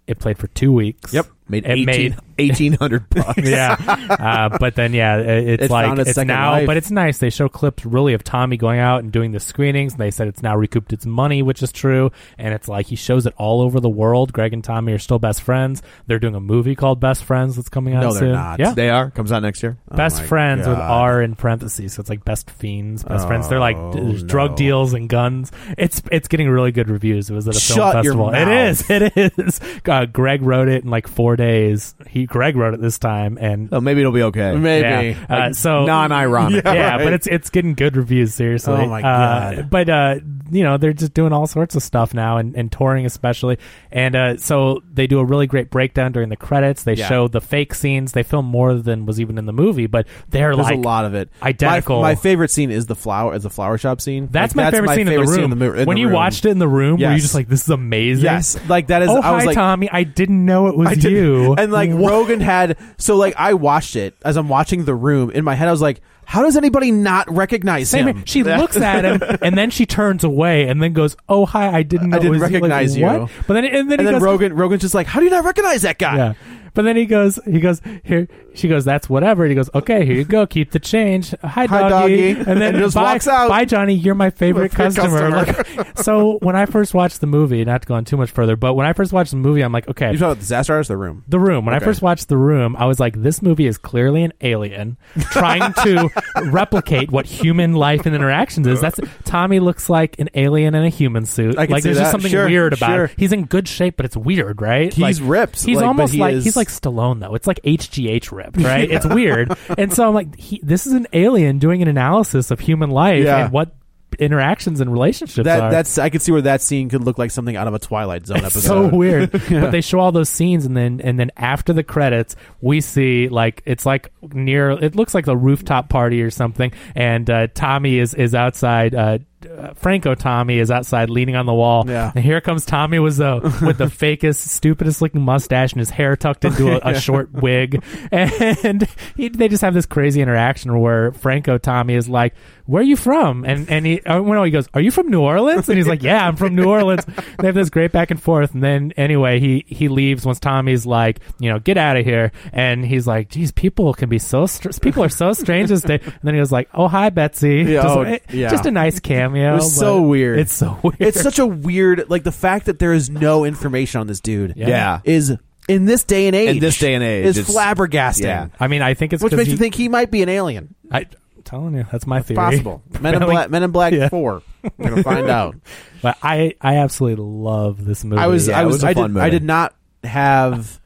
Speaker 2: It played for two weeks.
Speaker 1: Yep, made
Speaker 2: it made
Speaker 1: eighteen hundred bucks.
Speaker 2: yeah. Uh, but then, yeah, it, it's
Speaker 3: It
Speaker 2: like
Speaker 3: found its
Speaker 2: it's
Speaker 3: second
Speaker 2: now.
Speaker 3: life.
Speaker 2: But it's nice. They show clips really of Tommy going out and doing the screenings. And they said it's now recouped its money, which is true. And it's like he shows it all over the world. Greg and Tommy are still best friends. They're doing a movie called Best Friends that's coming out
Speaker 3: No, they're
Speaker 2: soon.
Speaker 3: not. Oh
Speaker 2: Yeah.
Speaker 1: they are comes out next year.
Speaker 2: Best
Speaker 3: my
Speaker 2: friends with
Speaker 3: God.
Speaker 2: R in parentheses, so it's like best fiends, best friends. They're like d- there's drug
Speaker 3: Oh, no.
Speaker 2: deals and guns. It's it's getting really good reviews. It was at a film
Speaker 3: Shut your
Speaker 2: festival. It
Speaker 3: mouth.
Speaker 2: is, it is. Uh, Greg wrote it in like four days. He Greg wrote it this time, and
Speaker 1: So Oh, maybe it'll be okay.
Speaker 3: maybe
Speaker 2: yeah. Uh, so
Speaker 1: non-ironic.
Speaker 2: Yeah, but it's it's getting good reviews. Seriously.
Speaker 3: Oh, my
Speaker 2: Uh,
Speaker 3: God.
Speaker 2: but uh, you know they're just doing all sorts of stuff now, and, and touring especially. And uh, so they do a really great breakdown during the credits. They
Speaker 3: Yeah.
Speaker 2: show the fake scenes. They film more than was even in the movie, but they're
Speaker 3: there's
Speaker 2: like
Speaker 3: a lot of it
Speaker 2: identical.
Speaker 3: my, my favorite scene is the flower is the flower shop scene
Speaker 2: That's
Speaker 3: Like,
Speaker 2: my favorite scene in the room.
Speaker 3: mo- in
Speaker 2: when
Speaker 3: the
Speaker 2: you
Speaker 3: room.
Speaker 2: watched it in the room, were you
Speaker 3: Yes.
Speaker 2: just like, "This is amazing"?
Speaker 3: yes like that is
Speaker 2: oh,
Speaker 3: i was
Speaker 2: hi,
Speaker 3: like
Speaker 2: Tommy. I didn't know it was
Speaker 3: I did-
Speaker 2: you.
Speaker 3: and like
Speaker 2: What?
Speaker 3: Rogan had so like I watched it as I'm watching the room in my head I was like How does anybody not recognize
Speaker 2: Same
Speaker 3: him?
Speaker 2: here. She looks at him and then she turns away and then goes, "Oh hi, I didn't. Know
Speaker 3: I
Speaker 2: it
Speaker 3: didn't
Speaker 2: was Like,
Speaker 3: recognize you.
Speaker 2: what? But then and then,
Speaker 3: and
Speaker 2: he
Speaker 3: then
Speaker 2: goes,
Speaker 3: Rogan Rogan's just like, how do you not recognize that guy?
Speaker 2: Yeah. But then he goes, he goes here. She goes, that's whatever. He goes, okay, here you go, keep the change. Hi,
Speaker 3: Hi,
Speaker 2: doggy.
Speaker 3: doggy.
Speaker 2: And then
Speaker 3: And just
Speaker 2: bye,
Speaker 3: walks out.
Speaker 2: Bye, Johnny. You're my favorite
Speaker 3: My favorite
Speaker 2: customer.
Speaker 3: customer.
Speaker 2: Like, so when I first watched the movie, not to go on too much further, but when I first watched the movie, I'm like, okay,
Speaker 3: You talking about disaster artist the room?
Speaker 2: the Room. When
Speaker 3: Okay.
Speaker 2: I first watched The Room, I was like, this movie is clearly an alien trying to replicate what human life and interactions is. That's Tommy looks like an alien in a human suit.
Speaker 3: I can
Speaker 2: like
Speaker 3: see
Speaker 2: there's
Speaker 3: that.
Speaker 2: just something
Speaker 3: Sure,
Speaker 2: weird about
Speaker 3: sure.
Speaker 2: it. He's in good shape, but it's weird, right?
Speaker 3: He's
Speaker 2: like,
Speaker 3: ripped,
Speaker 2: He's
Speaker 3: like, but
Speaker 2: almost
Speaker 3: he
Speaker 2: like
Speaker 3: is-
Speaker 2: he's like Stallone though. It's like HGH ripped, right? It's weird. And so I'm like, he, this is an alien doing an analysis of human life
Speaker 3: Yeah.
Speaker 2: and what interactions and relationships
Speaker 3: That
Speaker 2: are.
Speaker 3: that's I could see where that scene could look like something out of a Twilight Zone
Speaker 2: It's
Speaker 3: episode.
Speaker 2: so weird. But they show all those scenes, and then and then after the credits, we see like it's like near. It looks like a rooftop party or something, and uh, Tommy is is outside. Uh, uh, Franco Tommy is outside leaning on the wall.
Speaker 3: Yeah.
Speaker 2: And here comes Tommy Wiseau with the fakest, stupidest looking mustache and his hair tucked into a, a short wig. And he, they just have this crazy interaction where Franco Tommy is like, Where are you from? And and he, oh, no, he goes, Are you from New Orleans? And he's like, Yeah, I'm from New Orleans. They have this great back and forth. And then anyway, he, he leaves once Tommy's like, You know, get out of here. And he's like, Geez, people can be so, str- people are so strange this day. And then he was like, Oh, hi, Betsy.
Speaker 3: Yeah,
Speaker 2: just,
Speaker 3: oh,
Speaker 2: eh,
Speaker 3: yeah.
Speaker 2: just a nice cameo.
Speaker 3: It was
Speaker 2: but
Speaker 3: so weird.
Speaker 2: It's so weird.
Speaker 3: It's such a weird like the fact that there is no information on this dude.
Speaker 2: Yeah. Yeah.
Speaker 3: Is in this day and age.
Speaker 1: In this day and age,
Speaker 3: is
Speaker 1: it's-
Speaker 3: flabbergasting.
Speaker 1: yeah.
Speaker 2: I mean, I think it's
Speaker 3: Which
Speaker 2: 'cause
Speaker 3: makes
Speaker 2: he,
Speaker 3: you think he might be an alien.
Speaker 2: I, am telling you, that's my theory.
Speaker 3: Possible. Men in
Speaker 2: Apparently-
Speaker 3: Black Men in Black
Speaker 2: Yeah.
Speaker 3: Four. We're gonna find out.
Speaker 2: But I, I absolutely love this movie.
Speaker 3: I was
Speaker 1: Yeah,
Speaker 3: I
Speaker 1: it
Speaker 3: was,
Speaker 1: was a
Speaker 3: I
Speaker 1: fun
Speaker 3: did
Speaker 1: movie.
Speaker 3: I did not have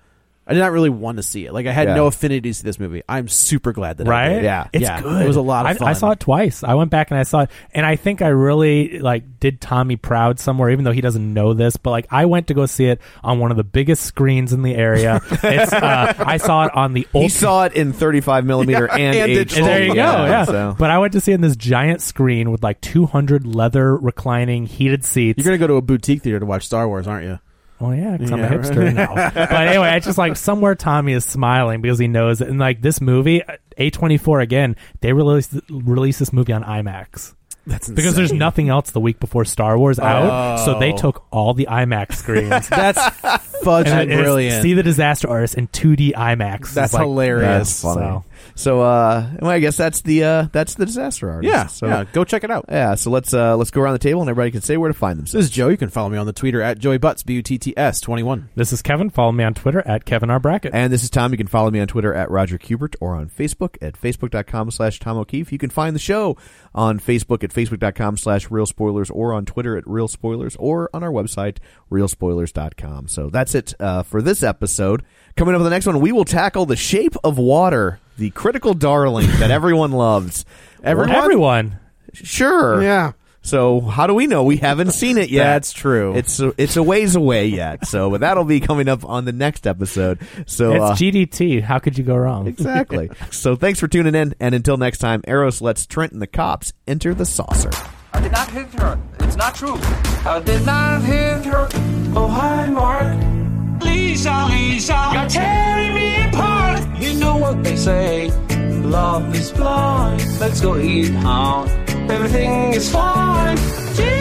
Speaker 3: I did not really want to see it. Like I had
Speaker 1: Yeah.
Speaker 3: no affinity to this movie. I'm super glad that I
Speaker 2: right.
Speaker 3: did. Yeah.
Speaker 2: it's
Speaker 3: yeah.
Speaker 2: good.
Speaker 3: It was a lot of
Speaker 2: I,
Speaker 3: fun.
Speaker 2: I saw it twice. I went back and I saw it, and I think I really like did Tommy proud somewhere, even though he doesn't know this. But like, I went to go see it on one of the biggest screens in the area. it's, uh, I saw it on the old.
Speaker 1: He saw it in 35 millimeter and,
Speaker 3: and
Speaker 1: HD.
Speaker 3: digital.
Speaker 2: There you go. Yeah.
Speaker 1: so.
Speaker 2: But I went to see it in this giant screen with like 200 leather reclining heated seats.
Speaker 3: You're gonna go to a boutique theater to watch Star Wars, aren't you?
Speaker 2: Oh yeah, 'cause I'm
Speaker 3: Yeah,
Speaker 2: a hipster now. but anyway, it's just like somewhere Tommy is smiling because he knows. And like this movie, A24 again, they released released this movie on IMAX
Speaker 3: That's insane. Oh.
Speaker 2: because there's nothing else the week before Star Wars out, so they took all the IMAX screens.
Speaker 3: That's fudging
Speaker 2: And it's-
Speaker 3: brilliant.
Speaker 2: See the disaster artist in 2D IMAX. It's
Speaker 3: That's
Speaker 2: like-
Speaker 3: hilarious.
Speaker 1: That's funny.
Speaker 2: So-
Speaker 1: So, uh, well, I guess that's the uh, that's the disaster artist.
Speaker 3: Yeah,
Speaker 1: So,
Speaker 3: yeah. Go check it out.
Speaker 1: yeah. So let's uh, let's go around the table and everybody can say where to find
Speaker 3: This
Speaker 1: themselves.
Speaker 3: is Joe. You can follow me on the Twitter at Joey Butts B U T T S twenty one.
Speaker 2: This is Kevin. Follow me on Twitter at Kevin R Brackett.
Speaker 1: And this is Tom. You can follow me on Twitter at Roger Kubert or on Facebook at facebook.com slash Tom O'Keefe. You can find the show on Facebook at facebook.com slash Real Spoilers or on Twitter at Real Spoilers or on our website, realspoilers.com. So that's it uh, for this episode. Coming up with the next one, we will tackle The Shape of Water, the critical darling that everyone loves. Everyone?
Speaker 2: Everyone.
Speaker 1: Sure.
Speaker 3: Yeah.
Speaker 1: So how do we know we haven't seen it yet?
Speaker 3: That's true.
Speaker 1: It's a, it's a ways away yet. So but that'll be coming up on the next episode. So uh,
Speaker 2: it's GDT. How could you go wrong?
Speaker 1: exactly. so thanks for tuning in, and until next time, Eros lets Trent and the cops enter the saucer.
Speaker 4: I did not hit her. It's not true. I did not hit her. Oh, hi, Mark. Lisa, Lisa, you're tearing me apart. You know what they say. Love is blind. Let's go eat out. Everything is fine. Gee,